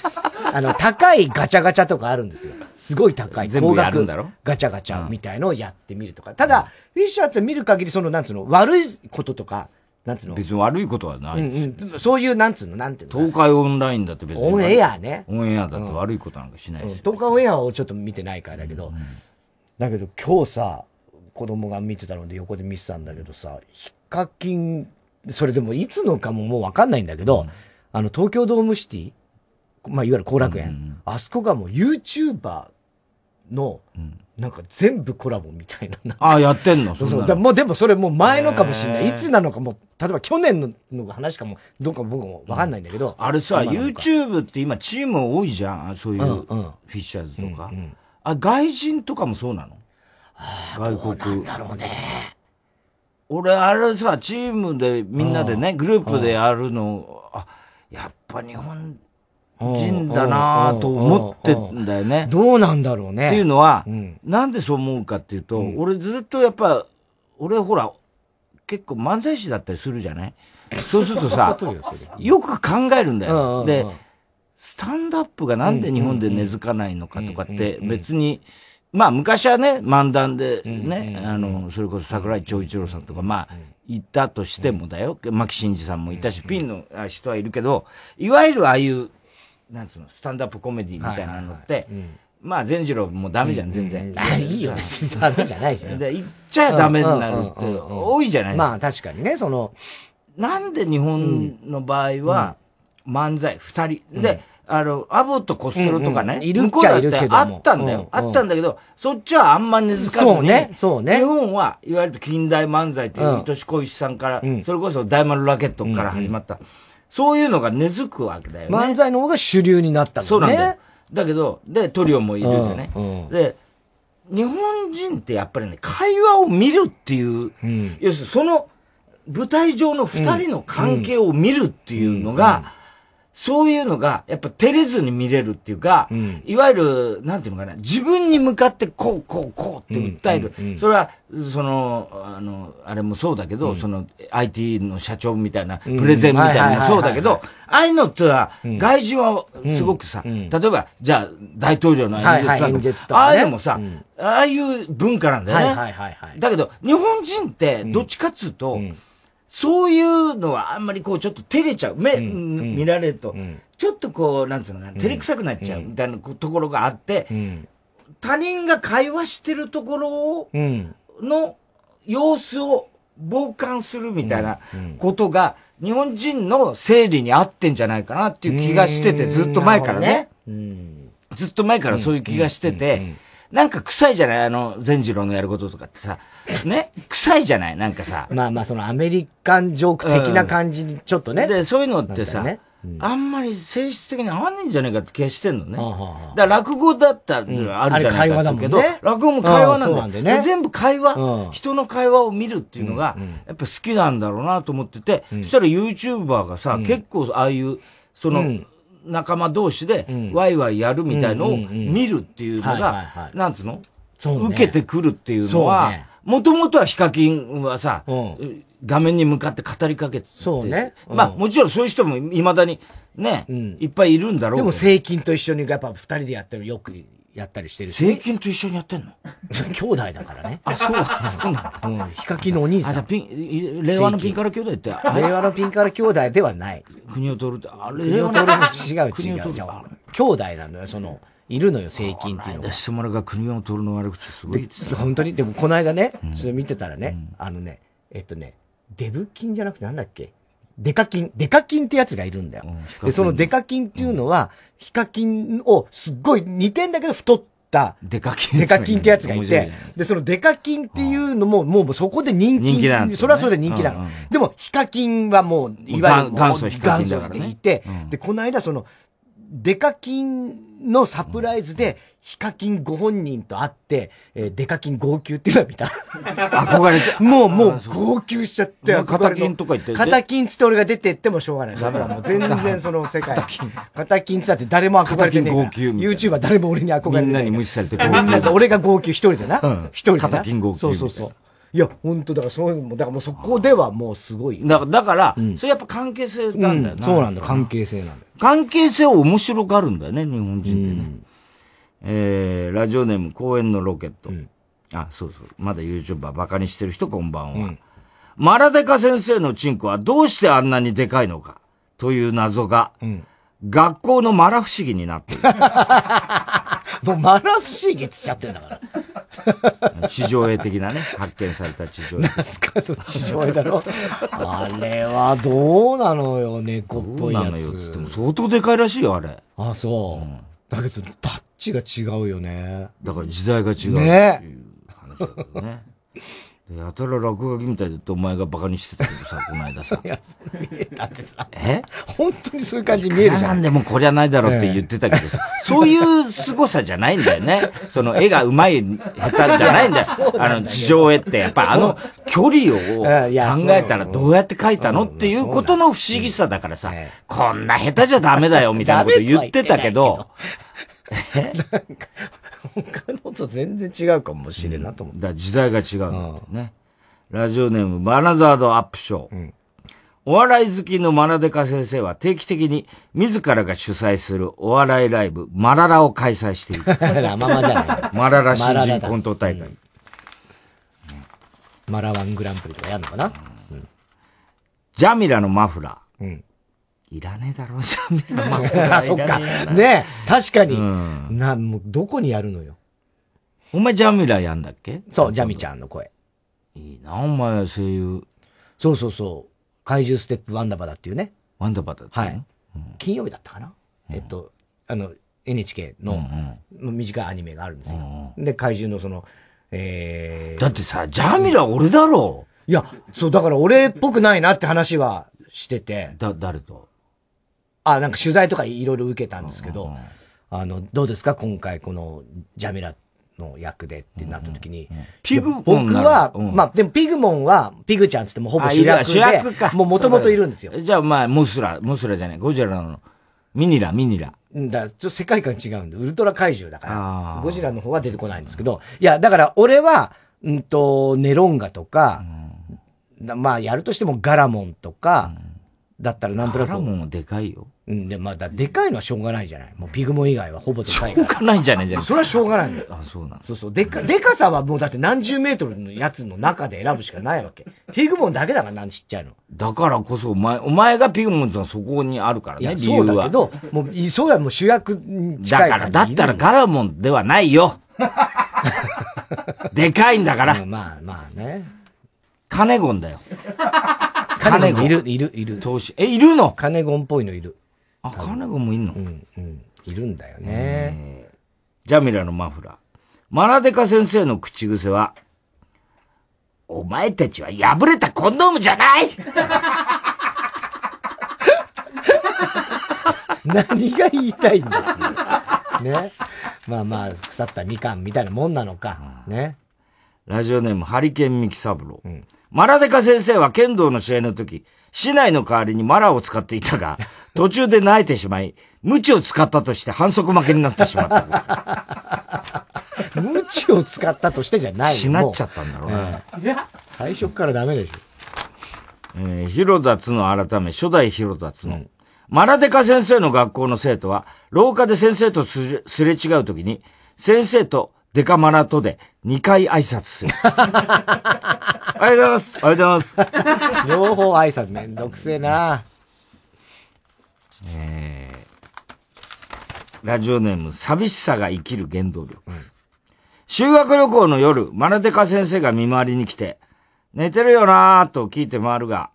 あの、高いガチャガチャとかあるんですよ。すごい高い。
全部やるんだろ
高額ガチャガチャみたいのをやってみるとか。ただ、フィッシャーって見る限り、その、なんつうの、悪いこととか、なんつうの。
別に悪いことはない。
うんうん、そういう、なんつうの、なんていうの。
東海オンラインだって別に。
オンエアね
オンエアだって悪いことなんかしないし。
東海オンエアをちょっと見てないからだけど、だけど今日さ、子供が見てたので横で見てたんだけどさ、ヒカキン、それでもいつのかももうわかんないんだけど、あの東京ドームシティ、まあいわゆる後楽園、あそこがもう YouTuber の、なんか全部コラボみたいな。なんか
ああ、やってんのそ
そ
ん
う
なの
だもうでもそれもう前のかもしれない。
へー
いつなのかもう、例えば去年のの話かも、どうか僕もわかんないんだけど。
あれさ、
今なのか
YouTube って今チーム多いじゃん。そういう、
う
フ
ん
ィッシャーズとか。あ、外人とかもそうなの外国。だろうね。俺、あれさ、チームでみんなでね、グループでやるの、あ、やっぱ日本人だなぁと思ってんだよね。
どうなんだろうね。
っていうのは、なんでそう思うかっていうと、俺ずっとやっぱ、俺ほら、結構漫才師だったりするじゃないそうすると さ
そんなことよそ、れ
よく考えるんだ
うんうんう
よ。
ん
で、スタンドアップがなんで日本で根付かないのかとかって、別に、まあ昔はね、漫談でね、あの、それこそ桜井長一郎さんとか、まあ、いたとしてもだよ。牧真二さんもいたし、ピンのあ人はいるけど、いわゆるああいう、なんつうの、スタンドアップコメディみたいなのって、まあ、善次郎もダメじゃん、全然。
あいいよ、別にダメじゃないしね。
で、行っちゃダメになるっ
う
て、
んうんうんうん
多いじゃない
まあ確かにね、その、
なんで日本の場合は、漫才二人、で、あの、アボとコストロとかね、
うんうんいるっ
向こう
ちゃ
だ
いる
って
けども
あったんだよ、
うんうん
あったんだけど、そっちはあんま根付かずに、
そうねそうね
日本は、いわゆる近代漫才というう、
ん
糸志小石さんから、それこそ大丸ラケットから始まった、そういうのが根付くわけだよね。
漫才の方が主流になったもんね。
そうなんだよ。だけど、で、トリオもいるじゃね。
うんうん
で、日本人ってやっぱりね、会話を見るっていう、要するにその舞台上の二人の関係を見るっていうのが、そういうのが、やっぱ照れずに見れるっていうか、いわゆる、なんていうのかな、自分に向かってこう、こう、こうって訴える。
うんうんうん
それは、その、あの、あれもそうだけど、
うん
その、IT の社長みたいな、
うん
プレゼンみたいなのもそうだけど、ああいうのってのは、
ん
外人はすごくさ、例えば、じゃあ、大統領の
はいはい
演
演
説
説
と
と
か、
か
ああ
ね
いうのもさ、ああいう文化なんだよね。
はいはいはいはい
だけど、日本人って、どっちかっつうと、そういうのはあんまりこう、ちょっと照れちゃう。目、見られると、ちょっとこう、なんつうのかな、照れくさくなっちゃうみたいなこところがあって、他人が会話してるところを、
うん。
の様子を傍観するみたいなことが、日本人の整理に合ってんじゃないかなっていう気がしてて、
うん
ずっと前からね。
うん。
ずっと前からそういう気がしてて、なんか臭いじゃないあの、善次郎のやることとかっ てさ、ね臭いじゃないなんかさ。
まあまあ、そのアメリカンジョーク的な感じにちょっとね。
で、そういうのって
な
さ
んかね、
あんまり性質的に合わねえんじゃねえかって気がしてんのね。だから落語だったらあるじゃないか
あれ会話だもん
け
ね
ど、落語も会話なんだ
うんそう
よ
なんだよね
で全部会
う
話
ん、
人の会話を見るっていうのが、やっぱ好きなんだろうなと思ってて、そしたら YouTuber がさ、結構ああいう、そうの
ん、
仲間同士でワイワイやるみたいのを
うんうんうん
見るっていうの
はいはい
が
は、い
なんつうの
うね
受けてくるっていうの
そう
は
ね、
もともとはヒカキンはさ、画面に向かって語りかけてて。そう
ねうん
まあもちろんそういう人も未だにね、いっぱいいるんだろう
で
け
も、
ど。
税金と一緒にやっぱ二人でやってる、よくやったりしてるし。税
金と一緒にやってん の
兄弟だからね。
あ、そう、そうなん
だ。うん。ヒカキンのお兄さん。
ピン、令和のピンカラ兄弟って、あれ
令和のピンカラ兄弟ではない。
国を取るって、あれ、
国を取るも違う
国
違
を
う
取
違
る
う。兄弟なのよ、その、いるのよ、税金っていうのは。
質問が国を取るの悪口すごいです
で本当に、でもこの間ね、それ見てたらね、あのね、えっとね、デブ金じゃなくてなんだっけデカ金、デカ金ってやつがいるんだよ。
カキン
で、そのデカ金っていうのは、ヒカキンをすっごい似てんだけど太った、
デカキン
デカキンってやつがい
面白い
て
ね、
で、そのデカキンっていうのも、もうそこで人気。
人気なんです
そ
よね
れはそれで人気なの。
うんうん
でも、ヒカキンはもう、いわゆるもう
元祖ヒカキンだからね
元祖でいて、
うん
で、この間その、デカキンのサプライズで、ヒカキンご本人と会って、えーデカキン号泣っていうのを見た。
憧れ て。
もう、もう、号泣しちゃって。
ま
憧れ
あ
の
肩金とか言って
肩金つって俺が出てってもしょうがない。
ダ
だか
メだ
らもう全然その世 界。
肩
肩
金
金。肩金つって誰も憧れてねえから。
肩金号
YouTube は誰も俺に憧れて
みんな
ねえ
に無視されて
みんな と俺が号泣一人でな
うん。
一人でな。
肩金号泣
そうそうそう。いや、本当だからそういうのも、だからもうそこではもうすごい。
だから、だから、それやっぱ関係性なんだよ
うん
な。
そうなんだよ関係性なんだよ。
関係性を面白がるんだよね、日本人ってね。えー、ラジオネーム公園のロケット。あ、そうそう。まだ YouTuber バカにしてる人こんばんは。マラデカ先生のチンコはどうしてあんなにでかいのかという謎が、学校のマラ不思議になっている。
もうマラ不思議っつっちゃってんだ から。
地上絵的 なね、発見された地上絵。ナ
スカの地上絵だろ。あれはどうなのよ、猫っぽいや
どうなのよっつ
つ。
っても相当でかいらしいよ、あれ。
あ、そう。だけど、タッチが違うよね。
だから時代が違うっていう
ね
話だけどね。でやたら落書きみたいだってお前がバカにしてたけ どさ、この間さ。
だってさ、
え
本当にそういう感じに見えるじゃん。
なんでもこりゃないだろうって言ってたけどさ、そういう凄さじゃないんだよね。その絵が上手い、下手じゃないんだ よ
そうなん。だ
あ
よ
の、地上絵って、やっ ぱあの距離を
うんいや
考えたらどうやって描いたのっていうことの不思議さだからさ、こんな下手じゃダ メだよみたいなこと言ってたけど、
他のと全然違うかもしれんなと思
だから時代が違うんだよね。ラジオネーム、バナザードアップショー。お笑い好きのマラデカ先生は定期的に自らが主催するお笑いライブ、マララを開催している。
う。 ラママじゃない。
マララ新人コント大会。
マラワングランプリとかやるのかな
ジャミラのマフラー。
うん
いらねえだろ、ジャミラのマフラー。
あ そっか。ねえ確かに。な、もう、どこにやるのよ。
お前ジャミラやんだっけ
そう、ジャミちゃんの声。
いいな、お前声優。
そうそうそう。怪獣ステップワンダバダっていうね。
ワンダバダ
はい。金曜日だったかな、えっと、あの、NHK の、短いアニメがあるんですよ。で、怪獣のその、えー、
だってさ、ジャミラ俺だろ
いや、そう、だから俺っぽくないなって話はしてて。
だ、誰と
あ、なんか取材とかいろいろ受けたんですけど、あの、どうですか今回このジャミラの役でってなった時に、
ピグ
僕
モンなら
は、
うん
まあ、でもピグモンは、ピグちゃんっつってもほぼ主役で、
あいる主役か。
もう元々いるんですよ。
よ。じゃあ、まあ、モスラ、モスラじゃない、ゴジラの、ミニラ、ミニラ。
うんだからちょっと世界観違うんで、ウルトラ怪獣だから
あ、ー
ゴジラの方は出てこないんですけど、いや、だから俺は、うんと、ネロンガとか、なまあ、やるとしてもガラモンとか、だったらなんとなく。ガラモ
ンはでかいよ。
うん、で、まあ、だでかいのはしょうがないじゃない。もうピグモン以外はほぼでかいから。
しょうがないじゃないじゃない
それはしょうがないのよ。
あ、そうなん
そうそう。でか、でかさはもうだって何十メートルのやつの中で選ぶしかないわけ。ピグモンだけだからなんちっちゃいの。
だからこそ、お前、お前がピグモンズのそこにあるから
いや、
ね、理
そ
由
うだ
は。
けど、もう、いそうや、もう主役に
だ
近い
か
感
ら、
じ
だったらガラモンではな いよ。でかいんだから。
まあまあね。
カネゴンだよ。
カネゴンいる、いる、いる。
投資。え、いるの
カネゴンっぽいのいる。
あ、カネゴンもいるの
うん、うん。いるんだよね。
ジャミラのマフラー。マラデカ先生の口癖は、お前たちは破れたコンドームじゃない
何が言いたいんですね。まあまあ、腐ったみかんみたいなもんなのか。ね。
ラジオネーム、ハリケーンミキサブロー。マラデカ先生は剣道の試合の時、市内の代わりにマラを使ってい たが、途中で泣いてしまい、無知を使ったとして反則負けになってしまった。
無知を使ったとしてじゃない
しなっちゃったんだろうね
ね。最初からダメでしょ。
えー、広田つの改め、初代広田つの。マラデカ先生の学校の生徒は、廊下で先生とすれすれ違うときに、先生とデカマラとで2回挨拶 する。おはようございます。おはようございます。
両方挨拶めんどくせえな。
えーラジオネーム、寂しさが生きる原動力。修学旅行の夜、マラデカ先生が見回りに来て、寝てるよなぁと聞いて回るが、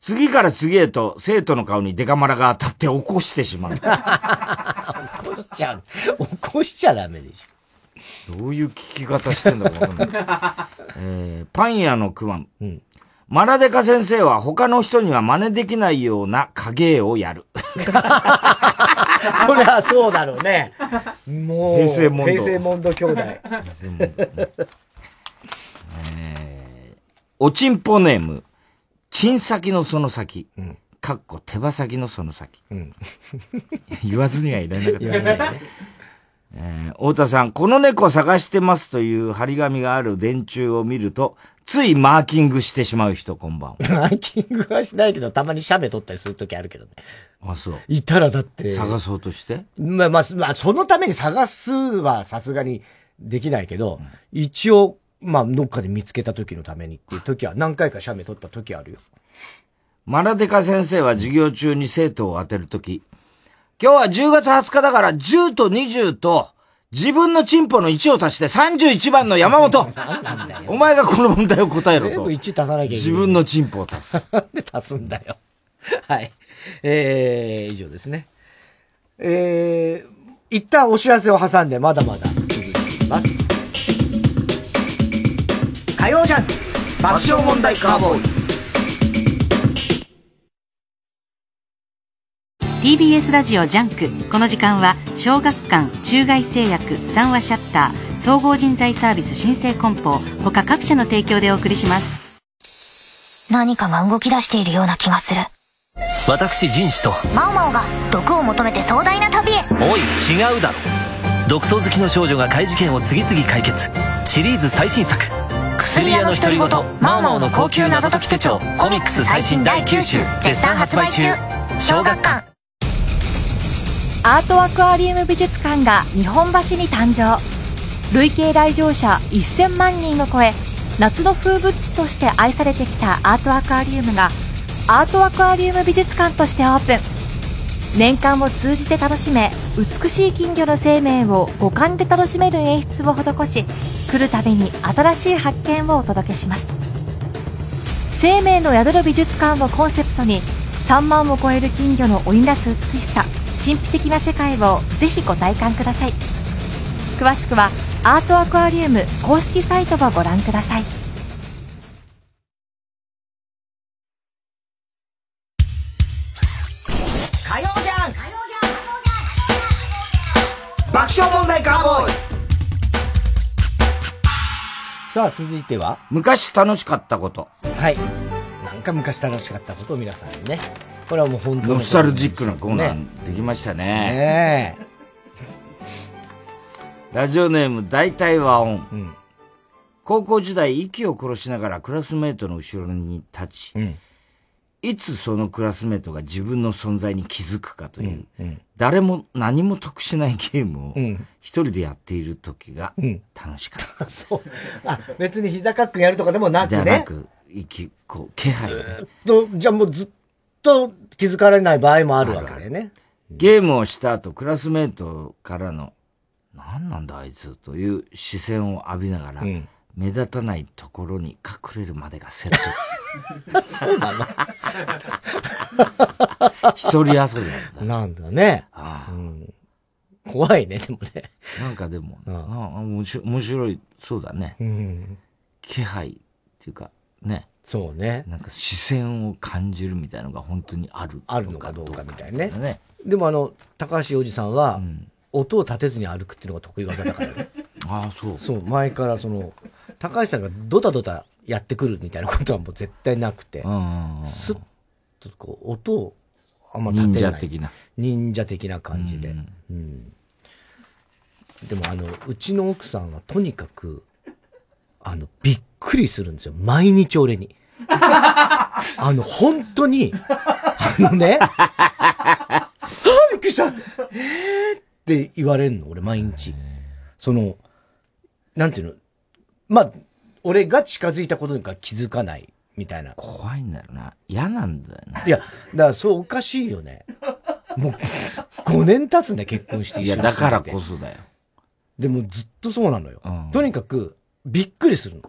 次から次へと生徒の顔にデカマラが当たって起こしてし まう。
起こしちゃう。起こしちゃダメでし
どういう聞き方してんだかわかん ない。えーパン屋のクマン。マラデカ先生は他の人には真似できないような影絵をやる。
ょ。 そりゃそうだろうね。もう、
平成モンド
平成モンド兄 弟。
おちんぽネーム、ちん先のその先、かっこ手羽先のその先。 言わずにはいられなかった、
言わないね
えー太田さん、この猫探してますという張り紙がある電柱を見ると、ついマーキングしてしまう人、こんばんは。
マーキングはしないけど、たまに写メ撮ったりするときあるけどね。
あ、そう。
いたらだって。
探そうとして
まあまあ、まあ、そのために探すはさすがにできないけど、一応、まあ、どっかで見つけた時のためにっていう時は、何回か写メ撮った時あるよ。
マラデカ先生は授業中に生徒を当てるとき、今日は10月20日だから10と20と、自分のチンポの1を足して31番の山本 お前がこの問題を答えろ
全
と
部。1足さなきゃいけない。
自分のチンポを足す。
なんで足すんだよ。 はい。えー、以上ですね。 えー、一旦お知らせを挟んで、まだまだ続きます。火曜じゃん爆笑問題カーボーイ
TBS ラジオジャンクこの時間は小学館中外製薬三話シャッター総合人材サービス新生梱包他各社の提供でお送りします
何かが動き出しているような気がする
私人氏と
マオマオが毒を求めて壮大な旅へ
おい違うだろ独創好きの少女が怪事件を次々解決シリーズ最新作「薬屋の独り言マオマオの高級謎解き手帳」コミックス最新第9集絶賛発売中小学館
アートアクアリウム美術館が日本橋に誕生累計来場者1000万人を超え夏の風物詩として愛されてきたアートアクアリウムがアートアクアリウム美術館としてオープン年間を通じて楽しめ美しい金魚の生命を五感で楽しめる演出を施し来るたびに新しい発見をお届けします生命の宿る美術館をコンセプトに3万を超える金魚の織り出す美しさ神秘的な世界をぜひご体感ください詳しくはアートアクアリウム公式サイトをご覧ください
火曜じゃん
爆笑問題カーボーイ
さあ、続いては
昔楽しかったこと。
はい。なんか昔楽しかったことを皆さんにね。これはもう本当に。
ノスタルジックなコーナ
ね。
ーできましたね。
ね
ラジオネーム大体和音。高校時代、息を殺しながらクラスメートの後ろに立ち、いつそのクラスメートが自分の存在に気づくかという、誰も何も得しないゲームを
うん
一人でやっている時が
うん
楽しかった。
そう。あ、別に膝かっくんやるとかでもなく
じ
ね。
ゃなく、息、こう、気配。
と、じゃあもうずっと気づかれない場合もあるわけだよね。
ゲームをした後、クラスメートからの、何なんだあいつという視線を浴びながら、目立たないところに隠れるまでがセット。
そうなの
一人遊びなんだ。
なんだね。
うん
怖いね、でもね。
なんかでも、ああ面白い面白い、そうだね。気配っていうか、ね。
そうね。
なんか視線を感じるみたいなのが本当にある。あるのかどうかみたいなね。
でもあの、高橋おじさんは、音を立てずに歩くっていうのが得意技だからね。
ああ、そう。
そう、前からその、高橋さんがドタドタやってくるみたいなことはもう絶対なくて、スッとこう、音をあんま立てない。
忍者的な。
忍者的な感じで。うんでもあの、うちの奥さんはとにかく、あの、びっくりするんですよ。毎日俺に。あの、本当に、あのね、はぁびっくりしたえーって言われんの、俺毎日。その、なんていうの、まあ、俺が近づいたことにか気づかないみたいな。
怖いんだよな。嫌なんだよな。
いや、だからそうおかしいよね。もう、5年経つね、結婚して
い
一緒
や、
に
だから
住んでて
こそだよ。
でもずっとそうなのよ。とにかく、びっくりする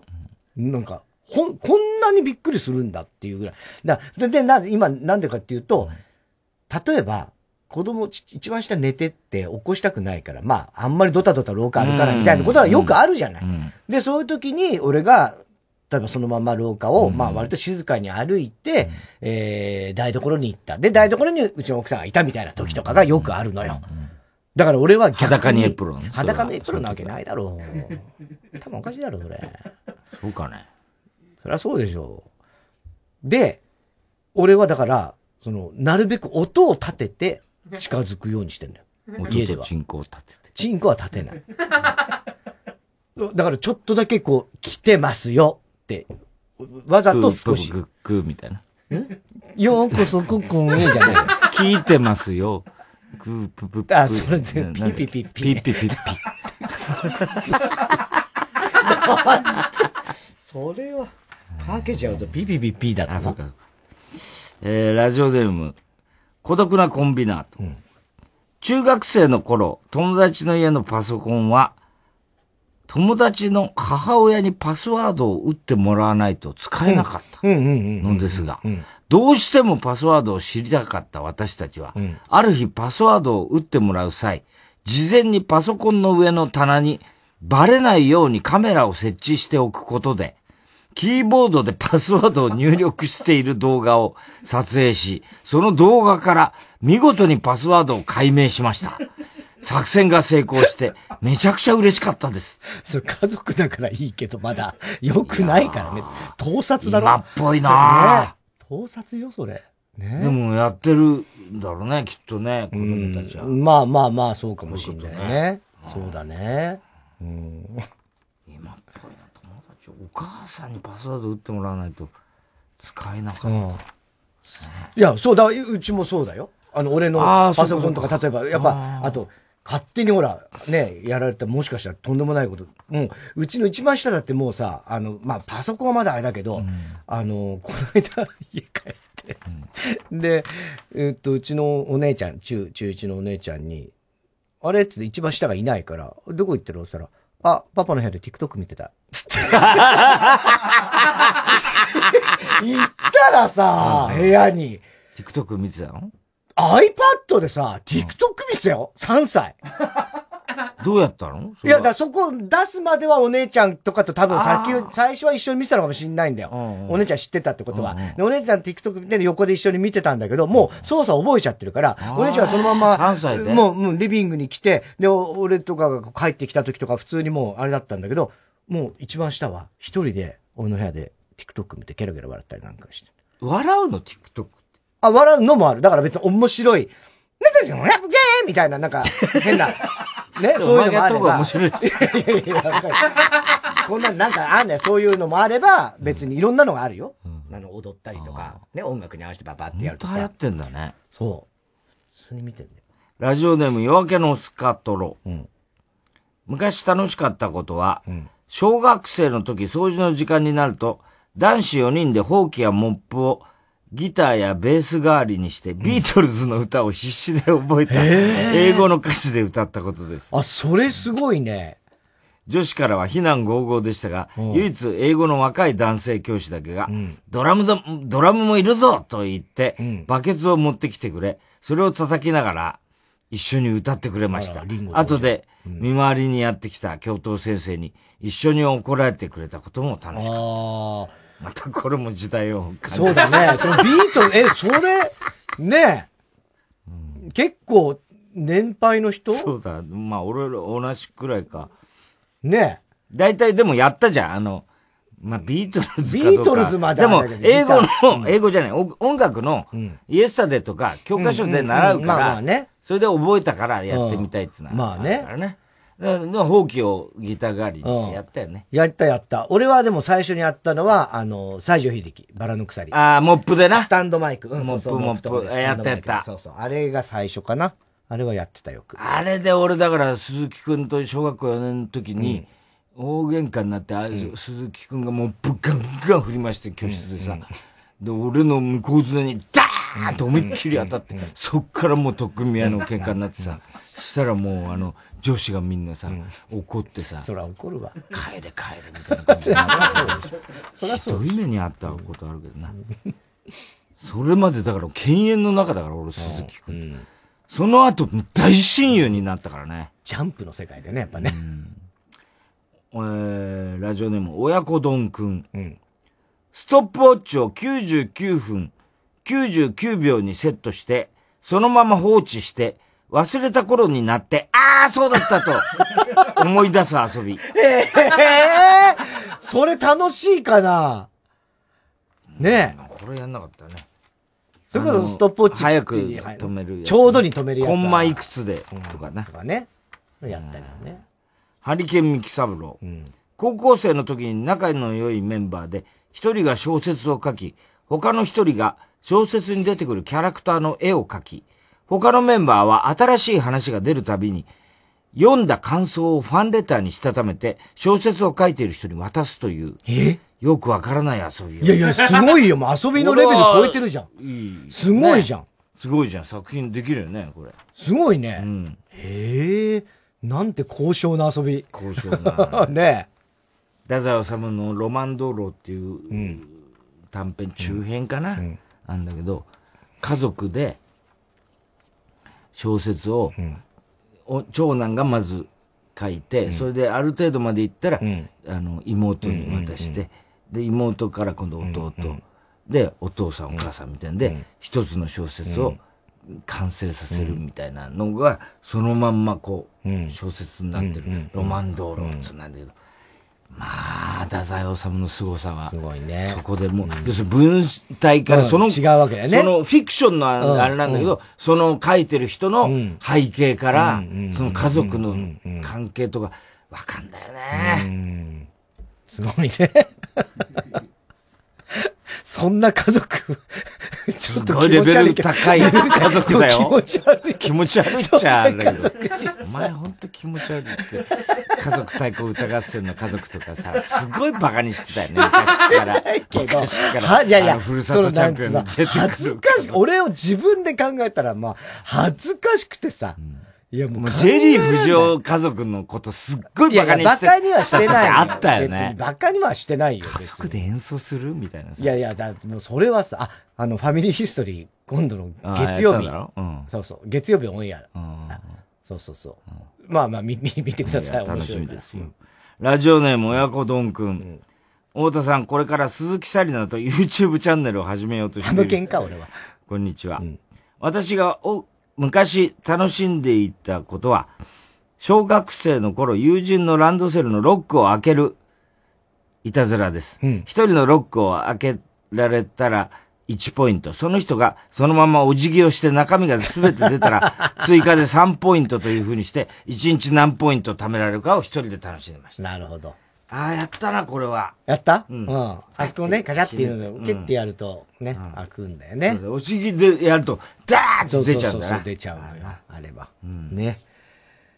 の。なんか、ほん、こんなにびっくりするんだっていうぐらい。だで、でな、今、なんでかっていうと、例えば、子供、ち一番下寝てって起こしたくないから、まあ、あんまりドタドタ廊下歩かないみたいなことはよくあるじゃない。で、そういう時に、俺が、例えばそのまま廊下を、まあ割と静かに歩いて、えー、台所に行った。で、台所にうちの奥さんがいたみたいな時とかがよくあるのよ。だから俺は逆に
裸にエプロン
裸にエプロンなわけないだろ う。頭おかしいだろ、それ。
そうかね。
そりゃそうでしょう。で、俺はだから、その、なるべく音を立てて近づくようにしてんだよ。家では。
チンコを立てて。
チンコは立てない。だからちょっとだけこう、来てますよって、わざと少し
グ。ッグーみたいな。
ようこそここへじゃない。
聞いてますよ。グープププ。
あそれ全
ななんだ
ピピピピ
ピピピピ。
それは、かけちゃうぞ。ピピピピだった
あ、そうか。えー、ラジオネーム、孤独なコンビナート。中学生の頃、友達の家のパソコンは、友達の母親にパスワードを打ってもらわないと使えなかったのですが、どうしてもパスワードを知りたかった私たちは、ある日パスワードを打ってもらう際、事前にパソコンの上の棚にバレないようにカメラを設置しておくことで、キーボードでパスワードを入力している動画を撮影し、その動画から見事にパスワードを解明しました。作戦が成功して、めちゃくちゃ嬉しかったです。
それ家族だからいいけど、まだ、良くないからね。盗撮だろ。
今っぽいな
ぁ。盗撮よ、それ。ね
でもやってるんだろうね、きっとね、子供たちは。
まあまあまあ、そうかもしれない
そういうこと
ね。そうだね。うん。
お母さんにパスワード打ってもらわないと使えなかった。
うんいや、そうだ、うちもそうだよ。あの、俺の
あ
パ
ーそうか
ソコンとか、例えば、やっぱ、あと、勝手にほら、ね、やられたらもしかしたらとんでもないこと。もう、うちの一番下だってもうさ、あの、まあ、パソコンはまだあれだけど、あの、この間、 家帰って、で、えっと、うちのお姉ちゃん、中、中一のお姉ちゃんに、あれっつって一番下がいないから、どこ行 ってるって言ったら、あ、パパの部屋で TikTok 見てた。つって。行ったらさ、部屋に。
TikTok 見てたの
iPad でさ、TikTok 見せよ。3歳。
どうやったの
いや、だからそこ出すまではお姉ちゃんとかと多分先を、最初は一緒に見てたのかもしれないんだよ。お姉ちゃん知ってたってことは。でお姉ちゃん TikTok 見て横で一緒に見てたんだけど、もう操作覚えちゃってるから、お姉ちゃんはそのまま、
3歳で
もう、もうリビングに来て、で、お俺とかが帰ってきた時とか普通にもうあれだったんだけど、もう一番下は一人で俺の部屋で TikTok 見てゲラゲラ笑ったりなんかして。
笑うの ?TikTok って。
あ、笑うのもある。だから別に面白い。なんだよ、やっべーみたいな、なんか、変な。ね、そういうのもあれば。
お前がやった方が面白いし
いやいやいやわかるこんな、なんかあんねそういうのもあれば、別にいろんなのがあるよ。あの、踊ったりとか、ね、音楽に合わせてババってやるとか。
流行ってんだね。
そう。普通に見てるね。
ラジオネーム夜明けのスカトロ。昔楽しかったことは、小学生の時掃除の時間になると、男子4人でほうきやモップをギターやベース代わりにして、ビートルズの歌を必死で覚えた、英語の歌詞で歌ったことです。
あ、それすごいね。
女子からは非難合々でしたが、唯一英語の若い男性教師だけが、ドラムぞ、ドラムもいるぞと言って、バケツを持ってきてくれ、それを叩きながら、一緒に歌ってくれました。後で、見回りにやってきた教頭先生に、一緒に怒られてくれたことも楽しかった。またこれも時代を感じ
そうだね。そのビートル、え、それ、ねえ。結構、年配の人
そうだ。まあ、俺ら同じくらいか。
ね
え。大体でもやったじゃん。あの、まあ、ビートルズかどうか
ビートルズまで
で
はな
も
いけど、
英語
ギ
の、英語じゃない、お音楽の、イエスタデーとか、教科書で習う
うんうんうんまあま
か
あ
ら、それで覚えたからやってみたいっていうのは。
まあね
るからね。だからほうきをギター代わりにしてやったよね。
やったやった。俺はでも最初にやったのは、あの、西城秀樹、バラの鎖。
ああ、モップでな。
スタンドマイク。うん、
モ
そうそ
ッ
う
プ、モ
とか
ッ
で
プ。やったや
スタンドマイ
った
ク。そうそう。あれが最初かな。あれはやってたよく。
あれで俺だから鈴木くんと小学校4年の時に、大喧嘩になって、あ鈴木くんがもうぶっガンガン振りまして、教室でさ。で、俺の向こう綱にダーンと思いっきり当たって、そっからもうとっくみ合いの喧嘩になってさ、そしたらもうあの、女子がみんなさ、怒ってさ、
そら怒るわ。
帰れ帰れみたいな感じになって。
そりゃ
ひどい目にあったことあるけどな。それまでだから、犬猿の中だから、俺、鈴木くん。その後、大親友になったからね。
ジャンプの世界でね、やっぱね。
えー、ラジオネーム、親子丼くん。ストップウォッチを99分、99秒にセットして、そのまま放置して、忘れた頃になって、ああ、そうだったと、 思い出す遊び。
ええそれ楽しいかなねえ。
これやんなかったね。
それこそストップウォッチ
あの早く
っていう
止めるやつ
ちょうどに止めるやつ
コンマいくつで、とかね。
ね。やったりね。
ハリケーン三木三郎。高校生の時に仲の良いメンバーで、一人が小説を書き、他の一人が小説に出てくるキャラクターの絵を描き、他のメンバーは新しい話が出るたびに、読んだ感想をファンレターにしたためて、小説を書いている人に渡すという、よくわからない遊びを。
いやいや、すごいよ。もう遊びのレ ベル超えてるじゃん。
ん。いい
すごいじゃん
ねすごいじゃん。作品できるよね、これ。
すごいね。
うん。
へえ、なんて高尚な遊び。
高尚 な
ね
太宰治の「ロマン道路」っていう短編中編かな、あんだけど家族で小説を、お長男がまず書いて、それである程度までいったら、あの妹に渡して、で妹から今度弟、でお父さんお母さんみたいなんで、一つの小説を完成させるみたいなのが、そのまんまこう、小説になってる、ロマン道路」っつなんだけど、まあ太宰治の凄さはすごいねそこでもう、要するに文体からそ
う
の、
ん違うわけだよね
そのフィクションのあ
うん
あれなんだけど、その書いてる人の背景から、
うん
その家族の関係とか、わかんないよね。
すごいね。そんな 家族、ちょっと気持ち悪いけど。
すごいレベル高い家族だよ
気持ち悪い。
気持ち悪いっちゃあれだ
そ
けど
んな家族
お前ほんと気持ち悪いって。家族対抗歌合戦の家族とかさ、すごいバカにしてたよね、昔から。
けど
昔から
はいやい
あ
や、
のふるさとチャンピオンに出てくる
そのなんつうの恥ずかしく、俺を自分で考えたら、まあ、恥ずかしくてさ、いや、も
もうジェリー藤尾家族のことすっごい
いや
バ
いや、
カにし
バ
て
カにはしてない。
あったよ
別に
ね。
バカにはしてないよ。
家族で演奏するみたいなさ
い。やいや、だってもうそれはさ、あ、あの、ファミリーヒストリー、今度の
あ
月曜日
やったんだろうん。
そうそう、月曜日オンエア。あそうそうそう。まあまあ、み、み、見てください。
いや
面
楽
白
し
い
み
から
ですよ。ラジオネーム親子丼くん。太田さん、これから鈴木紗理奈と YouTube チャンネルを始めようとしている。
あの喧嘩俺は。
こんにちは。私がお昔楽しんでいたことは、小学生の頃友人のランドセルのロックを開けるいたずらです。一、人のロックを開けられたら1ポイント。その人がそのままお辞儀をして中身が全て出た ら追加で3ポイントという風にして、1日何ポイント貯められるかを一人で楽しんでました。
なるほど。
ああ、やったな、これは。
やった
う
うんん。あそこね、カシャっていうので、
うん
受けってやると、ね、開くんだよ
そう
ね
だ。よお辞儀でやると、ダーッ
そう
と
そ
出
う
ちゃ
そううん
だ
そう、
な。
出ちゃうのよ。あれば。ね。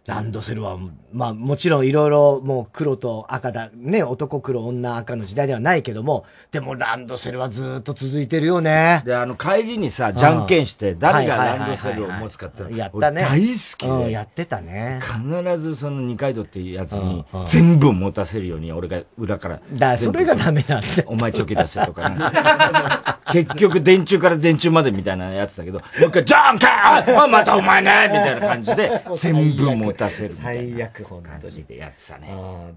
ランドセルは、まあもちろんいろいろもう黒と赤だ、ね、男黒女赤の時代ではないけども、でもランドセルはずーっと続いてるよね。
で、あの、帰りにさ、じゃんけんして、誰が
はいはいはい
ラン
は
ド
い
セルを持つかって、
やった
俺
ね。
大好き
うん
で、
やってたね。
必ずその二階堂っていうやつに
うんうん
全部持たせるように俺が裏から。
だ
全
そ
部
れがダメなんだよ
お前チョキ出せとかなんか。 結局電柱から電柱までみたいなやつだけど、もう一回、じゃんけんあまたお前ねみたいな感 じで全部持たせるみたいな。
最悪、本当に。
でやってたね。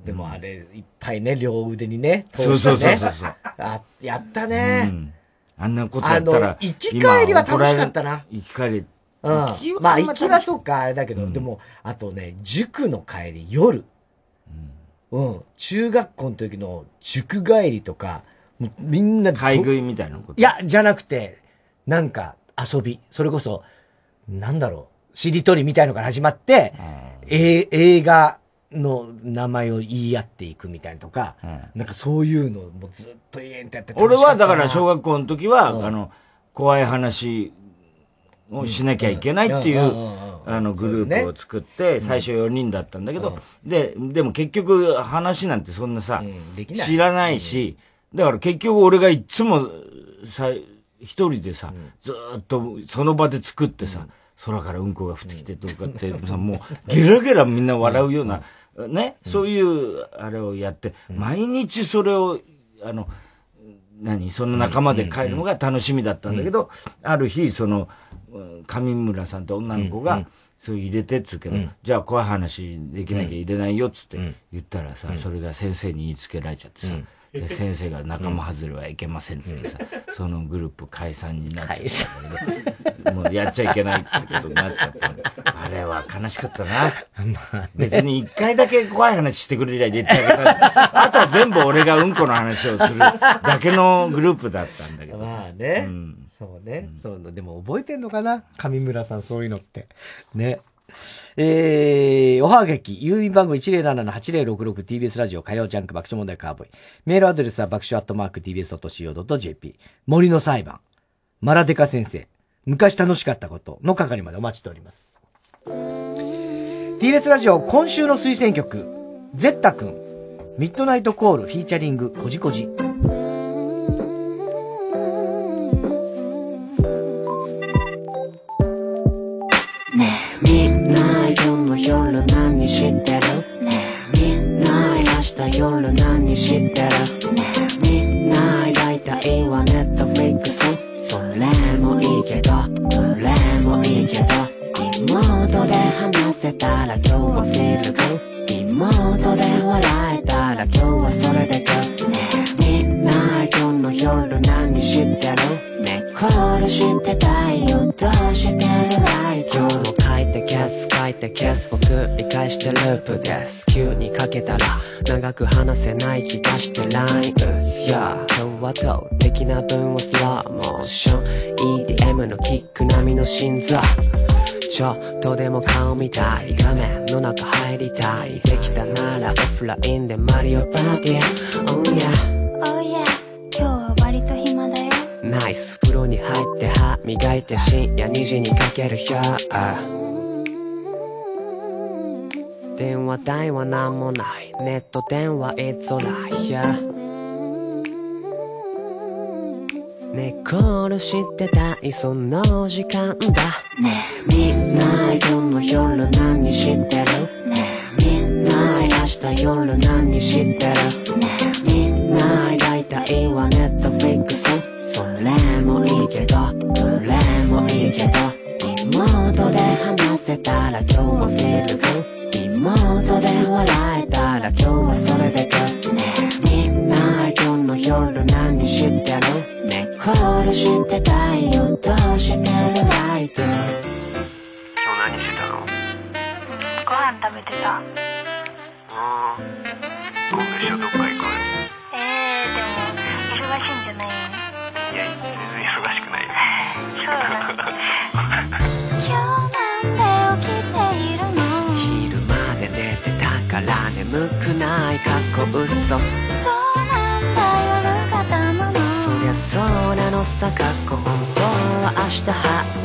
でもあれ、いっぱいね、両腕にね。
そうそうそうそうそう
あ、やったね。
うんあんなことやった
あ
ら
の。行き帰りは楽しかったな
今怒られる。
うん
行き帰り。
まあ、行きはそっか、あれだけど、でも、あとね、塾の帰り、夜。うん。中学校の時の塾帰りとか、もうみんなで。
買い食いみたいなこと。
いや、じゃなくて、なんか遊び。それこそ、なんだろう、しりとりみたいのから始まって、え映画の名前を言い合っていくみたいなとか、なんかそういうのもずっと延々とやって
俺はだから
小
小学校の時は、あの、怖い話をしなきゃいけないっていううん
うんうん、
あの、グループを作っ
う
て、
ん
最初4人だったんだけど、で、でも結局話なんてそんなさ、
ない
知らないし、だから結局俺がいつも、さ、一人でさ、ずーっとその場で作ってさ、空からうんこが降ってきてとかって、さ、もう、ゲラゲラみんな笑うような、ね、そういう、あれをやって、毎日それを、あの、何その仲間で帰るのが楽しみだったんだけど、ある日、その、うん上村さんって女の子
うんう
が
ん、
そう入れてっつうけど、
うん
じゃあ怖い話できなきゃ入れないよっつって言ったらさ、
うん
それが先生に言いつけられちゃってさ、
うん
で先生が仲間外れはいけませんっつってさ、そのグループ解散になっちゃったんだけど、もうやっちゃいけないってことになっちゃったんだあれは悲しか ったな。別に一回だけ怖い話してくれりゃ言ってあげたのに。あとは全部俺がうんこの話をす るだけのグループだったんだけど。
まあね、そうね、そうのでも覚えてんのかな上村さんそういうのってねえー、おはがき、郵便番号 107-8066TBS ラジオ火曜ジャンク爆笑問題カーボーイ。メールアドレスは爆笑アットマーク TBS.CO.JP。森の裁判。マラデカ先生。昔楽しかったことの係までお待ちしております。TBS ラジオ今週の推薦曲、ゼッタ君、ミッドナイトコールフィーチャリングこじこじ。
みんな夜の夜何してるみんな明日夜何してるみんな大体はネットフリックスそれもいいけどどれもいいけどリモートで話せたら今日はフィールグリモートで笑えたら今日はそれでグッみんな今日の夜何してるねコールしてたいよどうしてるライト
今日も書いて消す書いて消すを繰り返してループです急にかけたら長く話せない気がして LINE 打つや今日は動的な文をスローモーション EDM のキック並みの心臓ちょっとでも顔見たい画面の中入りたいできたならオフラインでマリオパーティー Oh
Oh
yeah
yeah 今日は割と暇だよ
ナイス風呂に入って歯磨いて深夜2時にかける日電話代はなんもないネット電話 It's alright yeah
ねえコールしてたいその時間だねえみんな今日の夜何してるねえみんな明日夜何してるねえみんな大体はネットフリックスそれもいいけどどれもいいけどリモートで話せたら今日はフィルグリモートで笑えたら今日はそれでグねえみんな今日の夜何してるねえコールしてたいよどうしてるライト
今日何してたの
ご飯食べてた
ああ今度一緒どっか行こ
えー、でも忙しいんじゃないう
いや全然忙しくないよ
そうだね今日なんで起きているの
昼まで寝てたから眠くない過去嘘
そうなんだ夜がたまの
そりゃそうなのさ過去本当は明日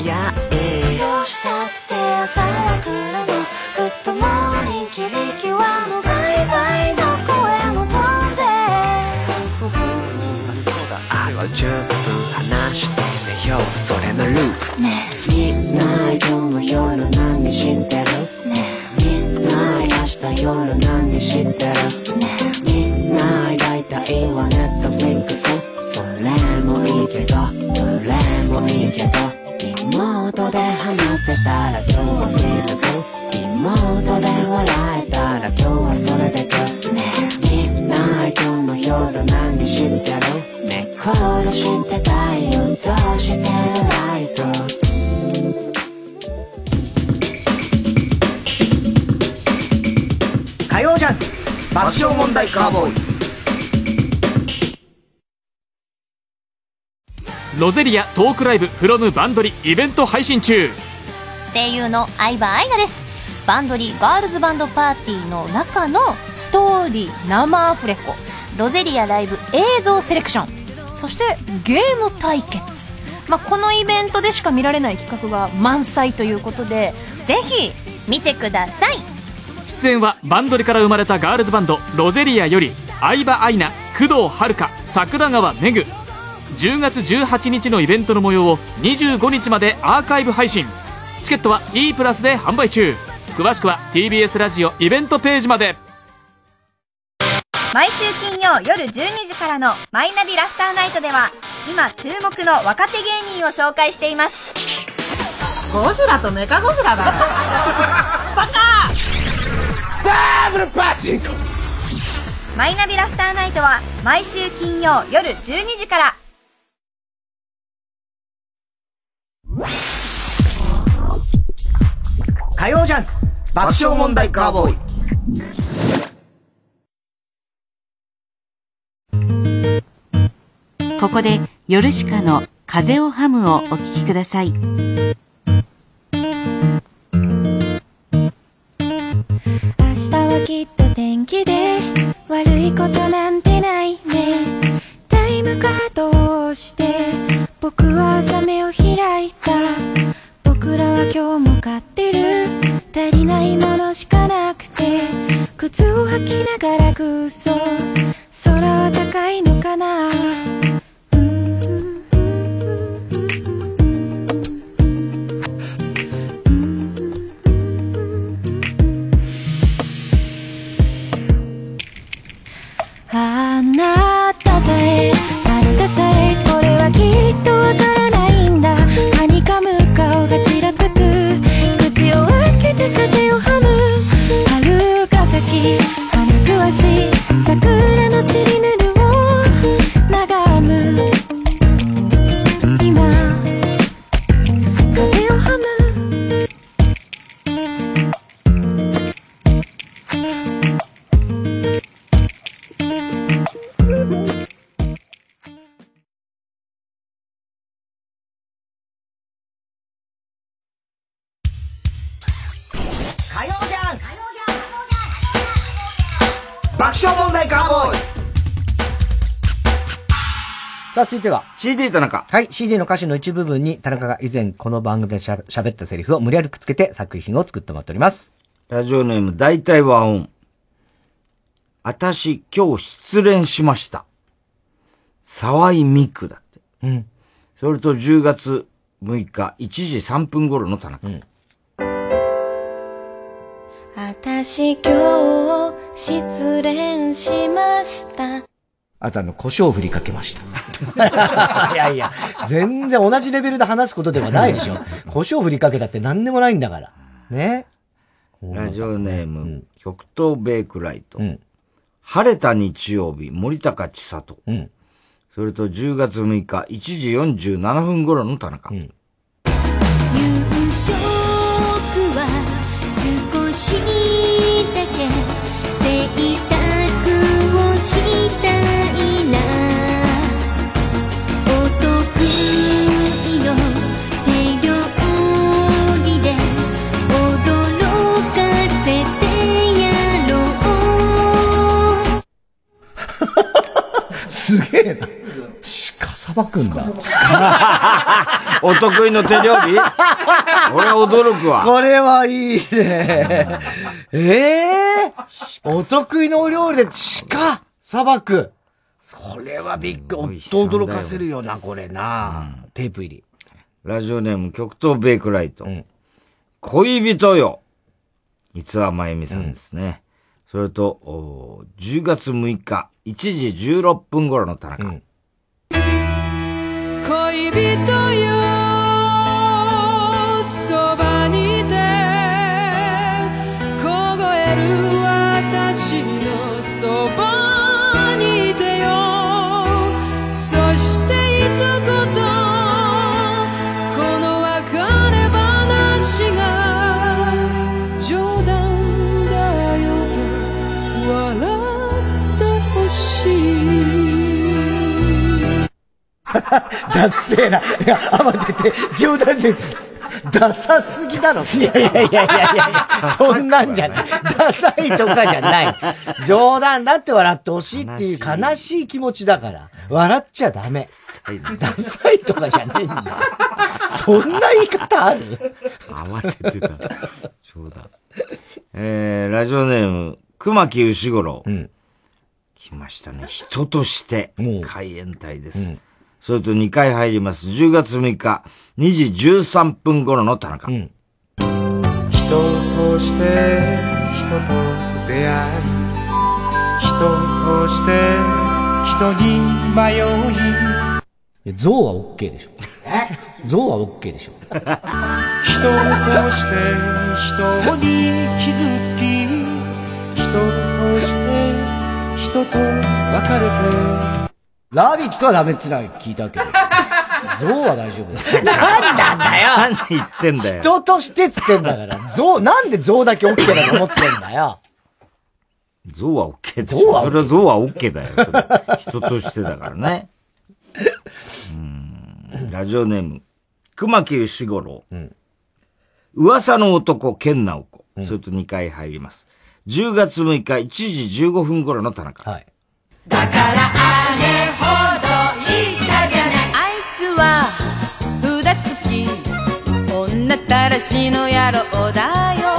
早い
どうしたって朝が来るのグッドモーニングキリキはのバイバイの声も飛んで
愛は十分話してねようそれのルールねえみんな今日の夜何してるねえみんな明日夜何してるねえみんな大体はネットフリックスそれもいいけどどれもいいけどリモートで話せたら今日はフィルグリモートで笑えたら今日はそれでグッねえみんな今日の夜何してるねえコールしてたいよどうしてるライト
火曜じゃん爆笑問題カーボーイ
ロゼリアトークライブ from バンドリイベント配信中
声優の相葉愛菜ですバンドリーガールズバンドパーティーの中のストーリー生アフレコロゼリアライブ映像セレクションそしてゲーム対決、まあ、このイベントでしか見られない企画が満載ということでぜひ見てください
出演はバンドリから生まれたガールズバンドロゼリアより相葉アイナ工藤遥桜川めぐ10月18日のイベントの模様を25日までアーカイブ配信チケットは e プラスで販売中詳しくは TBS ラジオイベントページまで
毎週金曜夜12時からの「マイナビラフターナイト」では今注目の若手芸人を紹介しています
ゴジラとメカゴジラだよ
バカダブルパチンコマイナビラフターナイトは毎週金曜夜12時から
火曜じゃん爆笑問題カーボーイ
ここでヨルシカの「風をハム」をお聴きください
明日はきっと天気で悪いことなんてないねタイムカードをして僕は朝目を開いた僕らは今日も買ってる足りないものしかなくて靴を履きながら空想空は高いのかなあなたさえあなたさえこれはきっとわからないんだはにかむ顔がちらつく口を開けて風をはむ春が咲き花くわしい桜の散りぬるを眺む今風をは
火曜じゃん爆笑問題カーボーイ
さあ、続いては。
CD 田中。
はい、CD の歌詞の一部分に田中が以前この番組でしゃ喋ったセリフを無理やりくっつけて作品を作ってもらっております。
ラジオネーム大体和音。あたし今日失恋しました。沢井美久だって。
うん。
それと10月6日1時3分頃の田中。
私今日失恋しました
あとあの、胡椒を振りかけました。
いやいや、
全然同じレベルで話すことではないで しょ。胡椒振りかけたって何でもないんだから。ね。
ラジオネーム、極東ベイクライト。晴れた日曜日、森高千里。それと10月6日、1時47分頃の田中。
「ショックは少しだけ贅沢をしたいな」「お得意の手料理で驚かせてやろう」
すげえな。しかさばくんだ。
お得意の手料 理俺は驚くわ。
これはいいね。 ええお得意のお料理で鹿、砂漠。これはびっくり、おっと驚かせるよな、これな。テープ入り。
ラジオネーム、極東ベイクライト。恋人よ。いつはまゆみさんですね。それと、おー10月6日、1時16分頃の田中。
恋人よそばにいて凍える私のそばにいてよそして一言この別れ話が冗談だよと笑ってほしい
ダッセーな。いや、慌てて、冗談です。ダサすぎだろ。いやいやいやいやいや、そんなんじゃない。ダサいとかじゃない。冗談だって笑ってほしいっていう悲しい気持ちだから、笑っちゃダメ。ダサいとかじゃねえんだ。そんな言い方ある
慌ててた。そうだ。えー、ラジオネーム、熊木牛五郎。来ましたね。人として、海援隊です。それと2回入ります。10月6日、2時13分頃の田中。
人として人と出会い人として人に迷い
ゾウはオッケーでしょ。ゾウはオッケーでしょ。
人として人に傷つき人として人と別れて
ラビットはダメってのは聞 いたけど。ゾウは大丈夫だよ。
なんだよ何言ってんだよ。
人としてっつってんだから、ゾウ、なんでゾウだけ OK だと思ってんだよ。
ゾウは OK ゾウは、それはゾウは OK だよ。それ人としてだからね。うんラジオネーム、熊木牛五郎。噂の男、健直子。それと2回入ります。10月6日、1時15分頃の田中。
あいつはふだつき女たらしの野郎だよ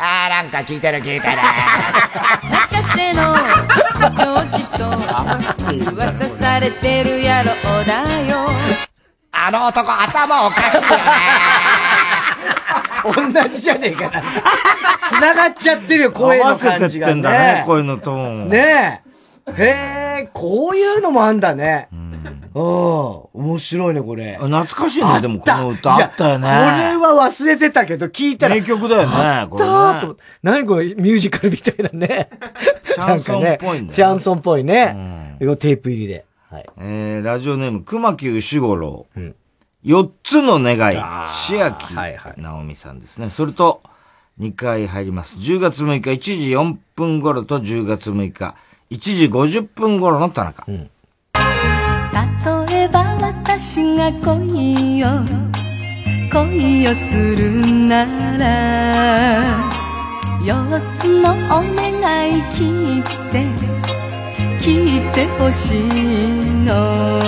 あーなんか聞いてる聞いてる。
博士の上司と噂されてる野郎だよ
あの男頭おかしいよね。
同じじゃねえかな。繋がっちゃってるよ、声
合わ
の
せて
感
っ
じ
て
が
んだね
ね、。
声のトーン。。
ねえ。へえ、こういうのもあんだね。うん。面白いね、これ。
懐かしいね、でもこの歌
い
あ
や
ったよ
こ
ね
れ。は忘れてたけど、聞いたら。
名曲だよね
あった
これね
ーと思って。何これ、ミュージカルみたいなね。
シャンソンっぽいん
な
だよね
んかねシャンソンっぽいね。これテープ入りで。
えー、ラジオネーム、熊木牛五郎。四つの願い、千秋直美さんですね。それと、2回入ります。10月6日1時4分頃と10月6日1時50分頃の田中。
例えば私が恋を恋をするなら4つのお願い聞いて聞いてほしいの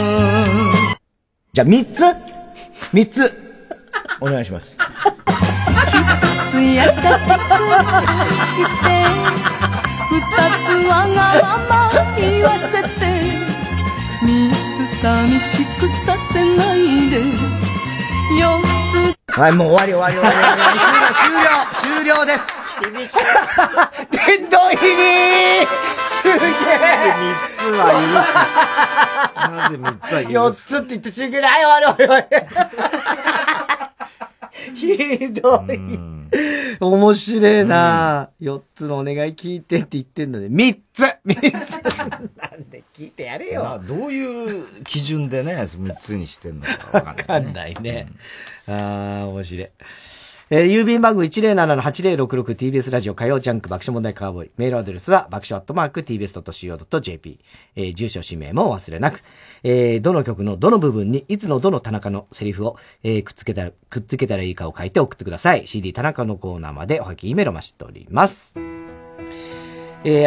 じゃあ、三つ三つお願いします。
つ優しく愛して二つわがまま言わせて三つ寂しくさせない
はい、もう終わり終わり終わり終わり。終了、終了、終了 です。天童日にすげえ
!3 つは許す。なぜ3つは許す
四つって言って終了はい、終わり終わり終わり。ひどい。面白えな四、つのお願い聞いてって言ってんのに、三つ三つなんで聞いてやれ
まあ
よ。
どういう基準でね、3つにしてんのかわかんないね。
ああ、面白い。えー郵便番号 107-8066TBS ラジオ火曜ジャンク爆笑問題カーボーイ。メールアドレスは爆笑アットマーク TBS.CO.JP。えー住所氏名もお忘れなく。えーどの曲のどの部分にいつのどの田中のセリフを、えーくっつけたら、くっつけたらいいかを書いて送ってください。CD 田中のコーナーまでおはきメールを待ちしております。えー、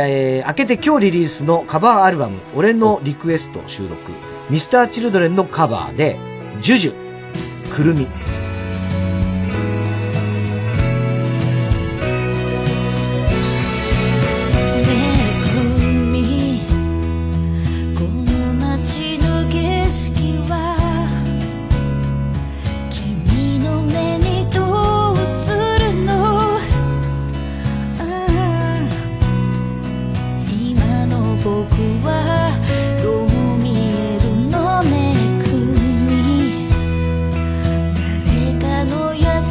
えー明けて今日リリースのカバーアルバム、俺のリクエスト収録、ミスターチルドレンのカバーで、ジュジュ、くるみ、
ねえ君この街の景色は君の目にどう映るのああ今の僕はどう見えるのね君誰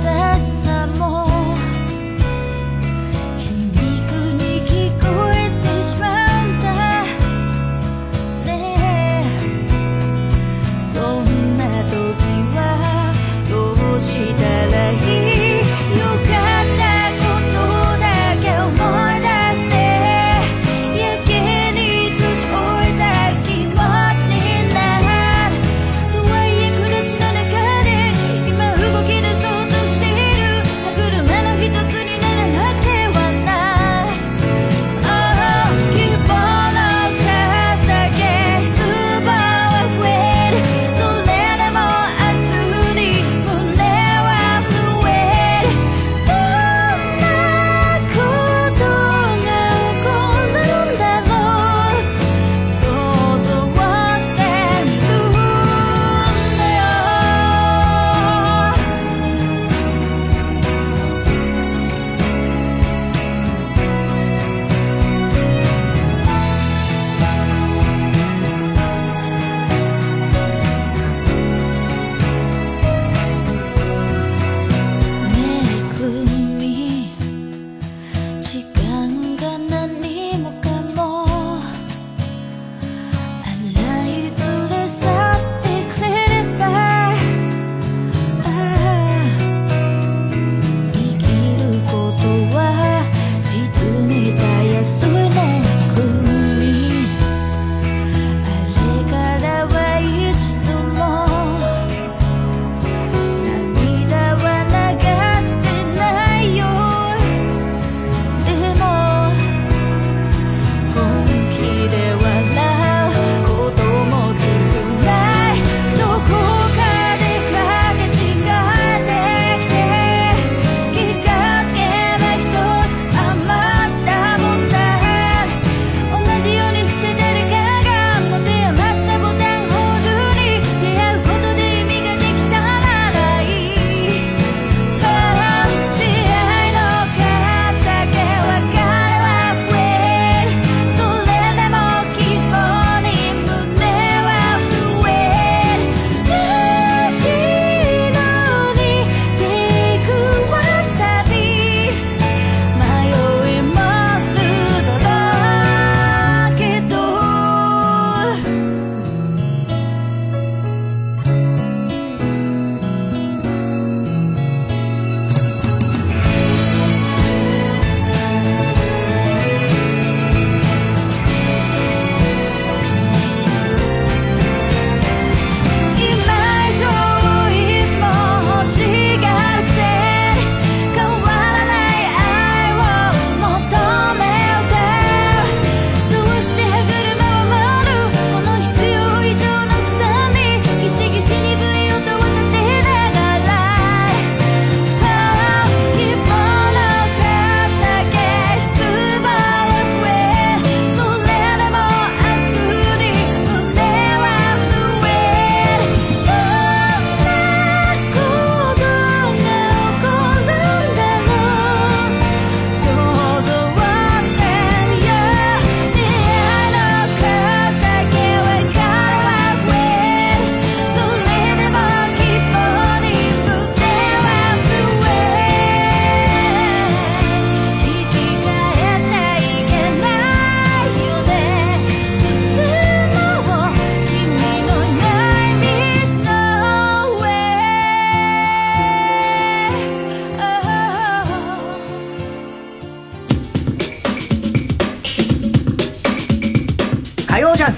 火曜じゃん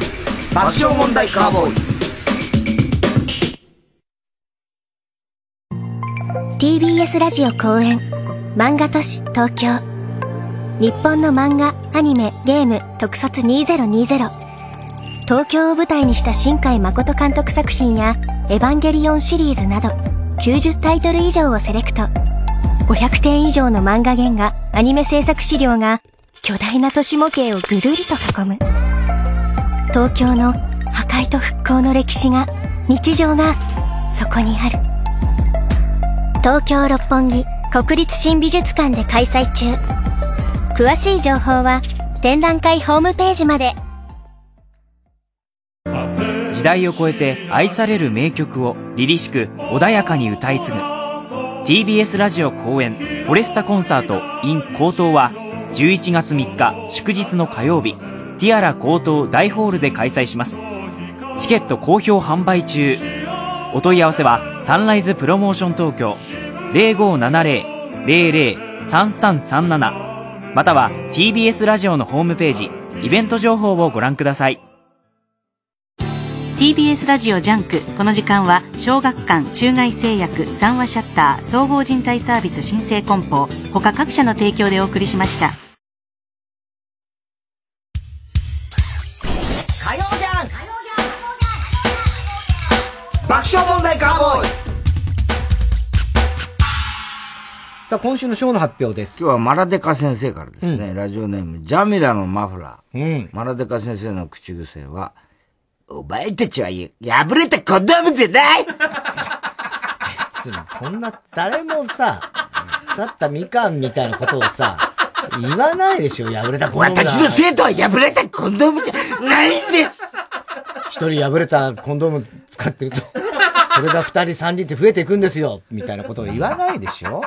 爆笑問題カーボーイ
TBS ラジオ公演漫画都市東京日本の漫画アニメゲーム特撮2020東京を舞台にした新海誠監督作品や「エヴァンゲリオン」シリーズなど90タイトル以上をセレクト500点以上の漫画原画アニメ制作資料が巨大な都市模型をぐるりと囲む東京の破壊と復興の歴史が日常がそこにある東京六本木国立新美術館で開催中詳しい情報は展覧会ホームページまで
時代を超えて愛される名曲を凛々しく穏やかに歌い継ぐ TBS ラジオ公演フォレスタコンサート in 高東は11月3日祝日の火曜日ティアラ高東大ホールで開催しますチケット好評販売中お問い合わせはサンライズプロモーション東京0570-00-3337または TBS ラジオのホームページイベント情報をご覧ください
TBS ラジオジャンクこの時間は小学館中外製薬三話シャッター総合人材サービス新生梱包他各社の提供でお送りしました
火曜じゃん爆笑問題カーボーイ
さあ、今週のショーの発表です。今日はマラデカ先生からですね、ラジオネーム、ジャミラのマフラー。マラデカ先生の口癖は、お前たちはや破れたコンドームじゃない
別にそんな、誰もさ、腐ったみかんみたいなことをさ、言わないでしょ、破れたコンドームだ
私の生徒は破れたコンドームじゃないんです
一人破れたコンドーム使ってると、それが二人三人って増えていくんですよ、みたいなことを言わないでしょ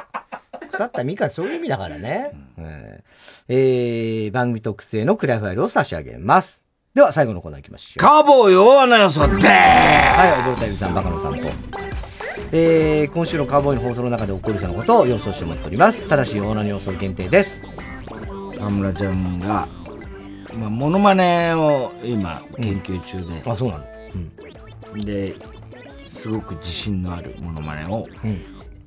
腐ったみかんそういう意味だからね。えーえー番組特製のクラファイルを差し上げます。では、最後のコーナー行きましょう。
カーボーイ大穴予想って
はい、踊るたびさん、バカの散歩。えー、今週のカーボーイの放送の中で起こりそうなことを予想してもらっております。ただし、大穴の予想限定です。
河村ちゃんが、まあ、モノマネを今、研究中で。
あ、そうなの
で、すごく自信のあるモノマネを、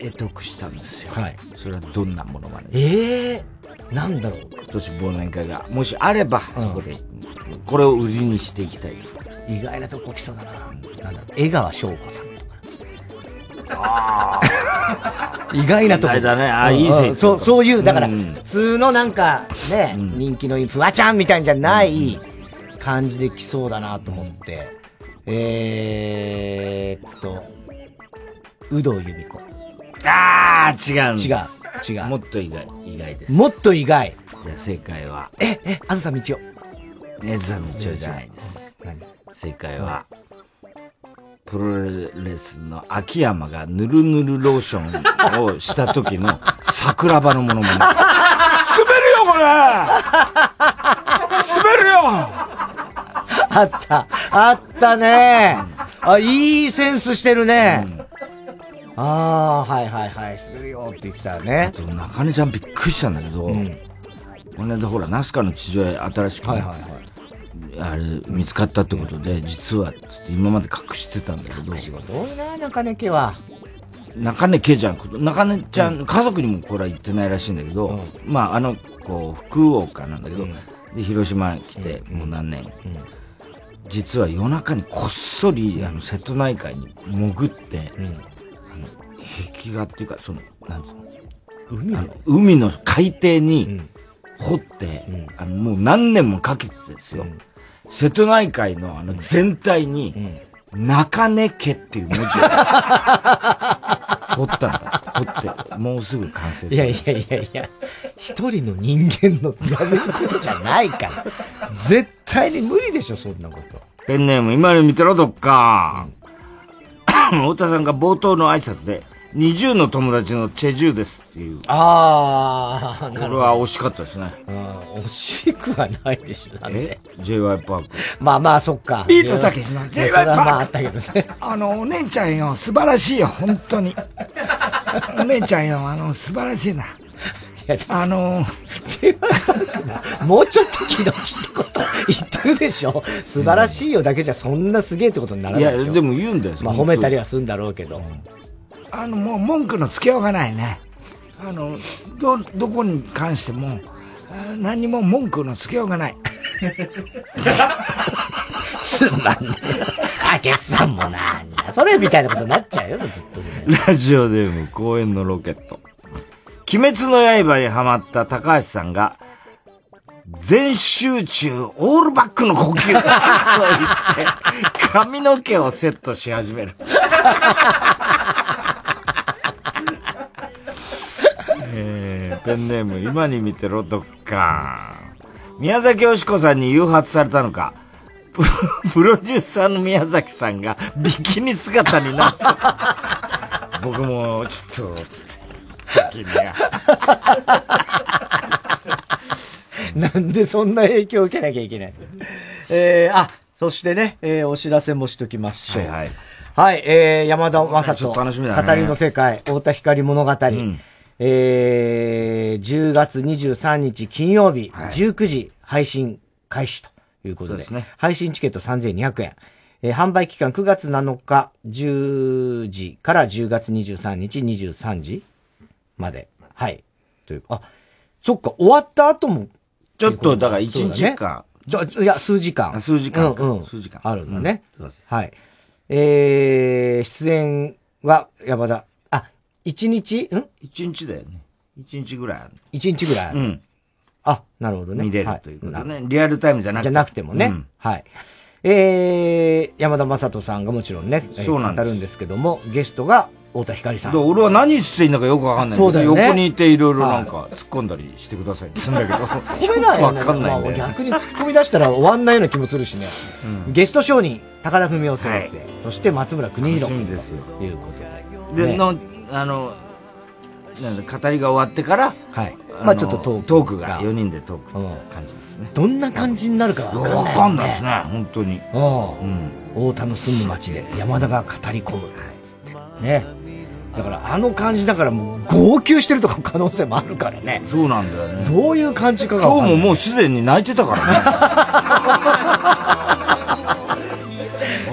得得したんですよ。
はい。
それはどんなモノマネ
ええなんだろう
今年忘年会が、もしあれば、そこで、これを売りにしていきたいと。
意外なとこ来そうだな。なんだろう、江川翔子さんとか。 意外なとこ。
意外だねあ
うん
いい線
うんそう、そういう、だから、
うん
普通のなんか、ね、人気のフワちゃんみたいんじゃない感じで来そうだなと思って。えーっと、有働由美子。
あー、違うんです
違う、違う。も
っと意外、意外です。
もっと意外。
じゃあ正解は、
え、え、あずさみちお。
ねずみちょじゃないです。正解は、プロレスの秋山がぬるぬるローションをした時 の桜庭のものまね。
滑るよ
あった、あったね。あ、いいセンスしてるね。ああ、はいはいはい、滑るよって言ってたね。
中根ちゃんびっくりしたんだけど、この間ほら、ナスカの地上へ新しくね、あれ、見つかったってことで、実は、つって今まで隠してたんだけど、
多いな、中根家は。
中根家じゃんこと、中根ちゃん、家族にもこれは言ってないらしいんだけど、まあ、あの子、福岡なんだけど、で、広島来て、もう何年、実は夜中にこっそり、あの、瀬戸内海に潜って、壁画っていうか、その、なんつうの、
海
あの海の海底に掘って、あのもう何年もかけてですよ、瀬戸内海のあの全体に、中根家っていう文 字を掘ったんだ。掘って、もうすぐ完成する。
いやいやいやいや、一人の人間のやめることじゃないから。絶対に無理でしょ、そんなこと。
ペンネーム、今の見てろ、どっか。太田さんが冒頭の挨拶で、二重の友達のチェジュですっていう。
ああ、
これは惜しかったですね。
惜しくはないでしょ、だって。
J.Y. パーク。
まあまあ、そっか。
ビートたけしの
いや
J.Y.
それは
パーク
まああったけどね。
あの、お姉ちゃんよ、素晴らしいよ、本当に。お姉ちゃんよ、あの、素晴らしいな。あ のー、
もうちょっと気の利いたこと言ってるでしょ素晴らしいよだけじゃそんなすげえってことになら
い
ない
や、
でしょ
でも言うんだよ。
まあ褒めたりはするんだろうけど。
あの、もう文句のつけようがないね。あの、ど、どこに関しても、あ何にも文句のつけようがない。
つまんねえ。たけしさんもなんだ。それみたいなことになっちゃうよ、ずっと。
ラジオでも公演のロケット。鬼滅の刃にハマった高橋さんが、全集中オールバックの呼吸と言って、髪の毛をセットし始める。えーペンネーム、今に見てろ、どっか。宮崎美子さんに誘発されたのか、 ププロデューサーの宮崎さんが ビキニ姿になって、 僕もちょっと、つって、先には。
なんでそんな影響を受けなきゃいけ ないえー、あ、そしてね、えー、お知らせもしときましょう。はい、はい。えー、山田正
ち
人。
ょっと楽しみだね
語りの世界、太田光物語。えー、10月23日金曜日、19時配信開始ということで、
そうですね
配信チケット3200円。えー販売期間9月7日10時から10月23日23時まで。はい。というあ、そっか、終わった後も。
ちょっとだから一日
そうだ
間
ねじゃ、いや、数時間。数時
間か
うん、うん。数時間。あるんだね。はい。えー、出演は山田。あ、一日ん
一日だよね。一日ぐらいある
一日ぐらいある。
うん。
あ、なるほどね。
見れる
はい
ということね
なるほど
リアルタイムじゃなく
じ
て
ゃなくてもね。
うん
はい。えー、山田雅人さんがもちろんね、えー
そうなんです
語るんですけども、ゲストが太田光さん。
で俺は何していいんだかよくわかんないん
そうだよね
横にいていろいろなんか突っ込んだりしてくださいって言う んだけど。
込めないよ
よく
ね
わかんないんだよ
まあ逆に突っ込み出したら終わんないような気もするしね。ゲスト商人、高田文夫先生、そして松村邦弘。
楽しみですよ。
いうこと
で、
ね
の、あの、なんだ語りが終わってから、
はい。
ま
ま
あ
あ
ち
ち
ょ
ょ
っ
っ
と
と
ト
ト
ー
ー
ク
ク
が。
が
4人でトークって感じですね。
どんな感じになるかわかんない、
わかんないですね、本当に。
うん。太田の住む町で山田が語り込む。つってね。だからあの感じだからもう号泣してるとか可能性もあるからね。
そうなんだよね。
どういう感じかが
今日ももう
う
すでに泣いてたからね。 大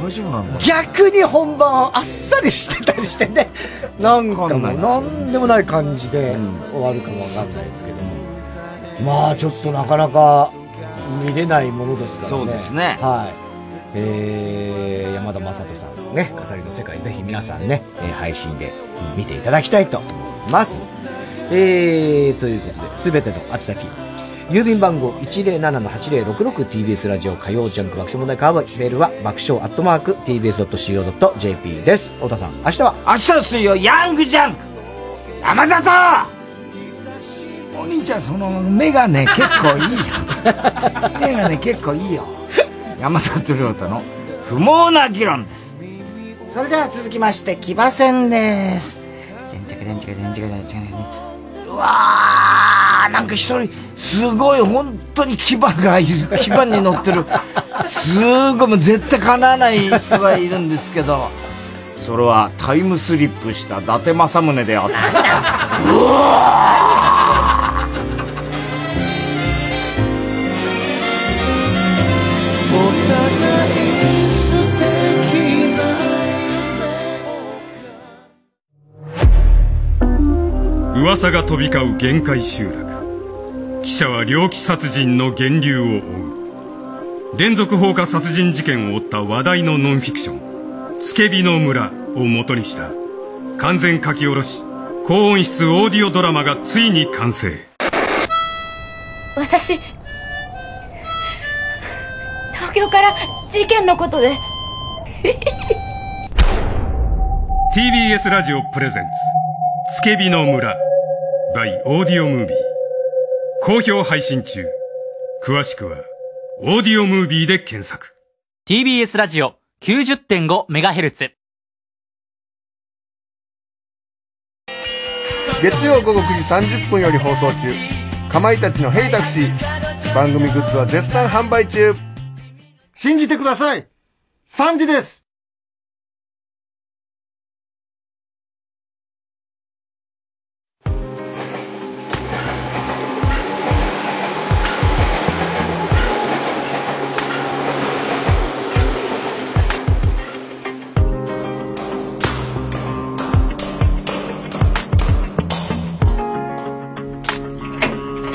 丈夫なの
逆に本番あっさりしてたりして ね。なんかもうなんでもない感じで終わるかもわかんないですけども。まあちょっとなかなか見れないものですからね。
そうですね
はい。えー、山田雅人さんのね、語りの世界、ぜひ皆さんね、えー配信で見ていただきたいと思います。えー、ということで、すべての宛先、郵便番号 107-8066TBS ラジオ火曜ジャンク爆笑問題カーボーイ、メールは爆笑アットマーク TBS.CO.JP です。太田さん、明日は
明日の水曜、ヤングジャンク山里お兄ちゃん、そのメガネ結構いいやん。メガネ結構いいよ。 山里亮太の不毛な議論です。
それでは続きまして騎馬戦です
うわー、なんか一人、すごい、本当に牙がいる。 牙に乗ってる。すごい、もう絶対叶わない人がいるんですけど、それはタイムスリップした伊達政宗であった。
お互い素敵な
噂が飛び交う限界集落記者は猟奇殺人の源流を追う連続放火殺人事件を追った話題のノンフィクション「つけびの村」を元にした完全書き下ろし高音質オーディオドラマがついに完成
私東京から事件のことで
TBS ラジオプレゼンツ「つけびの村」by オーディオムービー好評配信中詳しくは「オーディオムービー」で検索
TBS ラジオ 90.5MHz
月曜午後9時30分より放送中かまいたちの「ヘイタクシー」番組グッズは絶賛販売中
信じてください !3 時です